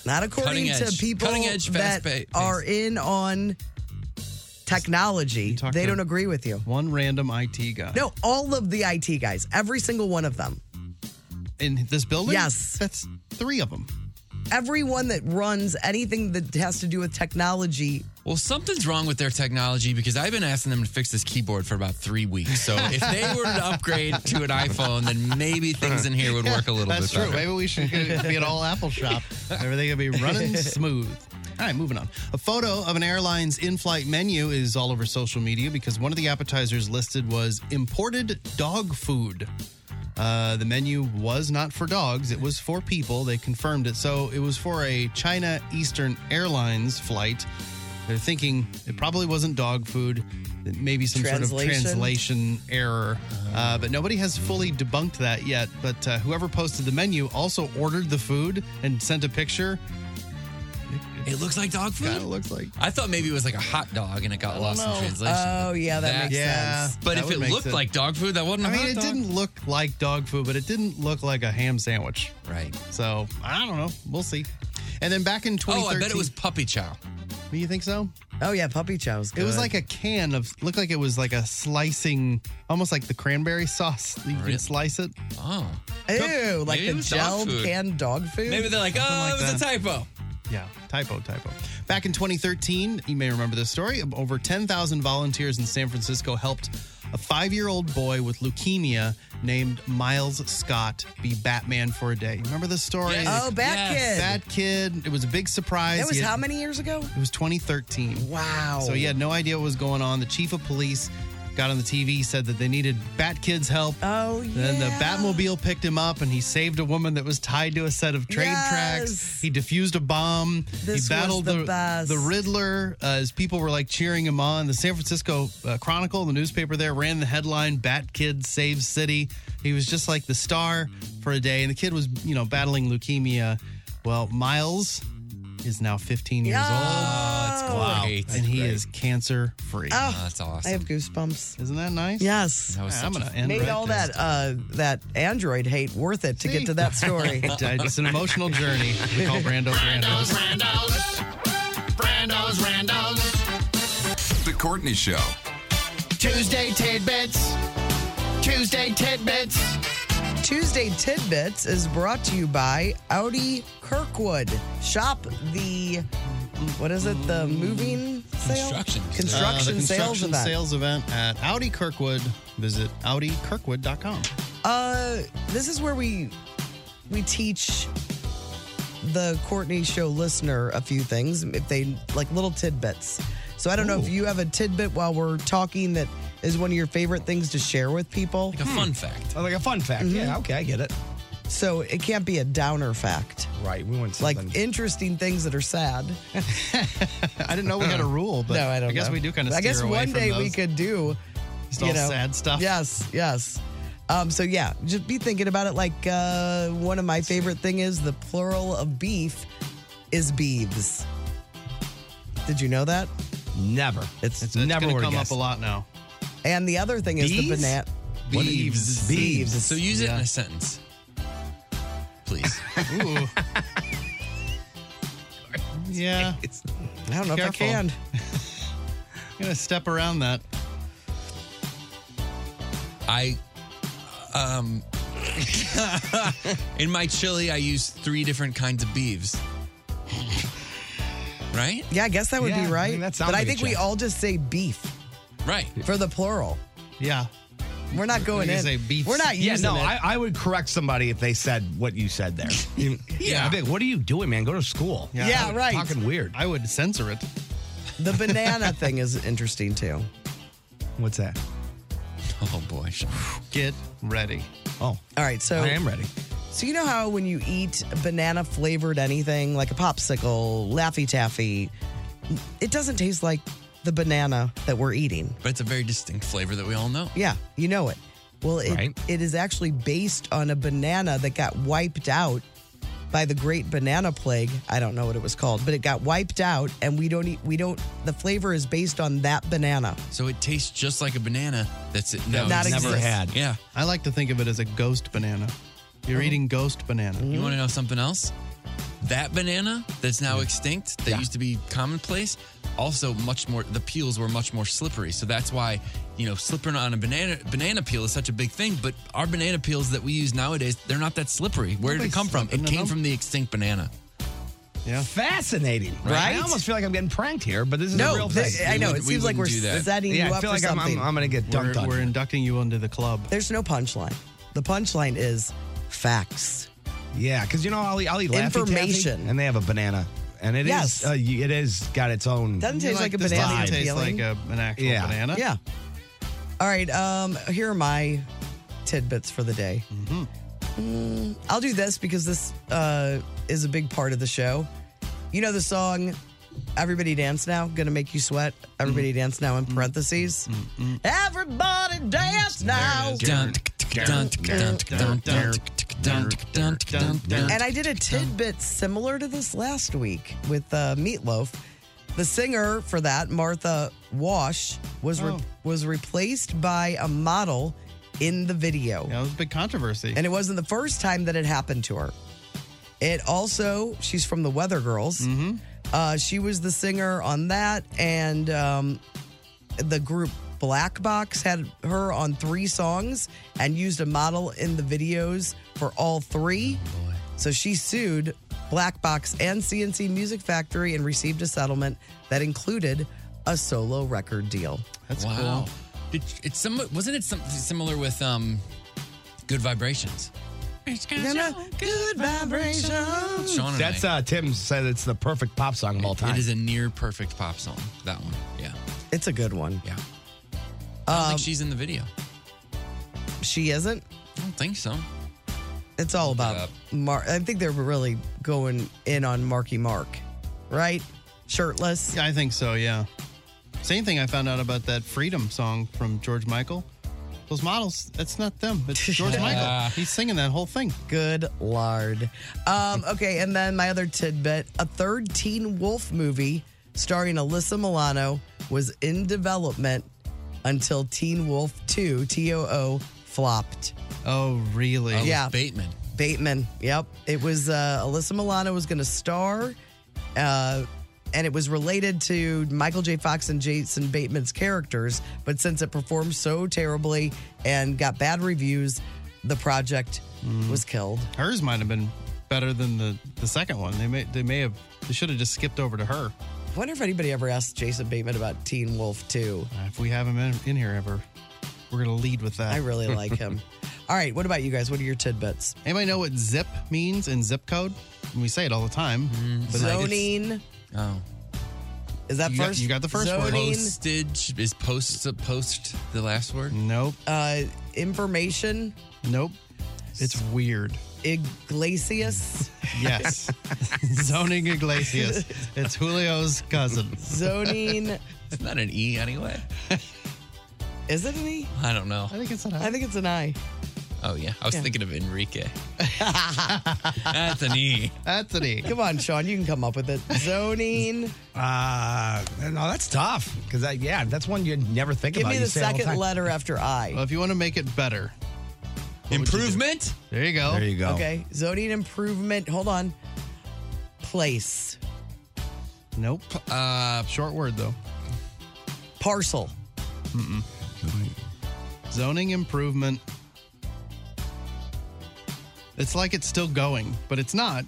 S3: Not according
S4: Cutting
S3: to
S4: edge.
S3: people
S4: Cutting edge,
S3: that
S4: fast pa- pace.
S3: are in on technology. They
S4: to
S3: don't agree with you.
S4: One random IT guy.
S3: No, all of the IT guys, every single one of them.
S4: In this building?
S3: Yes.
S4: That's three of them.
S3: Everyone that runs anything that has to do with technology.
S5: Well, something's wrong with their technology because I've been asking them to fix this keyboard for about three weeks. So if they were to upgrade to an iPhone, then maybe things in here would work a little
S4: That's
S5: bit
S4: true.
S5: better.
S4: Maybe we should get- be an all Apple shop. Everything will be running smooth. All right, moving on. A photo of an airline's in flight menu is all over social media because one of the appetizers listed was imported dog food. Uh, the menu was not for dogs, it was for people. They confirmed it. So it was for a China Eastern Airlines flight. They're thinking it probably wasn't dog food, that maybe some sort of
S3: Translation?
S4: translation error. Uh, but nobody has fully debunked that yet. But uh, whoever posted the menu also ordered the food and sent a picture.
S5: It looks like dog food.
S4: Kind of looks like.
S5: I thought maybe it was like a hot dog and it got lost
S4: know.
S5: in translation.
S4: Oh, yeah, that makes Yeah, sense.
S5: But
S4: that
S5: if
S4: would
S5: it
S4: make
S5: looked
S4: sense.
S5: like dog food, that wasn't. a
S4: I mean,
S5: hot
S4: it
S5: dog.
S4: didn't look like dog food, but it didn't look like a ham sandwich.
S5: Right.
S4: So I don't know. We'll see. And then back in 2013.
S5: Oh, I bet it was puppy chow.
S4: You think so?
S3: Oh yeah, puppy chow's good.
S4: It was like a can of, looked like it was like a slicing, almost like the cranberry sauce. You
S5: Really?
S4: can slice it.
S5: Oh.
S3: Ew, like
S4: Maybe it
S3: the
S4: was dog
S3: gel
S4: food.
S3: canned dog food.
S5: Maybe they're like,
S4: Something
S5: oh,
S4: like
S5: it was
S4: that.
S5: a typo.
S4: Yeah, typo, typo. Back in 2013, you may remember this story. Over 10,000 volunteers in San Francisco helped a five year old boy with leukemia named Miles Scott be Batman for a day. Remember this story?
S3: Yes. Oh, Bat Yes. Kid.
S4: Bat Kid. It was a big surprise.
S3: that was
S4: He had-
S3: how many years ago?
S4: It was 2013.
S3: Wow.
S4: So he had no idea what was going on. The chief of police got on the TV, said that they needed Bat Kid's help.
S3: Oh, yeah.
S4: Then the Batmobile picked him up and he saved a woman that was tied to a set of train tracks. He defused a bomb.
S3: This was
S4: he battled
S3: the
S4: the,
S3: best.
S4: the Riddler uh, as people were like cheering him on. The San Francisco uh, Chronicle, the newspaper there, ran the headline Bat Kid Saves City. He was just like the star for a day. And the kid was, you know, battling leukemia. Well, Miles is now 15 years old.
S5: Wow. great.
S4: And he is cancer free.
S3: Oh,
S5: that's awesome.
S3: I have goosebumps.
S4: Isn't that nice?
S3: Yes.
S4: That was All right, such I'm a- gonna end
S3: Made
S4: right
S3: all
S4: there.
S3: that uh, that Android hate worth it to get to that story.
S4: it's an emotional journey. We call Brando Brando's.
S10: Brandos, Randos.
S16: The Courtney Show.
S4: Tuesday tidbits. Tuesday tidbits.
S3: Tuesday Tidbits is brought to you by Audi Kirkwood. Shop the, what is it, the moving sale?
S5: Construction.
S3: Construction,
S4: Uh, the
S3: sales
S4: construction
S3: event.
S4: sales event at Audi Kirkwood. Visit audikirkwood.com.
S3: Uh, this is where we we teach the Courtney Show listener a few things, if they like little tidbits. So I don't know if you have a tidbit while we're talking that is one of your favorite things to share with people. Hmm. Mm-hmm.
S5: Like a fun fact.
S9: Oh, like a fun fact. Yeah. Okay, I get it.
S3: So it can't be a downer fact.
S9: Right. We want
S3: Like
S9: something.
S3: interesting things that are sad.
S4: I didn't know we had a rule, but
S3: no, I don't.
S4: I guess
S3: know.
S4: we do kinda
S3: I guess
S4: steer away
S3: one
S4: from
S3: day we
S4: those.
S3: could do.
S4: Just
S3: you
S4: all
S3: know,
S4: sad stuff.
S3: Yes, yes. Um, so yeah, just be thinking about it. Like uh, one of my favorite thing is the plural of beef is beeves. Did you know that?
S9: Never.
S3: It's,
S4: it's
S3: never
S4: gonna
S3: would've
S4: come
S3: guessed.
S4: up a lot now.
S3: And the other thing is the
S4: Bees?
S3: banana.
S4: What is- Beeves.
S3: Beeves.
S5: So use it in a sentence. Please.
S4: Yeah.
S3: I don't know if I can.
S4: I'm gonna step around that.
S5: I, um, in my chili, I use three different kinds of beeves. Right?
S3: Yeah, I guess that would
S5: Yeah, I
S3: be
S5: think
S3: right.
S5: that sounds
S3: but I
S5: like a
S3: think we
S5: check.
S3: all just say beef
S5: Right.
S3: for the plural.
S4: Yeah.
S3: We're not going in. We're not
S9: Yeah,
S3: using
S9: no,
S3: it.
S9: I, I would correct somebody if they said what you said there. yeah. I'd be like, what are you doing, man? Go to school.
S3: Yeah, Yeah,
S9: You're
S3: right.
S9: Talking weird.
S4: I would censor it.
S3: the banana thing is interesting too.
S9: What's that?
S5: Oh boy.
S4: Get ready.
S9: Oh.
S3: All right, so
S9: I am ready.
S3: So you know how when you eat banana flavored anything like a popsicle, laffy taffy, it doesn't taste like the banana that we're eating.
S5: But it's a very distinct flavor that we all know.
S3: Yeah, you know it. Well, it,
S5: Right.
S3: it is actually based on a banana that got wiped out by the Great Banana Plague. I don't know what it was called, but it got wiped out, and we don't eat. We don't. The flavor is based on that banana.
S5: So it tastes just like a banana. That's it. No,
S3: That
S5: it's
S3: exists.
S5: never had. Yeah.
S4: I like to think of it as a ghost banana. You're
S3: Mm-hmm.
S5: Oh.
S4: eating ghost banana.
S5: You
S9: Mm-hmm.
S5: want to know something else? That banana that's now extinct, that used to be commonplace, also much more. The peels were much more slippery, so that's why you know slipping on a banana banana peel is such a big thing. But our banana peels that we use nowadays, they're not that slippery. Where did it
S9: Nobody's
S5: come from? It
S9: slipping in
S5: came
S9: them.
S5: from the extinct banana.
S4: Yeah.
S9: Fascinating. Right?
S5: Right?
S9: I almost feel like I'm getting pranked here, but this is
S5: No,
S9: a real
S5: this-
S9: thing.
S5: I know, it We seems like wouldn't we're do that. setting
S9: yeah,
S3: you
S9: I
S3: up
S9: feel
S3: for
S9: like I'm,
S3: something.
S9: I'm, I'm going to get dunked
S4: We're,
S9: on.
S4: we're inducting you into the club.
S3: There's no punchline. The punchline is facts.
S9: Yeah, because you know I'll eat, I'll eat Laffy Taffy,
S3: Information.
S9: and they have a banana, and it is
S3: Yes.
S9: uh, y- it is got its own.
S3: Doesn't taste like a
S9: this
S3: banana
S9: vibe.
S3: tastes Appealing. like a-
S4: an actual
S9: Yeah.
S4: banana.
S3: Yeah. All right. Um, here are my tidbits for the day.
S9: Mm-hmm.
S3: Mm, I'll do this because this uh, is a big part of the show. You know the song "Everybody Dance Now," gonna make you sweat.
S9: Mm.
S3: Everybody dance now in
S9: Mm-hmm.
S3: parentheses. Everybody dance now.
S5: Dun, dun, dun, dun, dun, dun, dun, dun, dun.
S3: And I did a tidbit similar to this last week with uh, Meatloaf. The singer for that, Martha Wash, was re-
S4: Oh.
S3: was replaced by a model in the video.
S4: That was a big controversy.
S3: And it wasn't the first time that it happened to her. It also, she's from the Weather Girls.
S4: Mm-hmm.
S3: Uh, she was the singer on that, and um, the group Black Box had her on three songs and used a model in the videos for all three.
S5: Oh,
S3: so she sued Black Box and CNC Music Factory and received a settlement that included a solo record deal.
S5: wow. Did, it's some, wasn't it something similar with um, Good Vibrations?
S3: Gonna- Good vibrations.
S5: Sean and
S9: That's
S5: I.
S9: uh, Tim said it's the perfect pop song of all time.
S5: It is a near perfect pop song. That one. Yeah.
S3: It's a good one.
S5: Yeah. I don't
S9: Um,
S5: think she's in the video.
S3: She isn't.
S5: I don't think so.
S3: It's all about Mark. I think they're really going in on Marky Mark, right? Shirtless.
S4: Yeah, I think so, yeah. Same thing I found out about that Freedom song from George Michael. Those models, that's not them. It's George Michael. He's singing that whole thing.
S3: Good lard. Um, okay, and then my other tidbit a third Teen Wolf movie starring Alyssa Milano was in development until Teen Wolf 2, T O O, flopped.
S4: Oh, really?
S5: Oh,
S3: yeah.
S5: Bateman.
S3: Bateman. Yep. It was uh, Alyssa Milano was going to star, uh, and it was related to Michael J. Fox and Jason Bateman's characters. But since it performed so terribly and got bad reviews, the project
S4: Hmm.
S3: was killed.
S4: Hers might have been better than the, the second one. They may they may have they should have just skipped over to her.
S3: I wonder if anybody ever asked Jason Bateman about Teen Wolf 2.
S4: Uh, If we have him in, in here ever, we're gonna lead with that.
S3: I really like him. All right, what about you guys? What are your tidbits?
S4: Anybody know what zip means in zip code? And we say it all the time. but like, it's-
S3: Zoning.
S5: Oh.
S3: Is that
S4: You got-
S3: first?
S4: you got the first word.
S3: Zoning.
S5: Postage is post post the last word.
S4: Nope.
S3: Uh, information.
S4: Nope. It's weird.
S3: Iglesias.
S4: Yes. Zoning Iglesias. It's Julio's cousin.
S3: Zoning.
S5: It's not an E anyway.
S3: Is it an E?
S5: I don't know.
S3: think it's an I. I think it's an I.
S5: Oh yeah, I was
S3: Yeah.
S5: thinking of Enrique. That's an E.
S4: That's an E.
S3: Come on, Sean, you can come up with it. Zoning.
S9: Uh, no, that's tough because I, yeah, that's one you never think
S3: Give
S9: about.
S3: me
S9: You
S3: the
S9: say it all
S3: second
S9: time.
S3: letter after I.
S4: Well, if you want to make it better,
S5: improvement.
S4: There you go.
S9: There you go.
S3: Okay, zoning improvement. Hold on. Place.
S4: Nope.
S5: Uh,
S4: Short word though.
S3: Parcel.
S4: Mm-mm. Zoning improvement. It's like it's still going, but it's not.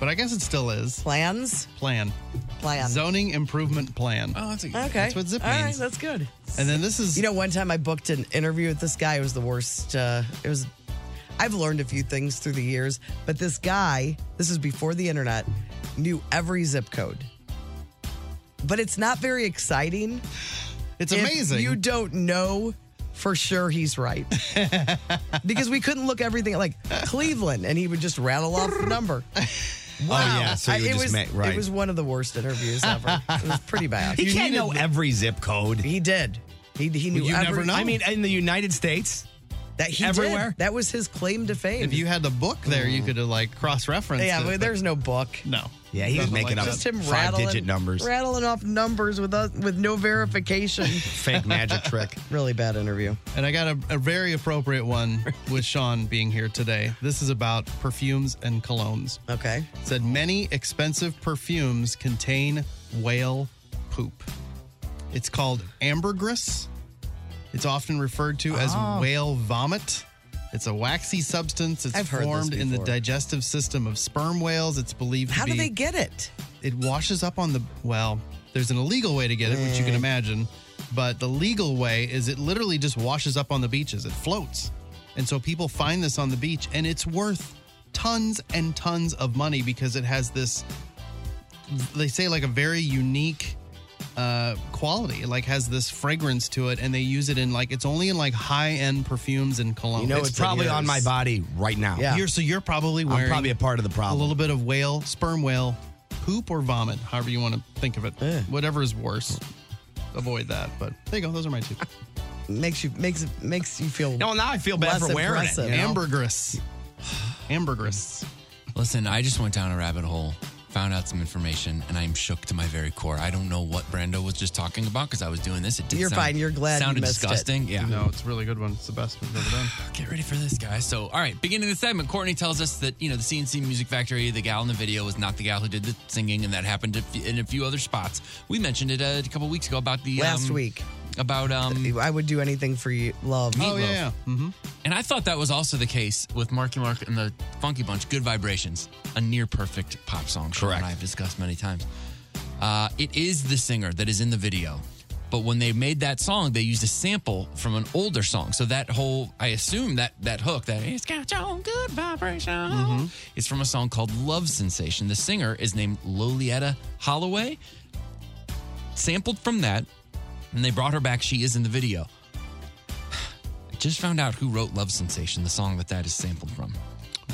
S4: But I guess it still is.
S3: Plans.
S4: Plan.
S3: Plan.
S4: Zoning improvement plan.
S5: Oh, that's a good.
S3: Okay.
S4: That's what zip
S3: All right,
S4: means.
S3: that's good.
S4: and then this is
S3: You know, one time I booked an interview with this guy. It was the worst. Uh, it was. I've learned a few things through the years, but this guy, this is before the internet, knew every zip code. But it's not very exciting.
S4: It's
S3: if
S4: amazing.
S3: You don't know for sure he's right because we couldn't look everything like Cleveland, and he would just rattle off the number.
S9: Oh yeah, so
S3: I-
S9: you
S3: it
S9: would just
S3: was
S9: make right.
S3: it was one of the worst interviews ever. it was pretty bad.
S9: he can't know
S3: everything.
S9: every zip code.
S3: He did. He he knew.
S9: you
S3: every-
S9: never know. I mean, in the United States,
S3: that he did.
S9: everywhere?
S3: That was his claim to fame.
S4: if you had the book there, you could have like cross referenced.
S3: yeah,
S4: it,
S3: but there's no book.
S4: no.
S9: yeah, he was
S4: Nothing
S9: making
S4: like
S9: up
S4: that.
S3: Just him rattling
S9: five-digit numbers.
S3: rattling off numbers with us, with no verification.
S9: Fake magic trick.
S3: really bad interview.
S4: And I got a, a very appropriate one with Sean being here today. This is about perfumes and colognes.
S3: Okay.
S4: It said many expensive perfumes contain whale poop. It's called ambergris. It's often referred to as
S9: Oh.
S4: whale vomit. It's a waxy substance. It's
S3: I've heard this
S4: formed in the
S3: before.
S4: digestive system of sperm whales. It's believed to
S3: How
S4: be
S3: do they get it?
S4: it washes up on the well there's an illegal way to get it which you can imagine but the legal way is it literally just washes up on the beaches it floats and so people find this on the beach and it's worth tons and tons of money because it has this they say like a very unique uh quality it like has this fragrance to it and they use it in like it's only in like high-end perfumes and cologne
S9: You know, it's, probably on my body right now.
S3: Yeah.
S4: you're so you're probably wearing
S9: I'm probably a part of the
S4: a
S9: problem.
S4: little bit of whale, sperm whale, poop or vomit, however you want to think of it.
S3: Eh.
S4: Whatever is worse, avoid that. But there you go. Those are my two. Oh,
S3: Makes you makes it makes you feel.
S9: no, now I feel bad
S3: Less
S9: for wearing
S3: impressive.
S9: it. you know?
S4: Ambergris. Ambergris.
S5: Listen, I just went down a rabbit hole, found out some information, and I'm shook to my very core. I don't know what Brando was just talking about because I was doing this. It did
S3: You're
S5: sound-
S3: fine. You're glad you
S5: sounded
S3: missed it. Mm-hmm.
S5: disgusting. Yeah.
S4: No, it's a really good one. It's the best we've ever done.
S5: Get ready for this, guys. So, all right, beginning of the segment, Courtney tells us that, you know, the CNC Music Factory, the gal in the video, was not the gal who did the singing, and that happened a f- in a few other spots. We mentioned it uh, a couple weeks ago about the.
S3: Last
S5: um,
S3: week, Uh,
S5: About. um,
S3: I would do anything for you, love.
S4: Oh, yeah. yeah. Mm-hmm.
S5: And I thought that was also the case with Marky Mark and the Funky Bunch, Good Vibrations, a near perfect pop song. Correct. And I've discussed many times. Uh, it is the singer that is in the video. But when they made that song, they used a sample from an older song. So that whole, I assume that that hook, that it's got your own good vibration, is Mm-hmm. from a song called Love Sensation. The singer is named Lolietta Holloway. Sampled from that, and they brought her back. She is in the video. I just found out who wrote Love Sensation, the song that that is sampled from.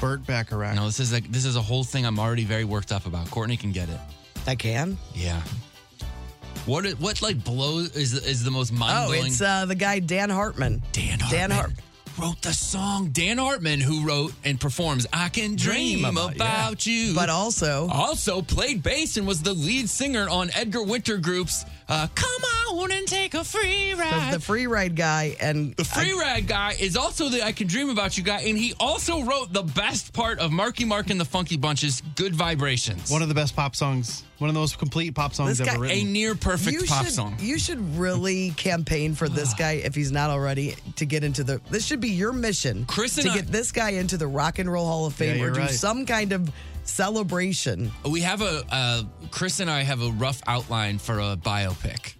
S4: Burt Bacharach.
S5: No, this is like this is a whole thing I'm already very worked up about. Courtney can get it.
S3: I can.
S5: Yeah. What it- what like blows is is the most mind
S3: Oh,
S5: blowing?
S3: it's uh, the guy Dan Hartman.
S5: Dan
S3: Dan
S5: Hartman
S3: Hart.
S5: wrote the song. Dan Hartman, who wrote and performs "I Can Dream, About, You,"
S3: But also,
S5: also played bass and was the lead singer on Edgar Winter Group's uh, "Come On and Take a Free Ride."
S3: the free ride guy and
S5: The free ride guy is also the I Can Dream About You guy, and he also wrote the best part of Marky Mark and the Funky Bunch's Good Vibrations.
S4: One of the best pop songs. One of the most complete pop songs
S3: This
S4: ever
S3: guy-
S5: a
S4: written.
S5: near perfect
S3: you
S5: pop
S3: should,
S5: song.
S3: You should really campaign for this guy if he's not already to get into the. This should be your mission,
S5: Chris and
S3: to
S5: I-
S3: get this guy into the Rock and Roll Hall of Fame
S4: Yeah,
S3: or
S4: you're
S3: do
S4: right.
S3: some kind of celebration.
S5: we have a, uh, Chris and I have a rough outline for a biopic.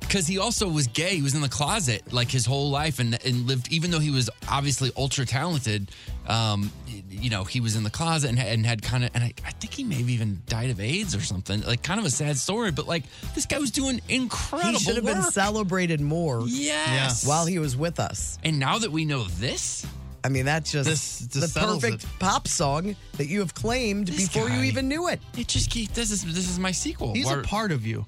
S5: Because he also was gay. He was in the closet like his whole life and, and lived, even though he was obviously ultra talented, um, y- you know, he was in the closet and, and had kind of, and I, I think he maybe even died of AIDS or something. Like, kind of a sad story, but like, this guy was doing incredible
S3: He should have been
S5: work.
S3: celebrated more
S5: Yes.
S3: while he was with us.
S5: And now that we know this,
S3: I mean, that's just
S4: This- this
S3: the
S4: settles
S3: perfect pop song that you have claimed before you even knew it.
S5: It just keeps. This is this is my sequel.
S3: He's a
S4: part of you.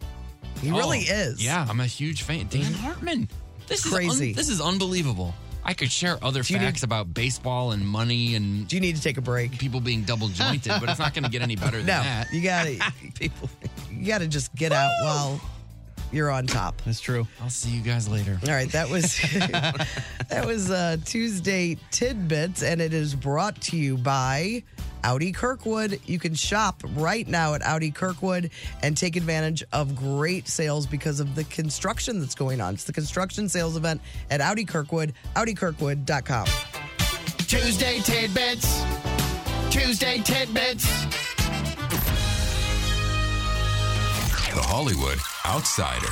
S3: He really is.
S5: Oh, Yeah, I'm a huge fan. Dan Hartman. This is
S3: Crazy.
S5: un- this is unbelievable. I could share other
S3: you need-
S5: facts about baseball and money and. Do
S3: you need to take a break?
S5: People being double jointed, but it's not going to get any better than
S3: no,
S5: that.
S3: you got to people. You got to just get out while you're on top.
S4: That's true.
S5: I'll see you guys later.
S3: All right, that was that was uh, Tuesday tidbits, and it is brought to you by Audi Kirkwood. You can shop right now at Audi Kirkwood and take advantage of great sales because of the construction that's going on. It's the construction sales event at Audi Kirkwood, AudiKirkwood.com.
S10: Tuesday tidbits. Tuesday tidbits.
S16: The Hollywood Outsider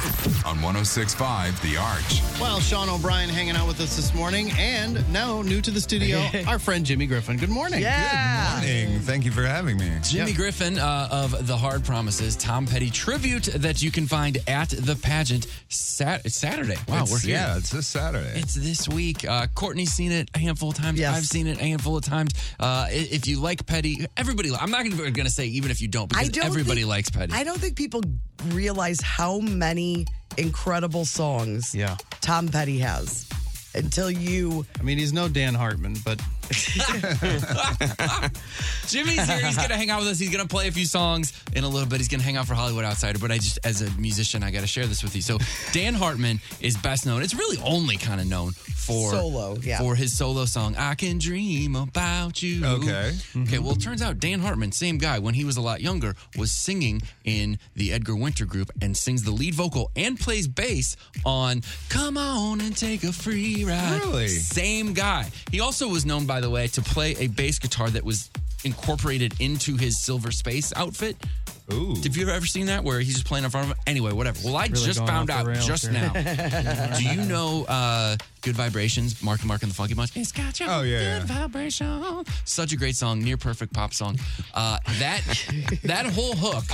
S16: on 1065 The Arch.
S4: Well, Sean O'Brien hanging out with us this morning, and now new to the studio, our friend Jimmy Griffin. Good morning.
S3: Yeah.
S4: Good
S17: morning. Thank you for having me.
S5: Jimmy Griffin uh, of The Hard Promises, Tom Petty tribute that you can find at the pageant sat- Saturday. Wow,
S17: It's-
S5: we're here.
S17: Yeah, it's this Saturday.
S5: It's this week. Uh, Courtney's seen it a handful of times. I've seen it a handful of times. Uh, i- if you like Petty, everybody. I'm not going to say even if you don't, because everybody
S3: think-
S5: likes Petty.
S3: I don't think people realize how many incredible songs
S4: Yeah.
S3: Tom Petty has until you.
S4: I mean, he's no Dan Hartman, but
S5: Jimmy's here. He's going to hang out with us. He's going to play a few songs in a little bit. He's going to hang out for Hollywood Outsider. But I just, as a musician, I got to share this with you. So Dan Hartman is best known. It's really only kind of known for
S3: Solo, yeah.
S5: for his solo song "I Can Dream About You." Mm-hmm.
S17: Okay.
S5: Okay. Well, it turns out Dan Hartman, same guy, when he was a lot younger, was singing in the Edgar Winter Group and sings the lead vocal and plays bass on "Come On and Take a Free Ride."
S17: Really?
S5: Same guy. He also was known, by the way, to play a bass guitar that was incorporated into his Silver Space outfit.
S17: Ooh.
S5: Have you ever seen that where he's just playing in front of him? Anyway, whatever. Well, I
S4: Really
S5: just
S4: going
S5: found
S4: off the
S5: out
S4: rails
S5: just
S4: here.
S5: now. Do you know uh, Good Vibrations, Mark and Mark and the Funky Bunch? It's got your
S17: Oh, yeah,
S5: good
S17: yeah.
S5: vibration. Such a great song, near perfect pop song. Uh, that that whole hook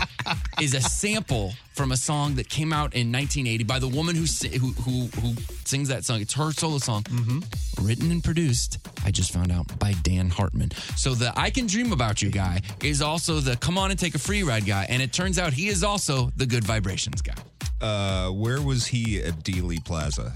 S5: is a sample from a song that came out in 1980 by the woman who si- who who, who sings that song. It's her solo song,
S17: Mm-hmm.
S5: written and produced. I just found out by Dan Hartman. So the "I Can Dream About You" guy is also the "Come On and Take a Free Ride" guy, and it turns out he is also the Good Vibrations guy.
S17: Uh, where was he at Dealey Plaza?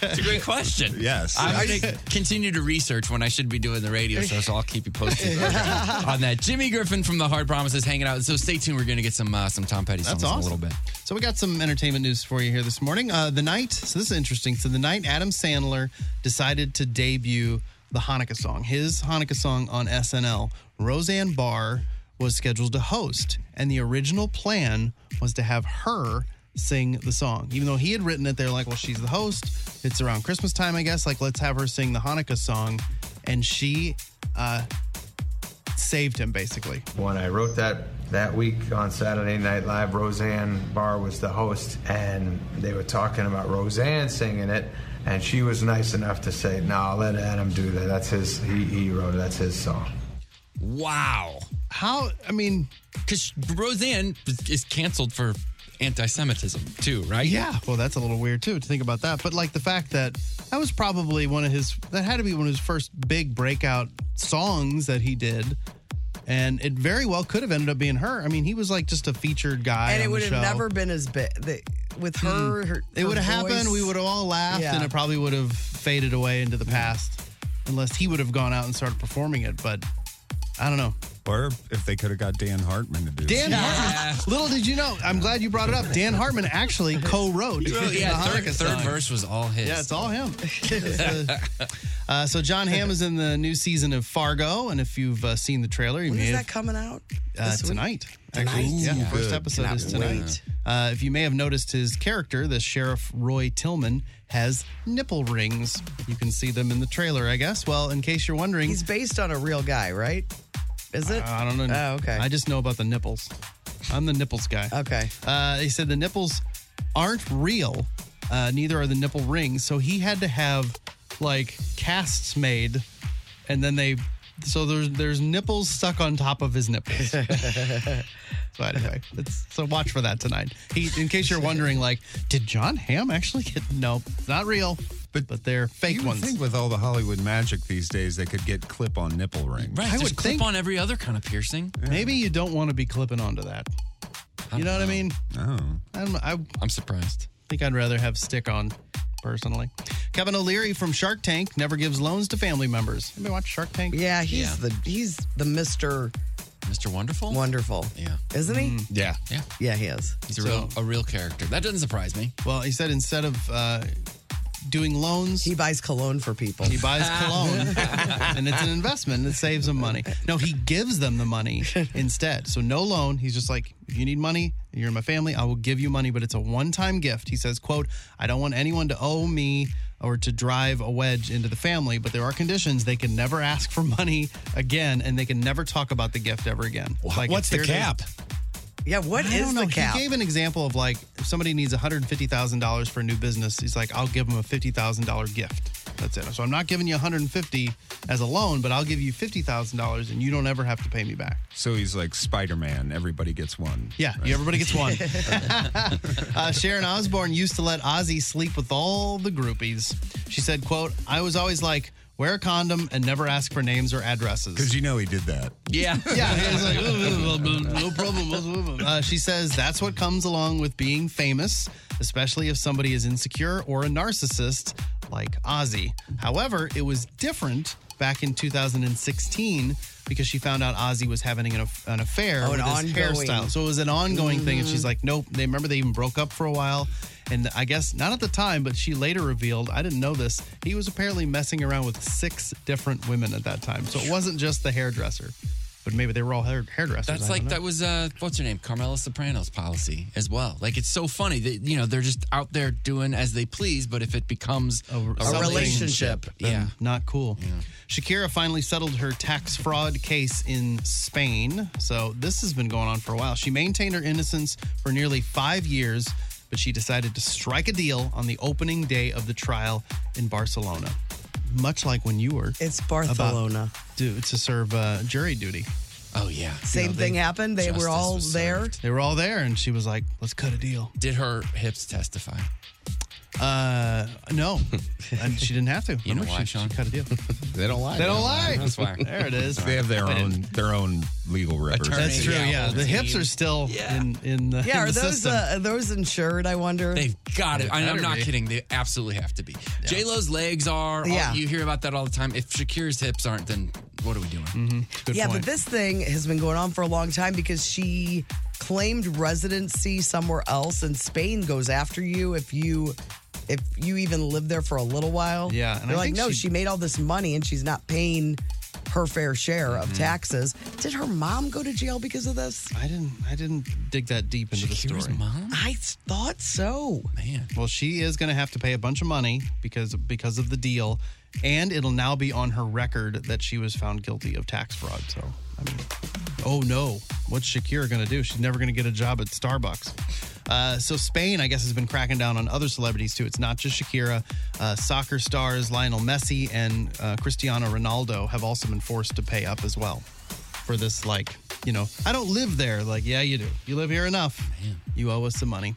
S5: It's a great question.
S17: Yes.
S5: I'm going to continue to research when I should be doing the radio show, so I'll keep you posted on that. Jimmy Griffin from the Hard Promises hanging out. So stay tuned. We're going to get some uh, some Tom Petty
S4: That's
S5: songs in a
S4: awesome.
S5: little bit.
S4: So we got some entertainment news for you here this morning. Uh, the night, so this is interesting. So the night Adam Sandler decided to debut the Hanukkah song, his Hanukkah song on SNL, Roseanne Barr was scheduled to host, and the original plan was to have her sing the song. Even though he had written it, they're like, well, she's the host. It's around Christmas time, I guess. Like, let's have her sing the Hanukkah song, and she uh, saved him basically.
S18: When I wrote that that week on Saturday Night Live, Roseanne Barr was the host, and they were talking about Roseanne singing it, and she was nice enough to say, "No, I'll let Adam do that. That's his. He, he wrote it. That's his song."
S5: Wow.
S4: How? I mean,
S5: because Roseanne is canceled for anti-Semitism too, right?
S4: Yeah. Well, that's a little weird too to think about that. But like the fact that that was probably one of his that had to be one of his first big breakout songs that he did. And it very well could have ended up being her. I mean, he was like just a featured guy.
S3: and it
S4: on the
S3: would have
S4: show. Mm.
S3: never been as big the, with her. her
S4: It would have happened. We would have all laughed, and it probably would have faded away into the past, unless he would have gone out and started performing it. But I don't know.
S17: Or if they could have got Dan Hartman to do
S4: Dan
S17: it.
S4: Hartman. Little did you know. I'm glad you brought it up. Dan Hartman actually co-wrote. the
S5: yeah, third,
S4: Hanukkah
S5: third
S4: song.
S5: verse was all his.
S4: Yeah, it's all Oh, him. Uh, so John Hamm is in the new season of Fargo, and if you've uh, seen the trailer, you
S3: When
S4: may
S3: is
S4: have
S3: that coming out?
S4: uh,
S3: This week?
S4: tonight.
S3: Tonight?
S4: Actually, yeah,
S3: Ooh,
S4: first
S3: good.
S4: episode
S3: Cannot
S4: is tonight.
S3: wait.
S4: Uh, if you may have noticed, his character, the sheriff Roy Tillman, has nipple rings. You can see them in the trailer, I guess. Well, in case you're wondering, he's
S3: based on a real guy, right? Is it?
S4: I, I don't know.
S3: Oh, okay.
S4: I just know about the nipples. I'm the nipples guy.
S3: Okay.
S4: Uh, they said the nipples aren't real. Uh, neither are the nipple rings. So he had to have like casts made, and then they. So there's there's nipples stuck on top of his nipples. so anyway, it's, so watch for that tonight. He, in case you're wondering, like, did John Hamm actually get? Nope, it's not real.
S17: But,
S4: but they're fake
S17: you would
S4: ones.
S17: think with all the Hollywood magic these days, they could get clip-on nipple rings.
S5: Right, there's clip on every other kind of piercing.
S4: Maybe you don't want to be clipping onto that. You know what I mean?
S17: Oh.
S4: I don't know. I
S5: I'm surprised.
S4: think I'd rather have stick on personally. Kevin O'Leary from Shark Tank never gives loans to family members. Anybody watch Shark Tank?
S3: Yeah, he's the he's the Mister
S5: Mr. Wonderful.
S3: Wonderful.
S5: Yeah.
S3: Isn't he?
S4: Mm. Yeah.
S5: Yeah.
S3: Yeah, he is.
S5: He's a real a real character. That doesn't surprise me.
S4: Well, he said instead of uh, doing loans, he
S3: buys cologne for people.
S4: He buys cologne, and it's an investment that saves him money. No, he gives them the money instead. So no loan. He's just like, if you need money, you're in my family. I will give you money, but it's a one-time gift. He says, "quote I don't want anyone to owe me." Or to drive a wedge into the family, but there are conditions they can never ask for money again, and they can never talk about the gift ever again. Like,
S9: What's
S4: if
S9: the
S4: here it is-
S9: cap?
S3: Yeah, what
S4: I
S3: is
S4: don't know.
S3: the cap?
S4: He gave an example of like if somebody needs one hundred fifty thousand dollars for a new business. He's like, I'll give them a fifty thousand dollar gift. That's it. So I'm not giving you one hundred fifty as a loan, but I'll give you fifty thousand dollars, and you don't ever have to pay me back.
S17: So he's like Spider-Man. Everybody gets one.
S4: Yeah, you- everybody gets one. uh, Sharon Osbourne used to let Ozzy sleep with all the groupies. She said, "quote I was always like." Wear a condom and never ask for names or addresses. Because
S17: you know he did that.
S5: Yeah.
S4: yeah. he was like, "Oh, oh, oh, no problem. Uh, she says that's what comes along with being famous, especially if somebody is insecure or a narcissist like Ozzy. However, it was different back in 2016 because she found out Ozzy was having an, aff- an affair
S3: Oh, an
S4: with his
S3: ongoing.
S4: hairstyle. So it was an ongoing thing. And
S3: Mhm.
S4: she's like, nope. They remember they even broke up for a while. And I guess not at the time, but she later revealed, I didn't know this. He was apparently messing around with six different women at that time. So it wasn't just the hairdresser, but maybe they were all hair- hairdressers. I
S5: That's
S4: don't
S5: like
S4: know.
S5: that was uh what's her name Carmela Soprano's policy as well. Like it's so funny that you know they're just out there doing as they please, but if it becomes a, something-
S4: then
S5: yeah,
S4: not cool. Shakira finally settled her tax fraud case in Spain. So this has been going on for a while. She maintained her innocence for nearly five years, but she decided to strike a deal on the opening day of the trial in Barcelona. Much like when you were.
S3: It's Barcelona.
S4: Dude, to serve uh, jury duty.
S5: Oh, yeah.
S3: Same thing happened. They were all there.
S4: They were all there, and she was like, let's cut a deal.
S5: Did her hips testify?
S4: Uh, no. and she didn't have to.
S5: You know
S4: Remember,
S5: why,
S4: she,
S5: Sean?
S4: she cut a deal.
S17: They don't lie.
S4: They don't lie. There it is.
S17: They have their
S4: Wait,
S17: own their own legal
S4: That's
S17: representative.
S4: true. Yeah, the hips are still in in the
S3: Yeah,
S4: in
S3: are
S4: the
S3: those
S4: system.
S3: uh, are those insured? I wonder.
S5: They've got it. I,
S3: Better
S5: am not
S3: be.
S5: kidding. They absolutely have to be. J Lo's legs are. all-
S3: Yeah.
S5: you hear about that all the time. If Shakira's hips aren't, then what are we doing? Mm-hmm. Good
S3: yeah,
S5: point.
S3: but this thing has been going on for a long time because she claimed residency somewhere else, and Spain goes after you if you if you even live there for a little while.
S4: Yeah, and
S3: and they're
S4: I
S3: like,
S4: think
S3: no,
S4: she-
S3: she... made all this money and she's not paying her fair share of taxes. Did her mom go to jail because of this?
S4: Mm-hmm. I didn't. I didn't dig that deep into the story.
S3: I thought so.
S5: Man.
S4: Well, she is going to have to pay a bunch of money because because of the deal, and it'll now be on her record that she was found guilty of tax fraud. So, I mean, oh no, what's Shakira going to do? She's never going to get a job at Starbucks. Uh, so Spain, I guess, has been cracking down on other celebrities too. It's not just Shakira. Uh, soccer stars Lionel Messi and uh, Cristiano Ronaldo have also been forced to pay up as well for this like you know i don't live there like yeah you do you live here enough you owe us some money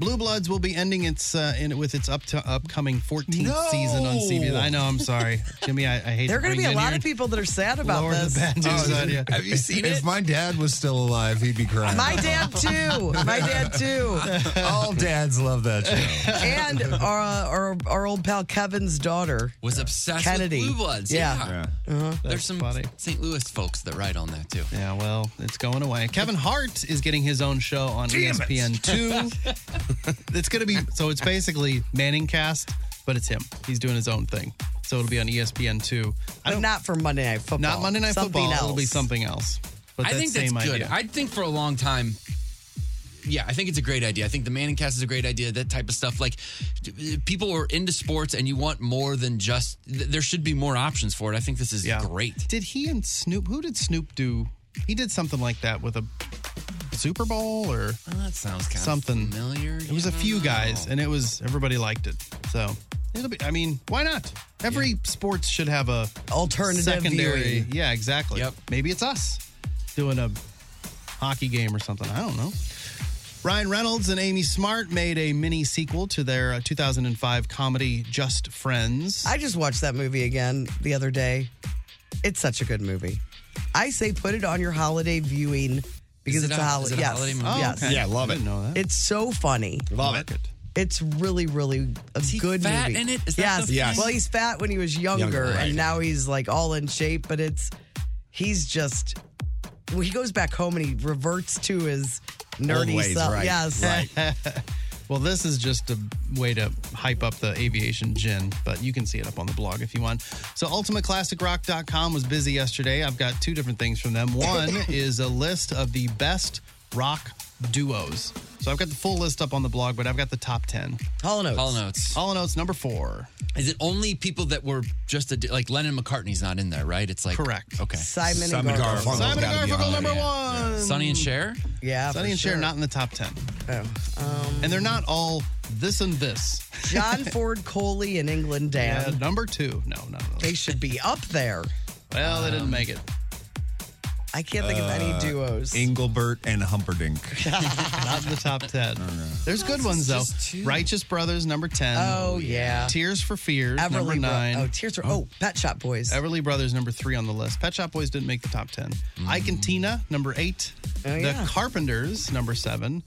S4: blue bloods will be ending its uh in with its up to upcoming 14th
S3: No!
S4: season on cbs i know i'm sorry jimmy i, I hate
S3: There are going
S4: to
S3: to be a
S4: bring
S3: lot
S4: in
S3: of people that are sad about
S4: Lower the
S3: this. Oh,
S4: bad news on ya.
S17: Have you seen it? If my dad was still alive, he'd be crying.
S3: My dad too. My dad too.
S17: All dads love that show.
S3: and our, our our old pal Kevin's daughter
S5: was obsessed
S3: Kennedy.
S5: with Blue Bloods.
S3: Yeah.
S5: Yeah.
S3: Uh-huh.
S5: There's some St. Louis folks that write on that too.
S4: Yeah, well, it's going away. Kevin Hart is getting his own show on E
S5: Damn it.
S4: ESPN2. it's going to be so it's basically Manning cast, but it's him. He's doing his own thing. So it'll be on E ESPN2. I
S3: But
S4: don't
S3: not for Monday Night Football.
S4: not Monday Night
S3: Something
S4: Football,
S3: Else.
S4: it'll be something else. But
S5: I
S4: that
S5: think that's
S4: same
S5: good.
S4: idea.
S5: I think for a long time, yeah, I think it's a great idea. I think the Manning cast is a great idea. That type of stuff, like d- people are into sports, and you want more than just. th- There should be more options for it. I think this is great.
S4: Did he and Snoop? Who did Snoop do? He did something like that with a Super Bowl or
S5: that sounds kind
S4: something
S5: of familiar.
S4: It was a few guys, and it was everybody liked it. So it'll be. I mean, why not? Every sports should have a
S3: Alternative
S4: secondary.
S3: viewing.
S4: Yeah, exactly. Yep. Maybe it's us doing a hockey game or something. I don't know. Ryan Reynolds and Amy Smart made a mini sequel to their uh, 2005 comedy Just Friends.
S3: I just watched that movie again the other day. It's such a good movie. I say put it on your holiday viewing because
S5: Is it
S3: it's a,
S5: a-
S3: holiday.
S5: is it a
S3: yes.
S5: holiday movie?
S3: Oh,
S5: Oh,
S3: yes.
S5: okay. Yeah, love I didn't it.
S4: know that.
S3: It's so funny.
S9: Love it.
S3: It's really, really a good
S5: fat
S3: movie.
S5: in it? Is that
S3: yes.
S5: the Yes. thing?
S3: Well, he's fat when he was younger,
S5: Younger, right.
S3: and now he's like all in shape. But it's he's just well, he goes back home and he reverts to his nerdy self. Yes.
S4: well, this is just a way to hype up the aviation gin, but you can see it up on the blog if you want. So, ultimateclassicrock.com was busy yesterday. I've got two different things from them. One is a list of the best rock duos. So, I've got the full list up on the blog, but I've got the top 10.
S3: Hollow Notes.
S5: Hall Notes.
S4: Hall Notes number four.
S5: Is it only people that were just a, like Lennon McCartney's not in there, right? It's like correct. Okay.
S3: Simon and Simon Garfunkel. Garfunkel's
S4: Simon and
S5: gotta be
S4: Garfunkel
S5: on
S4: number
S5: there, yeah.
S4: one.
S5: Yeah. Sonny and Cher.
S3: Yeah.
S4: Sonny
S3: for
S4: and Cher
S3: sure. Oh, um,
S4: not in the top 10. and they're not all this and this.
S3: John Ford Coley in England, Dan.
S4: Yeah, number two. No, no.
S3: They should be up there.
S4: Well, they didn't make it.
S3: Um, I can't think of any
S17: Uh,
S3: duos.
S17: Engelbert and Humperdinck.
S4: Not in the top 10. There's good
S3: This
S4: ones,
S3: is
S4: though.
S3: just two.
S4: Righteous Brothers, number 10.
S3: Oh, yeah.
S4: Tears for Fears, number
S3: Everly Bro-
S4: 9.
S3: oh, Tears for- oh, Pet Shop Boys.
S4: Everly Brothers, number 3 on the list. Pet Shop Boys didn't make the top 10.
S17: Mm.
S4: Ike and Tina, number 8.
S3: Oh,
S4: the
S3: yeah.
S4: Carpenters, number 7.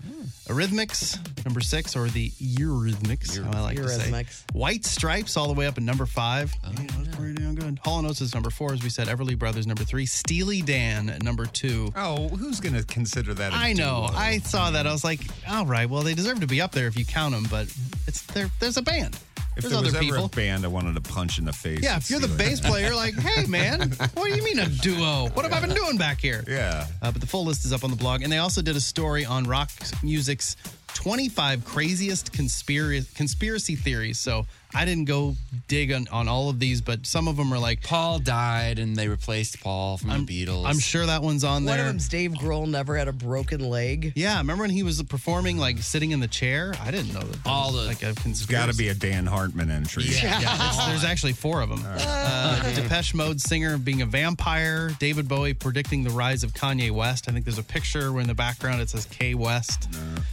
S4: Arrhythmics, number 6, or the Eurythmics, how I like to
S3: Eurythmics.
S4: say. White Stripes, all the way up at number 5.
S17: Oh,
S4: Yeah, that's pretty damn good. Hall & Oates is number 4, as we said. Everly Brothers, number 3. Steely Dan, at number 2.
S17: Oh, who's going to consider that? I
S4: I know. I saw that. I was like, all right, well, they deserve to be up there if you count them, but it's there. There's a band.
S17: If
S4: There's
S17: there
S4: other
S17: was ever
S4: people.
S17: a band I wanted to punch in the face.
S4: yeah, if
S17: it's
S4: you're the
S17: Steely
S4: bass
S17: Dan.
S4: player, like, hey, man, what do you mean a duo? What have I been doing back here?
S17: Yeah.
S4: Uh, but the full list is up on the blog, and they also did a story on rock music's 25 craziest conspiracy conspiracy theories. So I didn't go dig on, on all of these, but some of them are like
S5: Paul died, and they replaced Paul from the Beatles.
S4: I'm sure that one's on
S3: One
S4: there.
S3: of them's Dave Grohl never had a broken leg.
S4: Yeah, remember when he was performing like sitting in the chair? I didn't know that. All the like a conspiracy.
S17: Got to be a Dan Hartman entry.
S4: Yeah, there's, there's actually four of them. Uh, Depeche Mode singer being a vampire. David Bowie predicting the rise of Kanye West. I think there's a picture where in the background it says K West.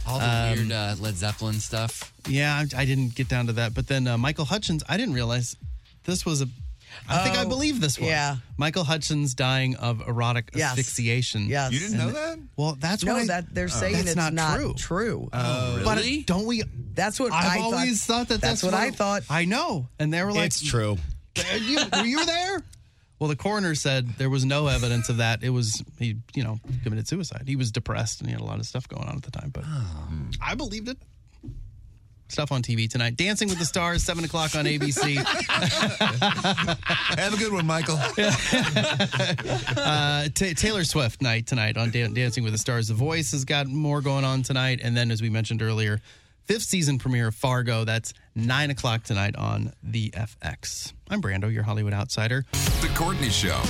S5: All the
S4: Um,
S5: weird uh, Led Zeppelin stuff.
S4: Yeah, I, I didn't get down to that. But then uh, Michael Hutchins, I didn't realize this was a. I think I
S3: Oh,
S4: believe this one.
S3: yeah.
S4: Michael Hutchins dying of erotic
S3: Yes.
S4: asphyxiation.
S3: Yes. You didn't know
S4: And-
S3: that?
S4: Well, that's
S3: no,
S4: what I- Oh.
S3: that they're saying
S4: that's
S3: it's
S4: not,
S3: not,
S4: true.
S3: true.
S4: But don't we?
S3: That's what
S4: I've
S3: I thought-
S4: always thought, that.
S3: that's
S4: That's,
S3: what I thought.
S4: I know, and they were like,
S9: It's true.
S4: "Are You, were you there?" Well, the coroner said there was no evidence of that. It was he, you know, committed suicide. He was depressed and he had a lot of stuff going on at the time. But
S9: Oh.
S4: I believed it. Stuff on TV tonight. Dancing with the Stars, seven o'clock on ABC.
S17: Have a good one, Michael.
S4: uh, Ta Taylor Swift night tonight on Dan- Dancing with the Stars. The Voice has got more going on tonight, and then as we mentioned earlier, fifth season premiere of Fargo. That's nine o'clock tonight on the FX. I'm Brando, your Hollywood outsider.
S16: The Courtney Show.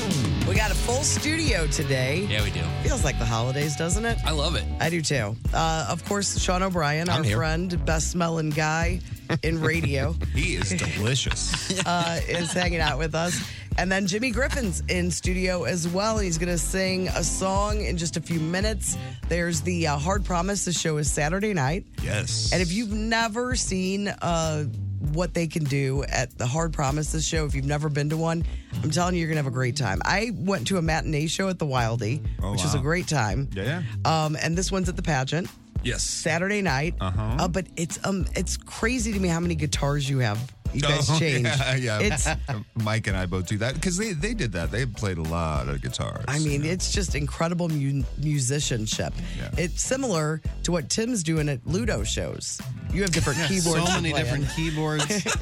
S3: We got a full studio today.
S5: Yeah, we do.
S3: Feels like the holidays, doesn't it?
S5: I love it.
S3: I do too. Uh, of course, Sean O'Brien,
S17: I'm
S3: our
S17: here.
S3: friend, best smelling guy in radio,
S17: He is delicious.
S3: uh, is hanging out with us. And then Jimmy Griffin's in studio as well. He's going to sing a song in just a few minutes. There's the uh, Hard Promise. The show is Saturday night.
S17: Yes.
S3: And if you've never seen uh, what they can do at the Hard Promises show, if you've never been to one, I'm telling you, you're going to have a great time. I went to a matinee show at the Wildy,
S17: Oh,
S3: which was a
S17: wow.
S3: great time.
S17: Yeah.
S3: Um, and this one's at the pageant.
S16: Yes.
S3: Saturday night. Uh-huh. but it's um it's crazy to me how many guitars you have. You guys
S17: Oh,
S3: change.
S17: Yeah, yeah.
S3: It's
S17: Mike and I both do that because they, they did that. They played a lot of guitars.
S3: I mean, it's just incredible mu- musicianship. It's similar to what Tim's doing at Ludo shows. You have different keyboards.
S4: so
S3: to
S4: many
S3: play
S4: different
S3: on.
S4: keyboards.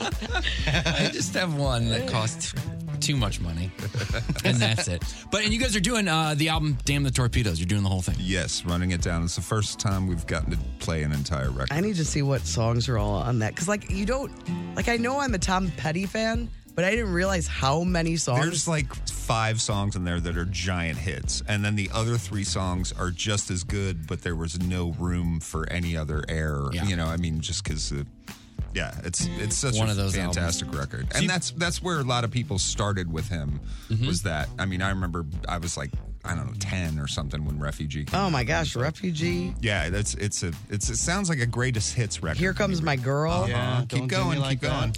S5: I just have one that costs too much money, and that's it. But and you guys are doing uh, the album "Damn the Torpedoes." You're doing the whole thing.
S17: Yes, running it down. It's the first time we've gotten to play an entire record.
S3: I need to see what songs are all on that because, like, you don't like. I know I'm a Tom Petty fan, but I didn't realize how many songs.
S17: There's like five songs in there that are giant hits, and then the other three songs are just as good, but there was no room for any other error. You know, I mean, just because. Uh, yeah, it's it's such
S5: One
S17: a
S5: of those
S17: fantastic record,
S5: Mm-hmm.
S17: and that's that's where a lot of people started with him. Was that? I mean, I remember I was like I don't know, 10 or something when Refugee came
S3: Oh
S17: out.
S3: my gosh, refugee.
S17: Yeah, that's it's a it's it sounds like a greatest hits record.
S3: Here comes my girl.
S17: Yeah, keep going, keep going.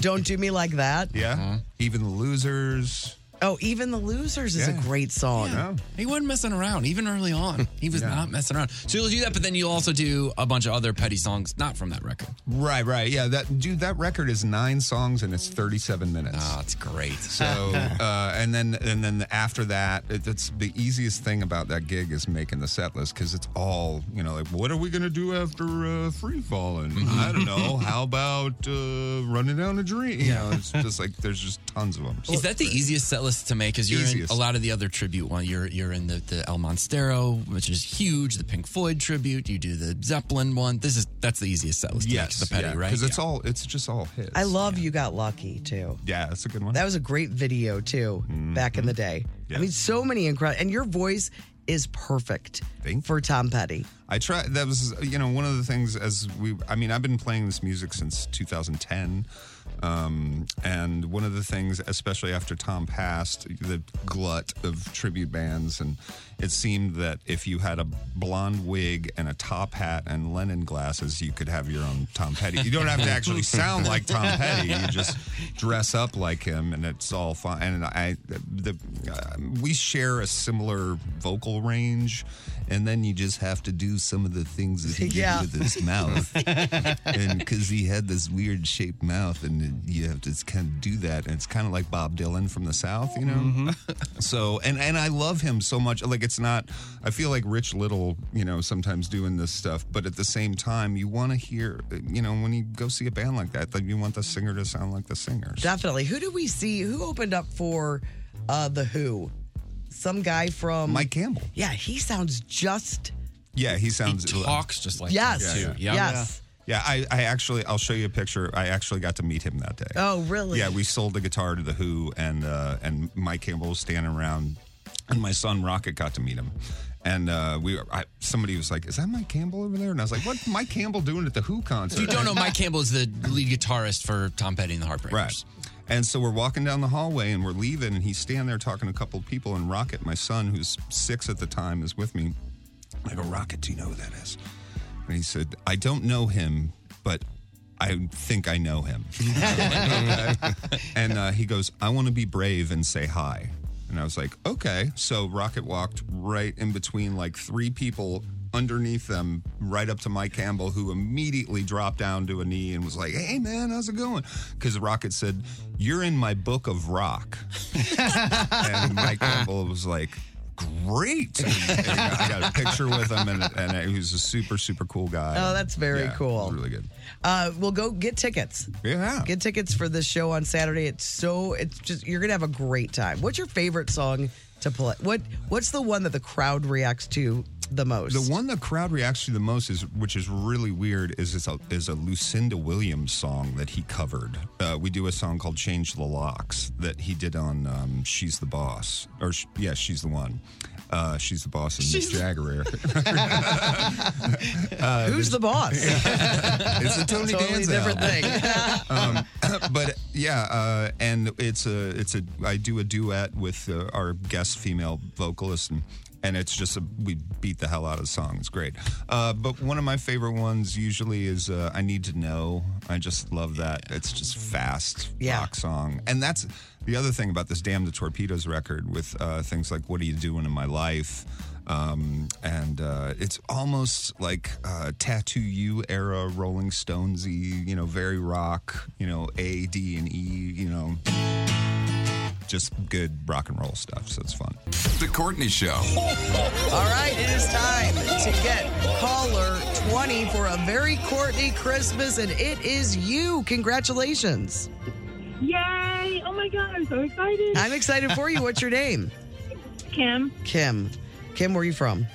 S3: Don't do me like that.
S17: Yeah. Even the losers.
S3: Oh, even the losers is a great song.
S5: He wasn't messing around, even early on. He was
S3: Yeah.
S5: not messing around. So you'll do that, but then you'll also do a bunch of other petty songs, not from that record.
S17: Right, right. Yeah, that dude, that record is nine songs and it's 37 minutes. Oh,
S5: it's great.
S17: So, uh, and then and then after that, it, it's the easiest thing about that gig is making the set list because it's all, you know, like, what are we going to do after uh, Free Falling? I don't know. How about uh, Running Down a Dream? You know, it's just like there's just tons of them. So-
S5: Is that the easiest set list to make? Because you're
S17: Easiest.
S5: in a lot of the other tribute one. You're you're in the, the El Monstero, which is huge. The Pink Floyd tribute. You do the Zeppelin one. This is that's the easiest set list.
S17: Yes,
S5: to make, the petty,
S17: yeah,
S5: right?
S17: 'cause it's all it's just all hits.
S3: I love You Got Lucky too.
S17: Yeah, that's a good one. Mm-hmm.
S3: That was a great video too back in the day. I mean, so many incredible, and your voice is perfect for Tom Petty.
S17: I try. That was you know one of the things as we. I mean, I've been playing this music since 2010. Um, and one of the things, especially after Tom passed, the glut of tribute bands, and it seemed that if you had a blonde wig and a top hat and Lennon glasses, you could have your own Tom Petty. You don't have to actually sound like Tom Petty. You just dress up like him, and it's all fine. And I, the, uh, we share a similar vocal range, and then you just have to do some of the things that he
S10: Yeah.
S17: did with his mouth, and because he had this weird shaped mouth, and you have to kind of do that, and it's kind of like Bob Dylan from the South, you know.
S2: Mm-hmm.
S4: Mm-hmm.
S17: So and and I love him so much. Like it's not. I feel like Rich Little, you know, sometimes doing this stuff, but at the same time, you want to hear, you know, when you go see a band like that, like you want the singer to sound like the singer.
S3: Definitely. Who did we see? Who opened up for uh, the Who? Some guy from Mike
S17: Campbell.
S3: Yeah, he sounds just
S17: Yeah, he sounds
S5: talks just like
S3: Yes. him, too. Yeah. Yes.
S17: Yeah, I, I actually, I'll show you a picture. I actually got to meet him that day.
S3: Oh, really?
S17: Yeah, we sold the guitar to the Who, and uh, and Mike Campbell was standing around, and my son Rocket got to meet him, and uh, we were- I, somebody was like, "Is that Mike Campbell over there?" And I was like, "What Mike Campbell doing at the Who concert?"
S5: If you don't know, Mike Campbell is the lead guitarist for Tom Petty and the Heartbreakers.
S17: Right. And so we're walking down the hallway and we're leaving, and he's standing there talking to a couple of people. And Rocket, my son, who's six at the time, is with me. I go, Rocket, do you know who that is? And he said, I don't know him, but I think I know him. and uh, he goes, I want to be brave and say hi. And I was like, okay. So Rocket walked right in between like three people underneath them, right up to Mike Campbell, who immediately dropped down to a knee and was like, hey, man, how's it going? Because Rocket said, you're in my book of rock. and Mike Campbell was like, great. And I got a picture with him, and, and he was a super, super cool guy.
S3: Oh, that's very
S17: Yeah,
S3: cool.
S17: Really good.
S3: Uh, well, go get tickets.
S17: Yeah,
S3: get tickets for this show on Saturday. It's so it's just you're gonna have a great time. What's your favorite song to play? What What's the one that the crowd reacts to the most?
S17: The one the crowd reacts to the most is, which is really weird, is it's a, is a Lucinda Williams song that he covered. Uh, we do a song called "Change the Locks" that he did on um, "She's the Boss" or sh- yeah, "She's the One." Uh, she's the boss and Mick
S10: She's the-
S17: Jagger. Uh,
S3: Who's the boss?
S17: It's a Tony
S3: Totally
S17: Danza
S3: different
S17: album.
S3: thing.
S17: um, but yeah, uh, and it's a it's a I do a duet with uh, our guest female vocalist, and and it's just a, we beat the hell out of the song. It's great. Uh, but one of my favorite ones usually is uh, I need to know. I just love that. It's just fast rock song, and that's the other thing about this damn the torpedoes record with uh, things like what are you doing in my life. Um, and uh, it's almost like uh, Tattoo You era Rolling Stonesy, you know, very rock, you know, A, D, and E, you know, just good rock and roll stuff. So it's fun.
S16: The Courtney Show.
S3: All right, it is time to get caller 20 for a very Courtney Christmas, and it is you. Congratulations.
S10: Yay! Oh my god, I'm so excited.
S3: I'm excited for you. What's your name?
S10: Kim.
S3: Kim. Kim, where are you from?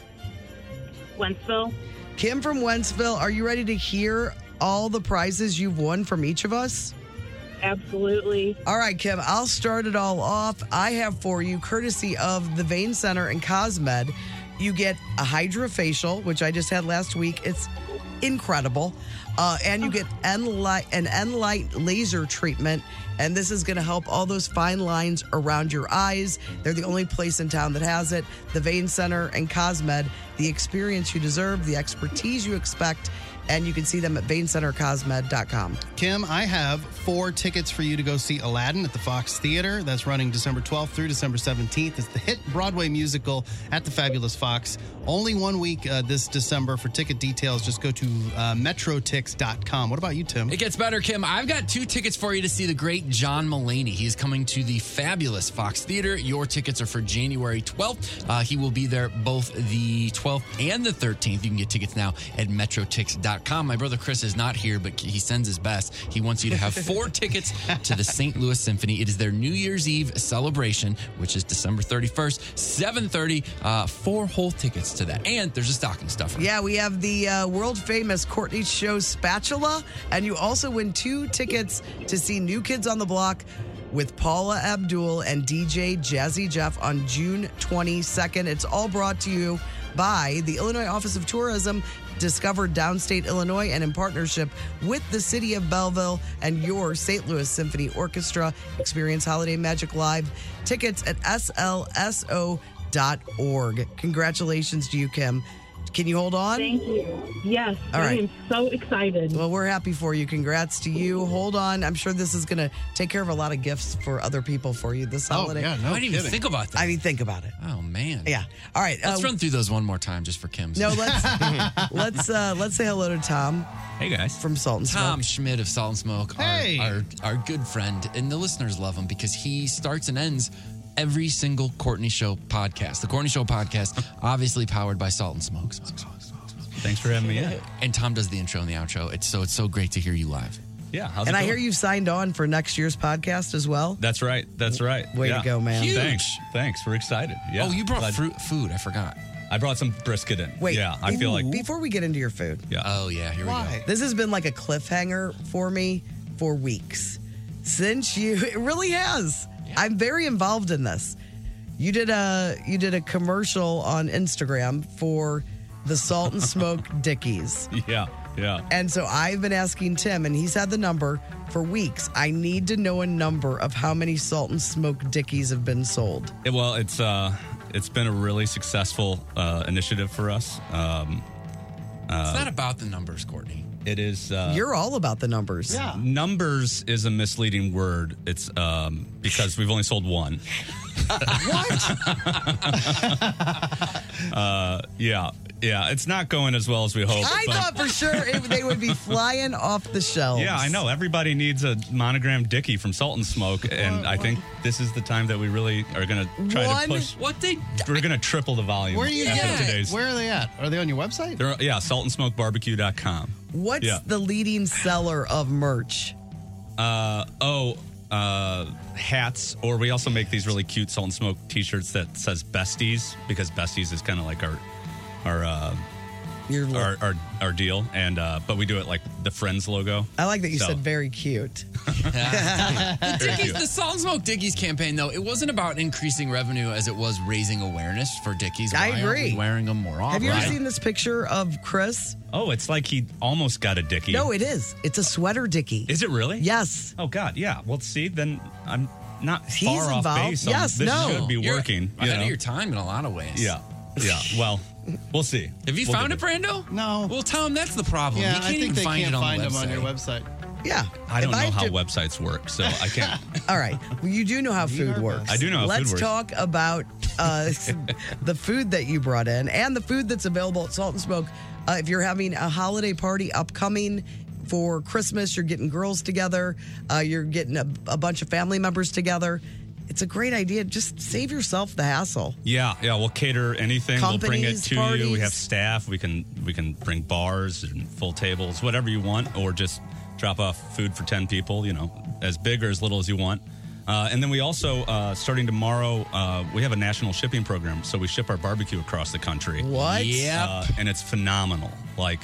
S10: Wentzville.
S3: Kim from Wentzville, are you ready to hear all the prizes you've won from each of us?
S10: Absolutely.
S3: All right, Kim, I'll start it all off. I have for you, courtesy of the Vein Center and Cosmed, you get a Hydra facial, which I just had last week. It's incredible. Uh, and you get N light an N light laser treatment, and this is going to help all those fine lines around your eyes. They're the only place in town that has it. The Vein Center and Cosmed, the experience you deserve, the expertise you expect, and you can see them at veincentercosmed.com.
S4: Kim, I have four tickets for you to go see Aladdin at the Fox Theater. That's running December 12th through December 17th. It's the hit Broadway musical at the Fabulous Fox. Only one week uh, this December. For ticket details, just go to uh, metrotix.com. What about you, Tim?
S5: It gets better, Kim. I've got two tickets for you to see the great John Mullaney. He is coming to the fabulous Fox Theater. Your tickets are for January 12th. Uh, he will be there both the 12th and the 13th. You can get tickets now at metrotix.com. My brother Chris is not here, but he sends his best. He wants you to have four tickets to the St. Louis Symphony. It is their New Year's Eve celebration, which is December 31st, 7.30. Uh, four whole tickets to that. And there's a stocking stuffer.
S3: Yeah, we have the uh, world famous Courtney Show spatula, and you also win two tickets to see New Kids on the Block with Paula Abdul and DJ Jazzy Jeff on June 22nd. It's all brought to you by the Illinois Office of Tourism. Discover downstate Illinois and in partnership with the City of Belleville and your St. Louis Symphony Orchestra. Experience Holiday Magic Live. Tickets at slso.org. Congratulations to you, Kim. Can you hold on?
S15: Thank you. Yes.
S3: All right.
S15: I am so excited.
S3: Well, we're happy for you. Congrats to you. Hold on. I'm sure this is going to take care of a lot of gifts for other people for you
S5: Oh,
S3: this holiday.
S5: I didn't even think about that.
S3: I mean, think about it.
S5: Oh, man.
S3: Yeah. All right.
S5: Let's
S3: uh,
S5: run through those one more time just for Kim's.
S3: No, let's let's uh, let's say hello to Tom.
S5: Hey guys.
S3: From Salt and Smoke.
S5: Tom Schmidt of Salt and Smoke, our,
S3: Hey.
S5: our, our good friend, and the listeners love him because he starts and ends every single Courtney Show podcast. The Courtney Show podcast, obviously powered by Salt and Smoke.
S14: Thanks for having me in.
S5: And Tom does the intro and the outro. It's so it's so great to hear you live.
S14: Yeah,
S3: and I hear you've signed on for next year's podcast as well.
S14: That's right. That's right.
S3: Way to go, man. Huge.
S14: Thanks. Thanks. We're excited. Yeah.
S5: Oh, you brought
S14: fruit
S5: food. I forgot.
S14: I brought some brisket in.
S3: Wait.
S14: Yeah, I feel like.
S3: before we get into your food.
S14: Yeah.
S5: Oh yeah. Here
S3: This has been like a cliffhanger for me for weeks. Since you it really has. I'm very involved in this. You did a you did a commercial on Instagram for the Salt and Smoke Dickies.
S14: Yeah. Yeah.
S3: And so I've been asking Tim, and he's had the number for weeks. I need to know a number of how many salt and smoke dickies have been sold.
S14: Yeah, well, it's uh, it's been a really successful uh, initiative for us. Um, uh,
S5: It's not about the numbers, Courtney.
S14: it is. Uh,
S3: You're all about the numbers.
S14: Numbers is a misleading word. It's um, because we've only sold one. what? uh, yeah, yeah. It's not going as well as we hoped.
S3: I
S14: but-
S3: thought for sure it, they would be flying off the shelves.
S14: Yeah, I know. Everybody needs a monogram Dicky from Salt and Smoke, and I think this is the time that we really are going to try
S4: One-
S14: to push.
S5: What they?
S14: We're going to triple the volume.
S4: Where are you
S14: after
S4: at?
S14: Today's.
S4: Where are they at? Are they on your website?
S14: They're, yeah, saltandsmokebarbecue.com.
S3: What's
S14: Yeah.
S3: the leading seller of merch?
S14: Uh, oh, uh, hats, or we also make these really cute salt and smoke T-shirts that says "Besties" because "Besties" is kind of like our our, uh, our our our deal, and uh, but we do it like the Friends logo.
S3: I like that you
S14: So-
S3: said very cute.
S5: the,
S14: Very
S5: Dickies,
S14: cute.
S5: the Salt and Smoke Dickies campaign, though, it wasn't about increasing revenue as it was raising awareness for Dickies.
S3: I
S5: Why aren't we
S3: agree.
S5: wearing them more often.
S3: Have you ever seen this picture of Chris?
S14: Oh, it's like he almost got a Dickie.
S3: No, it is. It's a sweater dickie.
S14: Is it really?
S3: Yes.
S14: Oh God, yeah. Well, see, then I'm not
S3: He's
S14: far off
S3: involved.
S14: base.
S3: Yes,
S14: on, this
S3: no.
S14: should be
S5: You're
S14: working. you
S5: ahead
S14: know?
S5: of your time in a lot of ways.
S14: Yeah, yeah. Well, we'll see.
S5: Have you
S14: We'll
S5: found
S14: get
S5: it, Brando? No. Well, tell him that's the problem.
S4: Yeah,
S5: you
S4: I
S5: can't
S4: think
S5: even
S4: they
S5: find
S4: can't
S5: it on
S4: find
S5: the
S4: them
S5: website.
S4: on your website.
S3: Yeah.
S14: I don't
S3: If I
S14: know how
S3: did-
S14: websites work, so I can't.
S3: All right. Well, you do know how food works.
S14: I do know how food
S3: Let's
S14: works.
S3: talk about uh, the food that you brought in and the food that's available at Salt and Smoke. Uh, if you're having a holiday party upcoming for Christmas, you're getting girls together, uh, you're getting a, a bunch of family members together. It's a great idea. Just save yourself the hassle.
S14: Yeah, yeah. We'll cater anything. we'll bring it
S3: Companies,
S14: to you. We
S3: parties.
S14: have staff. We can we can bring bars and full tables, whatever you want, or just drop off food for ten people. You know, as big or as little as you want. Uh, and then we also, uh, starting tomorrow, uh, we have a national shipping program. So we ship our barbecue across the country.
S3: What? Yep.
S14: Uh, and it's phenomenal. Like,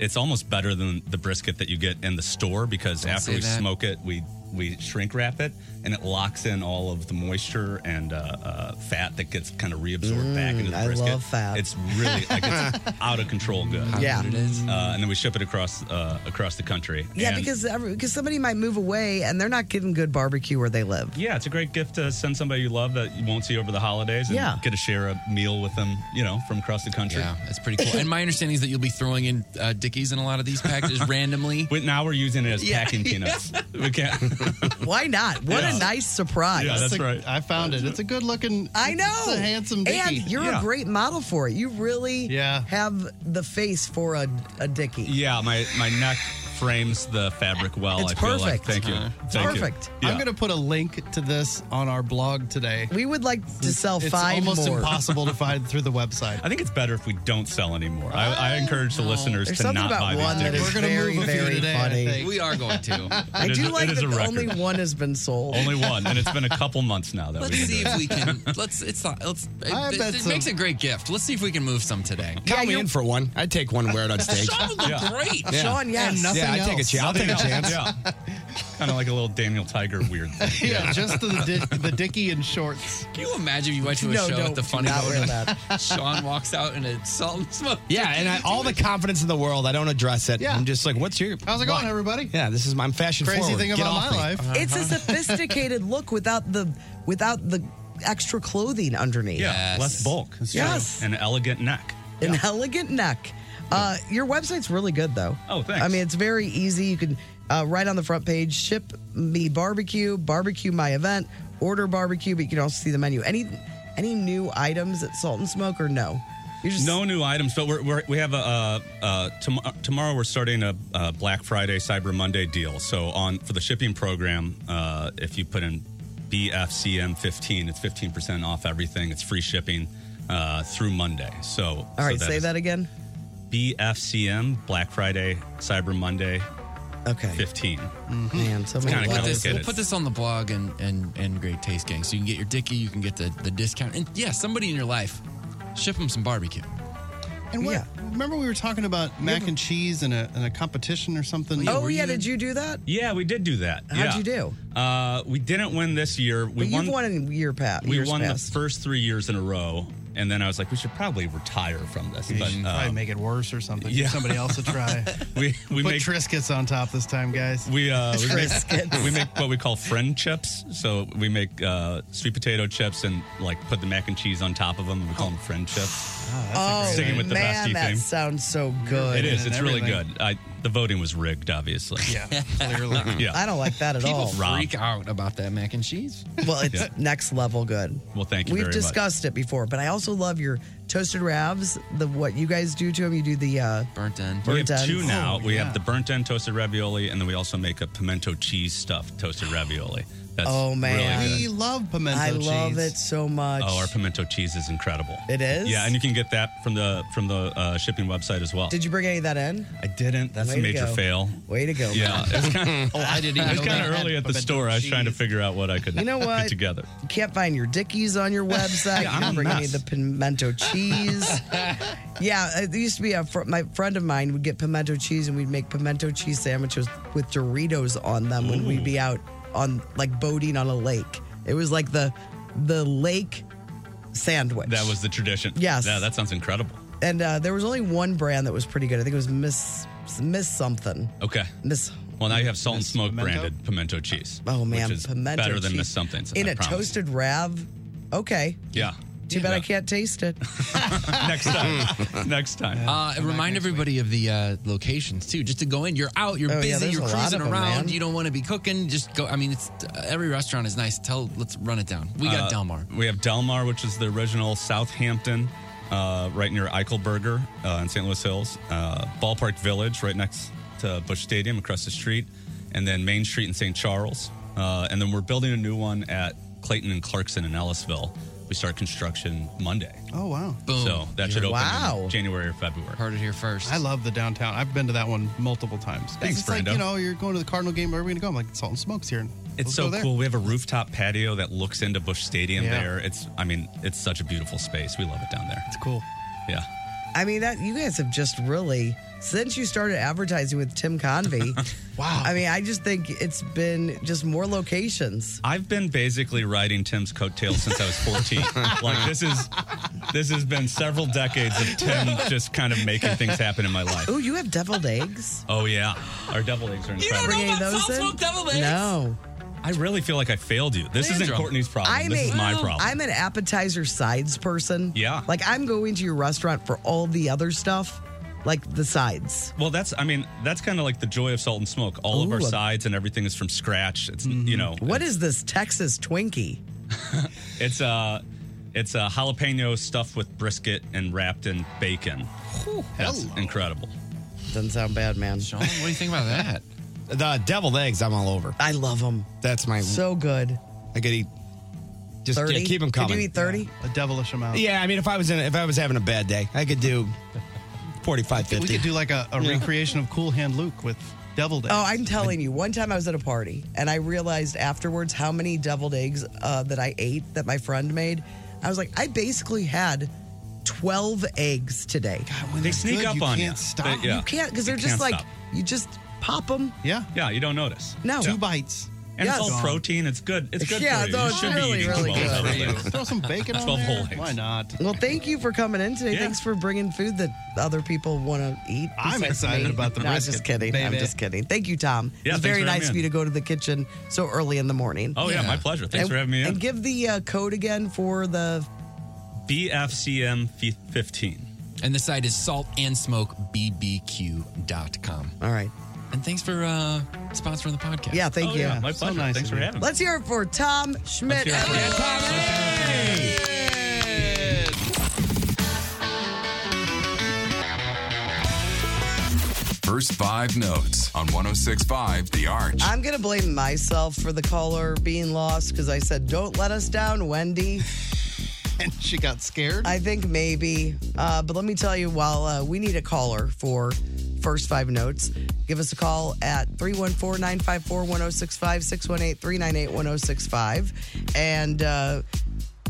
S14: it's almost better than the brisket that you get in the store because after
S5: say
S14: we
S5: that.
S14: smoke it, we we shrink wrap it, and it locks in all of the moisture and uh, uh, fat that gets kind of reabsorbed back into the
S3: I
S14: brisket.
S3: love fat.
S14: It's really like it's out of control good.
S3: How Yeah. good it is.
S14: Uh, and then we ship it across uh, across the country.
S3: Yeah,
S14: And-
S3: because every, because somebody might move away and they're not getting good barbecue where they live.
S14: yeah, it's a great gift to send somebody you love that you won't see over the holidays and
S3: Yeah.
S14: get to share a meal with them, you know, from across the country.
S5: Yeah, that's pretty cool. And my understanding is that you'll be throwing in uh, Dickies in a lot of these packages randomly.
S14: But now we're using it as packing peanuts. We can't.
S3: Why not? What
S14: Yeah.
S3: a nice surprise.
S4: a- I found it. It's a good looking.
S3: I know.
S4: It's a handsome
S3: And
S4: Dickie.
S3: you're
S4: Yeah.
S3: a great model for it. You really
S14: Yeah.
S3: have the face for a, a Dickie.
S14: Yeah, my, my neck frames the fabric well.
S3: It's
S14: Oh, I feel like.
S3: perfect.
S14: Thank you.
S3: Uh, it's
S14: Thank you. Yeah.
S3: perfect.
S4: Uh-huh. I'm going to put a link to this on our blog today.
S3: We would like to sell
S4: it's
S3: five
S4: almost
S3: more.
S4: impossible to find through the website.
S14: I think it's better if we don't sell anymore. I, I encourage the listeners
S3: There's
S14: to
S3: something
S14: not
S3: about
S14: buy
S3: one
S14: these.
S3: that
S14: tickets.
S3: is very, very funny.
S5: We are going to.
S3: I
S14: It is
S3: do
S14: a-
S3: like
S14: it is
S3: that
S14: a
S3: the
S14: record.
S3: only one has been sold.
S14: Only one, and it's been a couple months now that
S5: Let's
S14: we've been
S5: see
S14: doing
S5: if
S14: it.
S5: we can. Let's. It's not. Let's. It,
S3: I
S5: it-
S3: bet
S5: it
S3: so.
S5: makes a great gift. Let's see if we can move some today.
S9: Count me in for one. I'd take one and wear it on stage.
S5: Sean would look great. Sean, yes. And nothing
S9: Yeah, I'd take a
S5: else.
S9: chance. I'll take a
S5: Nothing
S9: chance.
S14: else. Kind of like a little Daniel Tiger weird thing.
S4: yeah, just the di- the Dickie and shorts.
S5: Can you imagine if you went to a
S4: No,
S5: show
S4: don't.
S5: at the funny
S4: Not
S5: bone
S4: wear
S5: and
S4: that.
S5: Sean walks out in a salt and smoke?
S9: Yeah, and I, all the confidence in the world, I don't address it.
S5: Yeah.
S9: I'm just like, what's your.
S5: How's it
S9: what?
S5: going, everybody?
S9: Yeah, this is my I'm fashion
S4: Crazy
S9: forward.
S4: thing
S9: Get
S4: about
S9: off
S4: my
S9: me.
S4: life. Uh-huh.
S3: It's a sophisticated look without the without the extra clothing underneath.
S14: Yeah, less bulk. It's true.
S3: Yes.
S14: An elegant neck.
S3: An elegant neck. Uh, your website's really good, though.
S14: Oh, thanks.
S3: I mean, it's very easy. You can uh, right on the front page ship me barbecue, barbecue my event, order barbecue, but you can also see the menu. Any any new items at Salt and Smoke or no?
S14: no new items, but we're, we're, we have a uh, uh, tom- tomorrow. We're starting a uh, Black Friday, Cyber Monday deal. So on for the shipping program, uh, if you put in BFCM fifteen, it's fifteen percent off everything. It's free shipping uh, through Monday. So all
S3: All right, say that again.
S14: BFCM Black Friday, Cyber Monday.
S3: Okay,
S14: fifteen.
S3: Man, so
S14: It's
S5: We'll
S14: kind of
S5: put, this, we'll
S14: complicated.
S5: put this on the blog and, and, and Great Taste Gang. So you can get your Dickie, you can get the, the discount. And yeah, somebody in your life, ship them some barbecue.
S4: And what, remember we were talking about mac and cheese in a, in a competition or something?
S3: oh yeah, did you do that?
S14: Yeah, we did do that.
S3: How'd you do?
S14: do? Uh, we didn't win this year. We
S3: But you've won in year past.
S14: we
S3: years
S14: won
S3: past.
S14: the first three years in a row, and then I was like, we should probably retire from this.
S4: You should probably
S14: um,
S4: make it worse or something.
S14: yeah.
S4: Give somebody else a try.
S14: we we
S4: Put
S14: make
S4: Triscuits on top this time, guys.
S14: we uh, we
S4: Triscuits.
S14: make, we make what we call friend chips. So we make uh, sweet potato chips and like put the mac and cheese on top of them. and We call them friend chips.
S3: oh
S14: Sticking with the
S3: man,
S14: bestie
S3: that
S14: thing.
S3: sounds so good.
S14: It is. It's really good. I, the voting was rigged, obviously.
S4: Yeah,
S5: clearly.
S14: yeah.
S3: I don't like that at
S5: People
S3: all.
S5: freak out about that mac and cheese.
S3: Well, it's
S5: Yeah.
S3: next level good.
S14: Well, thank you
S3: We've
S14: very much.
S3: discussed it before, but I also love your toasted ravs. The what you guys do to them, you do the uh,
S5: burnt end.
S14: We
S3: Burnt
S14: have two
S3: ends.
S14: now.
S3: Oh,
S14: we
S3: yeah.
S14: have the burnt end toasted ravioli, and then we also make a pimento cheese stuffed toasted ravioli. That's
S3: Oh man,
S14: really good.
S4: love pimento
S3: I love
S14: cheese.
S3: it so much.
S14: Oh, our pimento cheese is incredible.
S3: It is?
S14: Yeah, and you can get that from the from the uh, shipping website as well.
S3: Did you bring any of that in?
S14: I didn't. That's
S3: Way
S14: a
S3: to
S14: major
S3: go.
S14: fail.
S3: Way to go.
S14: Yeah.
S3: man.
S14: It was kinda-
S3: Oh, I didn't
S14: It was
S3: know
S14: kind
S3: they
S14: of
S3: had
S14: early at the
S3: pimento
S14: store. I was trying to figure out what I could
S3: You know what?
S14: put together.
S3: You can't find your Dickies on your
S14: Yeah,
S3: website. you
S14: I'm
S3: don't
S14: a
S3: bring any
S14: mess.
S3: of the pimento cheese. yeah, it used to be a fr- my friend of mine would get pimento cheese and we'd make pimento cheese sandwiches with Doritos on them when we'd be out on like boating on a lake. It was like the the lake sandwich.
S14: That was the tradition.
S3: Yes.
S14: Yeah, that sounds incredible.
S3: and uh, there was only one brand that was pretty good. I think it was Miss Miss something.
S14: Okay.
S3: Miss
S14: Well, now you have salt and smoke
S3: Pimento?
S14: branded pimento cheese.
S3: oh man,
S14: which is
S3: pimento
S14: better than
S3: cheese.
S14: Miss something.
S3: in
S14: a
S3: a toasted rav. Okay,
S14: Yeah.
S3: too bad I can't taste it.
S14: Next time. Next time.
S5: Uh, remind everybody of the uh, locations too. Just to go in, you're out, you're
S14: Oh, yeah,
S5: busy,
S14: there's
S5: you're
S14: a lot
S5: cruising
S14: of 'em,
S5: around,
S14: man.
S5: you don't want to be cooking. Just go. I mean, it's uh, every restaurant is nice. Tell, let's run it down. We
S14: Uh,
S5: got Del Mar.
S14: We have Del Mar, which is the original Southampton, uh, right near Eichelberger uh, in St. Louis Hills. Uh, Ballpark Village, right next to Bush Stadium, across the street, and then Main Street in St. Charles. Uh, and then we're building a new one at Clayton and Clarkson in Ellisville. We start construction Monday.
S4: Oh wow!
S14: So that should open in January or February.
S5: Heard it here first.
S4: I love the downtown. I've been to that one multiple times.
S14: Thanks,
S4: it's like,
S14: Brando.
S4: you know, you're going to the Cardinal game. Where are we going to go? I'm like, Salt and Smoke's here.
S14: It's
S4: Let's
S14: so
S4: go there.
S14: cool. We have a rooftop patio that looks into Bush Stadium
S4: Yeah.
S14: there. It's I mean, it's such a beautiful space. We love it down there. It's
S4: cool.
S14: Yeah.
S3: I mean that you guys have just really since you started advertising with Tim Convey. wow. I mean, I just think it's been just more locations.
S14: I've been basically riding Tim's coattails since I was 14. like this is this has been several decades of Tim just kind of making things happen in my life.
S3: Oh, you have deviled eggs.
S14: Oh yeah, our devil eggs are incredible.
S3: Bringing those in? No.
S14: I really feel like I failed you. This isn't
S3: Leandro.
S14: Courtney's problem.
S3: I'm
S14: this
S3: a-
S14: is my problem.
S3: I'm an appetizer sides person.
S14: Yeah.
S3: Like I'm going to your restaurant for all the other stuff, like the sides.
S14: well, that's I mean that's kind of like the joy of salt and smoke. All of
S3: Ooh, Mm-hmm.
S14: our
S3: a-
S14: sides and everything is from scratch. Oh, It's you know
S3: What is this Texas Twinkie?
S14: it's uh it's a jalapeno stuffed with brisket and wrapped in bacon. that's incredible.
S3: Doesn't sound bad, man.
S5: Sean, what do you think about that?
S9: The deviled eggs, I'm all over.
S3: I love them.
S9: That's my
S3: so good.
S9: I could eat. Just yeah, keep them coming.
S3: Could you eat thirty?
S4: A devilish amount.
S9: Yeah, I mean, if I was in, if I was having a bad day, I could do 45, 50.
S4: We could do like a, a recreation of Cool Hand Luke with deviled eggs.
S3: Oh, I'm telling you. One time I was at a party and I realized afterwards how many deviled eggs uh, that I ate that my friend made. I was like, I basically had 12 eggs today.
S14: they sneak good, up you on can't you. stop. They- yeah.
S3: You can't because
S14: You
S3: they're just
S14: can't
S3: like,
S14: stop.
S3: you just pop them.
S4: Yeah.
S14: Yeah, you don't notice.
S3: No.
S14: Yeah.
S4: bites.
S14: And it's all
S4: Yes.
S14: protein. It's good. It's good
S3: Yeah,
S14: for you.
S3: no,
S14: you
S3: it's
S14: should
S3: really,
S14: be eating
S3: really
S14: 12
S3: good.
S14: whole eggs.
S4: Throw some bacon on
S14: 12
S4: there.
S14: whole eggs.
S4: Why not?
S3: Well, thank you for coming in today. Thanks for bringing food that other people want to eat.
S4: I'm
S3: besides
S4: excited
S3: me.
S4: about the
S3: No, I'm
S4: brisket,
S3: just kidding. I'm
S4: baby.
S3: just kidding. Thank you, Tom.
S14: Yeah, thanks
S3: it's very
S14: for having
S3: nice
S14: me
S3: of
S14: in.
S3: you to go to the kitchen so early in the morning.
S14: Oh, yeah, my pleasure. Thanks
S3: And-
S14: for having me in.
S3: And give the uh, code again for the
S14: BFCM 15.
S5: And the site is saltandsmokebbq.com.
S3: All right.
S5: And thanks for uh, sponsoring the podcast.
S3: Oh, Yeah, thank you. Let's hear it for Tom Schmidt.
S5: Let's hear it for
S3: everybody.
S16: First five notes on 1065 The Arch.
S3: I'm going to blame myself for the caller being lost because I said, don't let us down, Wendy.
S4: and she got scared?
S3: I think maybe. Uh, but let me tell you, while uh, we need a caller for first five notes, give us a call at 314 954 1065 618 398 1065. And, uh,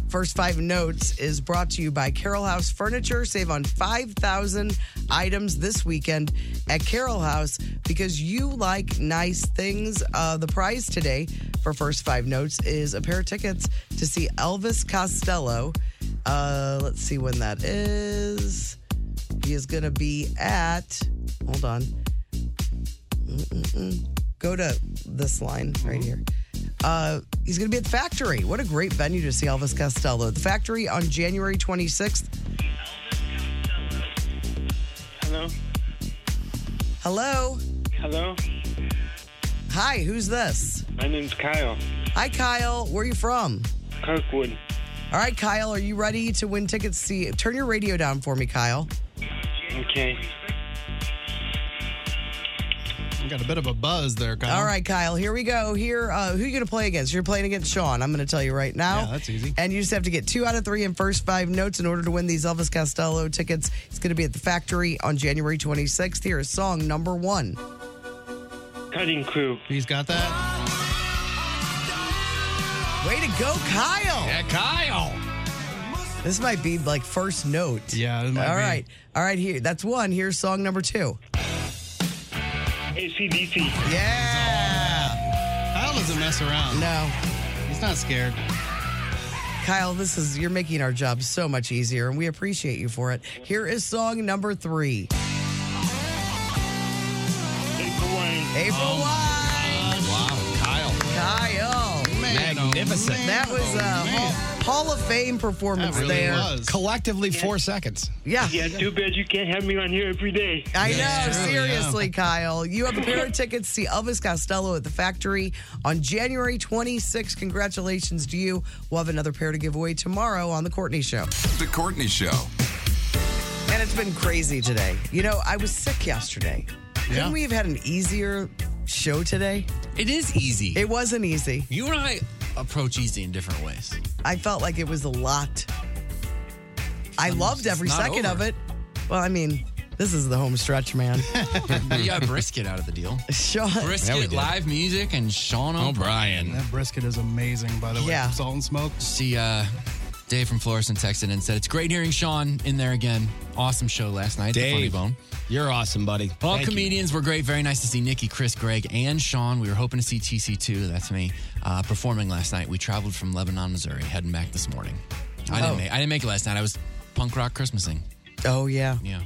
S3: First Five Notes is brought to you by Carroll House Furniture. Save on 5,000 items this weekend at Carroll House because you like nice things. Uh, the prize today for First Five Notes is a pair of tickets to see Elvis Costello. Uh, let's see when that is. He is going to be at, hold on. Mm-mm-mm. Go to this line right here. Uh, he's going to be at the factory. What a great venue to see Elvis Costello. The factory on January 26th.
S10: Hello.
S3: Hello.
S10: Hello.
S3: Hi, who's this?
S10: My name's Kyle.
S3: Hi, Kyle. Where are you from?
S10: Kirkwood.
S3: All right, Kyle, are you ready to win tickets? to See, turn your radio down for me, Kyle.
S10: Okay.
S4: We got a bit of a buzz there, Kyle.
S3: All right, Kyle, here we go. Here, uh, who you going to play against? You're playing against Sean. I'm going to tell you right now.
S4: Yeah, that's easy.
S3: And you just have to get two out of three in first five notes in order to win these Elvis Costello tickets. It's going to be at the factory on January 26th. Here is song number one.
S10: Cutting crew.
S4: He's got that.
S3: Way to go, Kyle.
S10: Yeah,
S4: Kyle.
S3: This might be like first note. Yeah. All right,
S10: might be.
S3: All right. Here, that's one. Here's song number two.
S10: ACDC.
S4: Yeah. Kyle doesn't mess around.
S3: No.
S4: He's not scared.
S3: Kyle, this is you're making our job so much easier, and we appreciate you for it. Here is song number three.
S10: April Wine.
S3: April
S9: Oh.
S3: Wine.
S5: Wow, Kyle.
S3: Kyle.
S9: Magnificent. oh, man,
S3: that was
S9: oh,
S3: a Hall, Hall of Fame performance
S9: That really
S3: there.
S9: was. Collectively, four seconds.
S3: Yeah.
S10: Yeah, too bad you can't have me on here every day.
S3: I know, seriously, Kyle. You have a pair of tickets to see Elvis Costello at the factory on January 26th. Congratulations to you. We'll have another pair to give away tomorrow on The Courtney Show.
S16: The Courtney Show.
S3: And it's been crazy today. You know, I was sick yesterday. Couldn't we have had an easier show today?
S5: It is easy.
S3: It wasn't easy.
S5: You and I approach easy in different ways.
S3: I felt like it was a lot. I loved every
S5: it's not
S3: second of
S5: over.
S3: it. Well, I mean, this is the home stretch, man.
S5: we got brisket out of the deal.
S3: Sean.
S4: Yeah, we
S5: Brisket,
S4: did.
S5: live music, and Sean O'Brien.
S4: That brisket is amazing, by the way.
S5: Yeah.
S4: Salt and smoke.
S5: See, uh, Dave from Florissant texted and said, It's great hearing Sean in there again. Awesome show last night. The Funny
S19: Dave,
S5: Bone.
S19: you're awesome, buddy.
S5: All
S19: Thank you.
S5: comedians were great. Very nice to see Nikki, Chris, Greg, and Sean. We were hoping to see TC2, that's me, uh, performing last night. We traveled from Lebanon, Missouri, heading back this morning. I,
S3: Oh.
S5: didn't make, I didn't make it last night. I was punk rock Christmasing.
S3: Oh yeah.
S5: Yeah.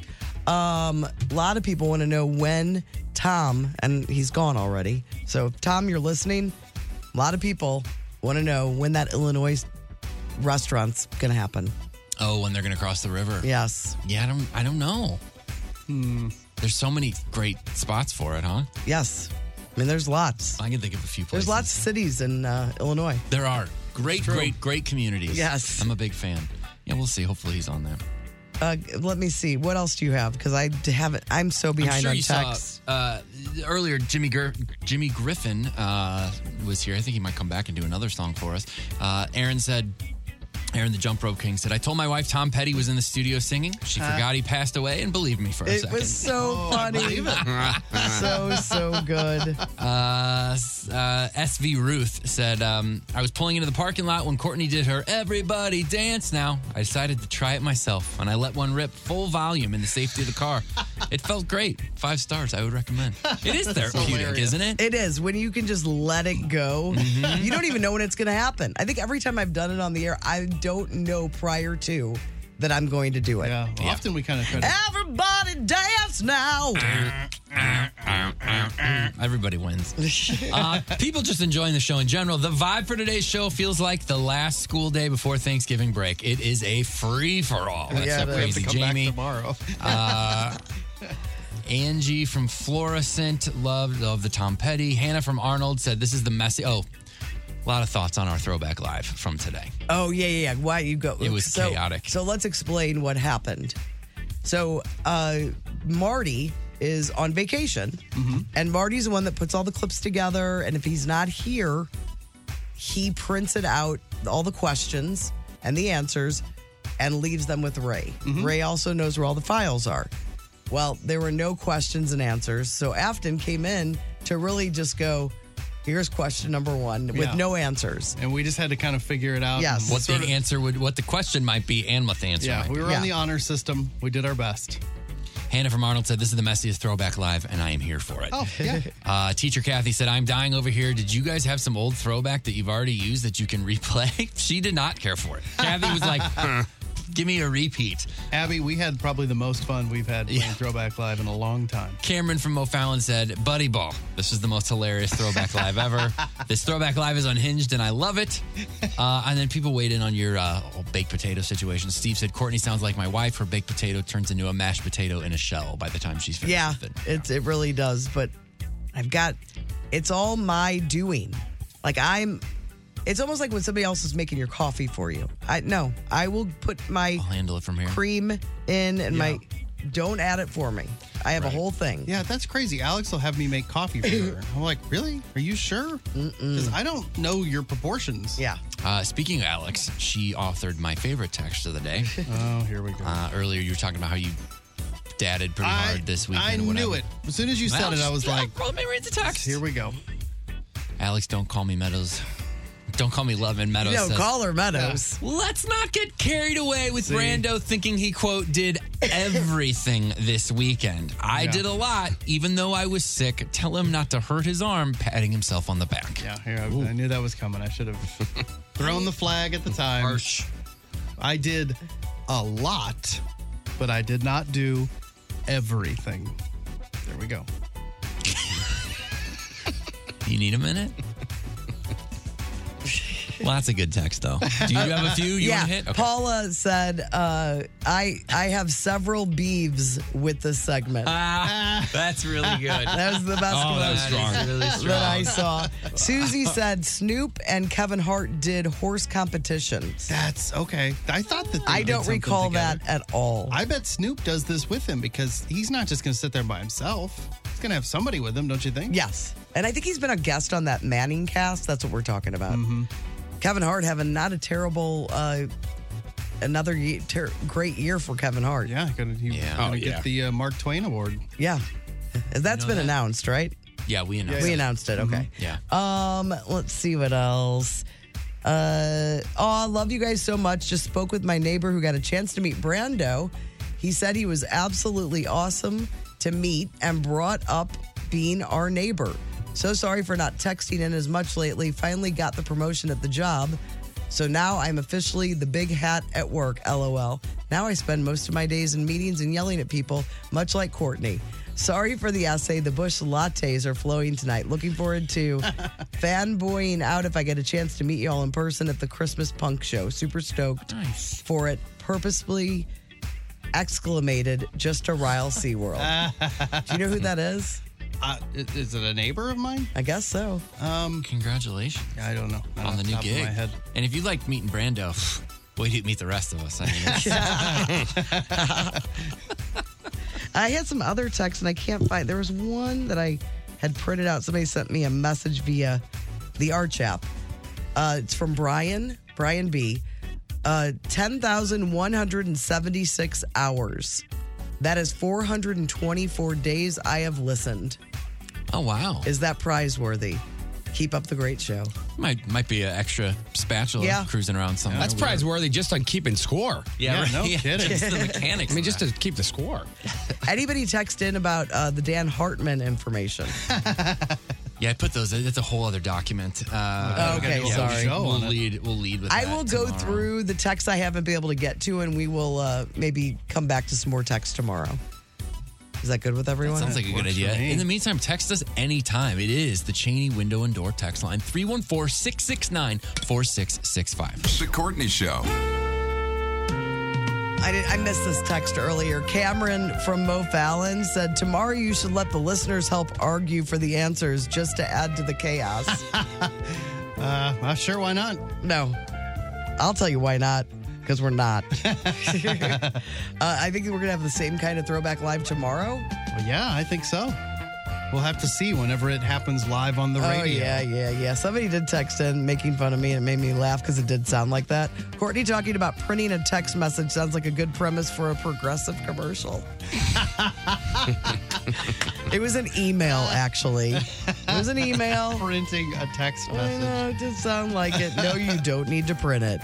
S3: Um, a lot of people want to know when Tom, and he's gone already. So if Tom, you're listening. A lot of people want to know when that Illinois restaurant's gonna happen.
S5: Oh, when they're going to cross the river.
S3: Yes. Hmm.
S5: Yeah, I don't, I don't know. There's so many great spots for it, huh?
S3: Yes. I mean, there's lots.
S5: I can think of a few places.
S3: There's lots of cities in uh, Illinois.
S5: There are great,
S3: true.
S5: great, great communities.
S3: Yes.
S5: I'm a big fan. Yeah, we'll see. Hopefully he's on there.
S3: Uh, let me see. What else do you have? Because I d- haven't. I'm so behind
S5: I'm sure
S3: on
S5: you
S3: text.
S5: saw uh, earlier. Jimmy Gr- Jimmy Griffin uh, was here. I think he might come back and do another song for us. Uh, Aaron said. Aaron the Jump Rope King said, I told my wife Tom Petty was in the studio singing. She
S3: Huh?
S5: forgot he passed away and believed me for a
S3: Uh, It
S5: second. Oh,
S3: was so funny. so so good.
S5: Uh, s- uh, SV Ruth said, um, I was pulling into the parking lot when Courtney did her Everybody Dance Now. I decided to try it myself and I let one rip full volume in the safety of the car. It felt great. Five stars, I would recommend. It is therapeutic, isn't it? Mm-hmm.
S3: It is. When you can just let it go, you don't even know when it's going to happen. I think every time I've done it on the air, I don't know prior to that I'm going to do it. Yeah.
S4: Often we kind of try to.
S3: Everybody dance now.
S5: Ah. Everybody wins. Uh, people just enjoying the show in general. The vibe for today's show feels like the last school day before Thanksgiving break. It is a free for all. That's
S4: Yeah,
S5: so
S4: they have to
S5: crazy,
S4: come back
S5: Jamie.
S4: tomorrow.
S5: uh, Angie from Florissant loved loved the Tom Petty. Hannah from Arnold said this is the messy. Oh, a lot of thoughts on our throwback live from today.
S3: Oh yeah, yeah, yeah. Why you go?
S5: It was
S3: so,
S5: chaotic.
S3: So let's explain what happened. So uh, Marty is on vacation,
S5: Mm-hmm.
S3: and Marty's the one that puts all the clips together. And if he's not here, he prints it out all the questions and the answers, and leaves them with Ray. Ray also knows where all the files are. Well, there were no questions and answers, so Afton came in to really just go. Here's question number one with
S4: Yeah.
S3: no answers.
S4: And we just had to kind of figure it out.
S3: Yes.
S5: What
S4: Um, Sort
S5: the answer would, what the question might be, and what the answer.
S4: Yeah,
S5: might
S4: we
S5: be.
S4: were on the honor system. We did our best.
S5: Hannah from Arnold said, "This is the messiest throwback live, and I am here for it."
S4: Oh, yeah.
S5: Uh, Teacher Kathy said, "I'm dying over here. Did you guys have some old throwback that you've already used that you can replay?" she did not care for it. Kathy was like, "Give me a repeat."
S4: Abby, we had probably the most fun we've had playing Throwback Live in a long time.
S5: Cameron from O'Fallon said, Buddy Ball, this is the most hilarious throwback live ever. This throwback live is unhinged and I love it. Uh, and then people weighed in on your uh, old baked potato situation. Steve said, Courtney sounds like my wife. Her baked potato turns into a mashed potato in a shell by the time she's finished.
S3: Yeah, it's it really does. But I've got it's all my doing. Like I'm, it's almost like when somebody else is making your coffee for you. I no, I will put my
S5: I'll handle it from here.
S3: cream in and my don't add it for me. I have a whole thing.
S4: Yeah, that's crazy. Alex will have me make coffee for her. I'm like, really? Are you sure? Because I don't know your proportions.
S3: Yeah.
S5: Uh, speaking of Alex, she authored my favorite text of the day.
S4: Oh, here we go.
S5: Uh, earlier, you were talking about how you dadded pretty hard this weekend.
S4: I
S5: or
S4: knew
S5: whatever.
S4: it. As soon as you said
S5: Well,
S4: it, I was
S5: yeah,
S4: like,
S5: roll me right the text.
S4: Here we go.
S5: Alex, don't call me Meadows. Don't call me Love and Meadows.
S4: No,
S5: says-
S4: call her Meadows.
S5: Yeah. Let's not get carried away with
S4: See?
S5: Brando thinking he, quote, did everything this weekend. I
S4: Yeah.
S5: did a lot, even though I was sick. Tell him not to hurt his arm, patting himself on the back.
S4: Yeah, here. I, I knew that was coming. I should have thrown the flag at the time. I did a lot, but I did not do everything. There we go.
S5: You need a minute? Lots of good text, though. Do you have a few you
S3: yeah.
S5: want to hit? Okay.
S3: Paula said, uh, "I I have several beeves with this segment."
S5: Ah, that's really good.
S3: That was the best
S5: Oh,
S3: one
S5: that was strong. really strong.
S3: that I saw. Susie said Snoop and Kevin Hart did horse competitions.
S4: That's okay. I thought that they
S3: I
S4: did
S3: don't
S4: something
S3: recall
S4: together.
S3: that at all.
S4: I bet Snoop does this with him because he's not just going to sit there by himself. He's going to have somebody with him, don't you think?
S3: Yes. And I think he's been a guest on that Manning cast. That's what we're talking about.
S4: Mm-hmm.
S3: Kevin Hart having not a terrible, uh, another ye- ter- great year for Kevin Hart.
S4: Yeah, gonna, he,
S5: Oh,
S4: Gonna get the uh, Mark Twain Award.
S3: yeah. That's
S4: know
S3: been
S4: that?
S3: announced, right?
S5: Oh, Yeah, we
S3: announced We it. announced it, okay.
S5: Yeah.
S3: Um, let's see what else. Uh, oh, I love you guys so much. Just spoke with my neighbor who got a chance to meet Brando. He said he was absolutely awesome to meet and brought up being our neighbor. So sorry for not texting in as much lately. Finally got the promotion at the job. So now I'm officially the big hat at work, lol. Now I spend most of my days in meetings and yelling at people, much like Courtney. Sorry for the essay. The Bush lattes are flowing tonight. Looking forward to fanboying out if I get a chance to meet you all in person at the Christmas punk show. Super stoked for it. Purposefully exclamated just to rile SeaWorld.
S5: Oh.
S3: Do you know who that is?
S4: Uh, i- is it a neighbor of mine?
S3: I guess so.
S4: Um,
S5: Congratulations.
S4: I don't know. Not
S5: on
S4: Mm-hmm. off
S5: the
S4: the
S5: new
S4: top of my
S5: gig.
S4: head.
S5: And if you like meeting Brando, wait to meet the rest of us. I mean, it's-
S3: I had some other texts and I can't find. There was one that I had printed out. Somebody sent me a message via the Arch app. Uh, it's from Brian, Brian B. Uh, 10,176 hours. That is 424 days I have listened.
S5: Oh, wow.
S3: Is that prize worthy? Keep up the great show.
S5: might might be an extra spatula
S3: Yeah.
S5: cruising around somewhere.
S3: That's
S5: prize
S19: worthy just on keeping score.
S5: Yeah,
S19: Yeah,
S5: right.
S19: no
S5: Yeah,
S19: kidding.
S5: Just the mechanics.
S19: I mean,
S5: of
S19: just
S5: that.
S19: to keep the score.
S3: Anybody text in about uh, the Dan Hartman information?
S5: yeah, I put those. That's a whole other document. Uh,
S3: Okay,
S5: yeah, we'll-
S3: sorry.
S5: We'll lead. We'll lead with.
S3: I
S5: that
S3: will go
S5: tomorrow.
S3: through the texts I haven't been able to get to, and we will uh, maybe come back to some more texts tomorrow. Is that good with everyone?
S5: Sounds like a good idea. In the meantime, text us anytime. It is the Cheney Window and Door text line 314 669 4665.
S16: The Courtney Show.
S3: I, did, I missed this text earlier. Cameron from Mo Fallon said, Tomorrow you should let the listeners help argue for the answers just to add to the chaos.
S4: Uh, well, sure, why not?
S3: No. I'll tell you why not, because we're not. uh, I think we're going to have the same kind of throwback live tomorrow.
S4: Well, yeah, I think so. We'll have to see whenever it happens live on the
S3: Oh,
S4: radio.
S3: yeah, yeah, yeah. Somebody did text in making fun of me, and it made me laugh because it did sound like that. Courtney talking about printing a text message sounds like a good premise for a progressive commercial. it was an email, actually. It was an email.
S4: Printing a text
S3: I know, it did sound like it. No, you don't need to print it.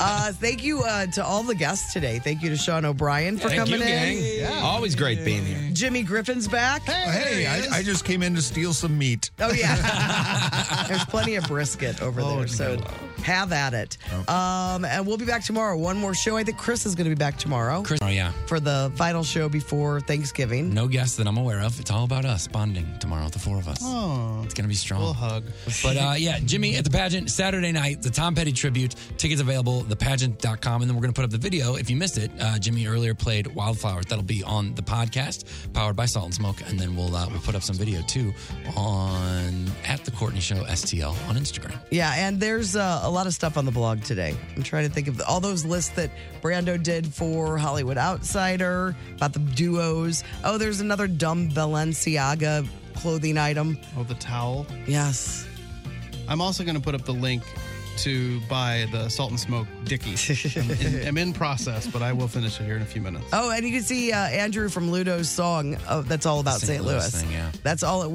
S3: Uh, thank you uh, to all the guests today. Thank you to Sean O'Brien for
S19: Thank
S3: coming
S19: you, gang.
S3: in.
S19: Always great being here.
S3: Jimmy Griffin's back.
S17: Hey, I, I just came in to steal some meat.
S3: Oh yeah, there's plenty of brisket over there, so have at it. Um, and we'll be back tomorrow. One more show. I think Chris is going to be back tomorrow. Chris,
S5: Oh, yeah.
S3: for the final show before Thanksgiving.
S5: No guests that I'm aware of. It's all about us bonding tomorrow, the four of us.
S4: Oh.
S5: It's going to be strong.
S4: We'll hug.
S5: But uh, yeah, Jimmy at the pageant Saturday night, the Tom Petty tribute. Tickets available, thepageant.com. And then we're going to put up the video. If you missed it, uh, Jimmy earlier played Wildflowers. That'll be on the podcast, powered by Salt and Smoke. And then we'll, uh, we'll put up some video too on at the Courtney Show STL on Instagram.
S3: Yeah, and there's uh, a lot of stuff on the blog today. I'm trying to think of all those lists that Brando did for Hollywood Outsider about the duos. Oh, there's another dumb Balenciaga clothing item.
S4: Oh, the towel.
S3: Yes.
S4: I'm also going to put up the link to buy the Salt and Smoke Dicky. I'm, in, I'm in process, but I will finish it here in a few minutes.
S3: Oh, and you can see uh, Andrew from Ludo's song uh, that's all about
S4: St.
S3: St.
S4: Louis
S3: Louis.
S4: thing, yeah.
S3: That's all at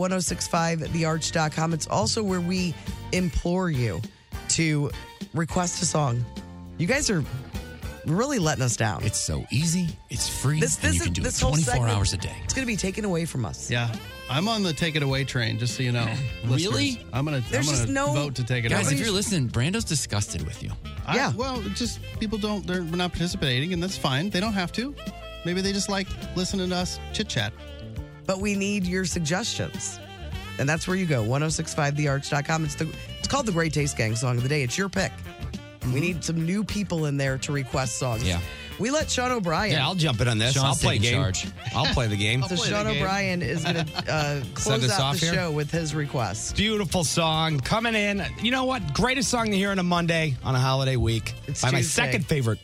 S3: 1065thearch.com. It's also where we implore you to request a song. You guys are really letting us down. It's
S5: so easy. It's free. and you can do it 24 hours a day.
S3: It's going to be taken away from us.
S4: Yeah. I'm on the take it away train, just so you know. Listeners,
S5: Really?
S4: I'm going to I'm
S5: There's
S4: gonna
S5: just no-
S4: vote to take it
S5: Guys,
S4: away.
S5: if you're listening, Brando's disgusted with you.
S4: I, yeah. Well, just people don't, they're not participating, and that's fine. They don't have to. Maybe they just like listening to us chit chat.
S3: But we need your suggestions. And that's where you go 1065thearch.com. It's, the, it's called the Great Taste Gang Song of the Day. It's your pick. We need some new people in there to request songs.
S19: Mm-hmm. Yeah.
S3: We let Sean O'Brien.
S19: Yeah, I'll jump in on this.
S3: Sean's
S19: I'll play
S3: taking
S19: game.
S3: charge.
S19: I'll play the game.
S3: So Sean O'Brien is going to uh, close
S19: us
S3: out
S19: off
S3: the
S19: here?
S3: show with his request.
S19: Beautiful song coming in. You know what? Greatest song to hear on a Monday on a holiday week.
S3: It's
S19: By my
S3: Tuesday.
S19: second favorite.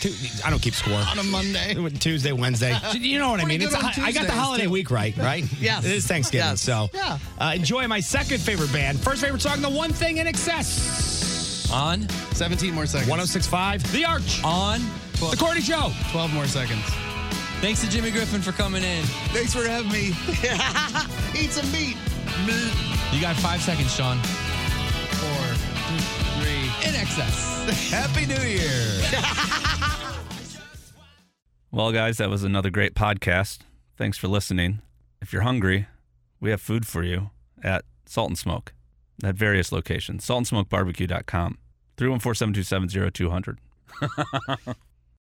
S19: Tu- I don't keep score on
S4: a Monday,
S19: Tuesday, Wednesday. You know what I
S4: Pretty
S19: mean?
S4: good
S19: It's a,
S4: on
S19: hi- I got the
S4: Tuesdays,
S19: holiday
S4: too.
S19: week right, right?
S4: Yes.
S19: it is Thanksgiving,
S4: Yes.
S19: so
S4: Yeah.
S19: Uh, enjoy my second favorite band. First favorite song, The One Thing in Excess.
S5: On
S4: 17 more seconds.
S19: 1065, The Arch.
S5: On
S19: The Corny Show.
S4: 12 more seconds.
S5: Thanks to Jimmy Griffin for coming in.
S4: Thanks for having me. Eat some meat.
S5: You got five seconds, Sean.
S4: Four, three,
S2: success. Happy New Year.
S14: Well, guys, that was another great podcast. Thanks for listening. If you're hungry, we have food for you at Salt and Smoke at various locations. saltandsmokebarbecue.com. 314 727 0200.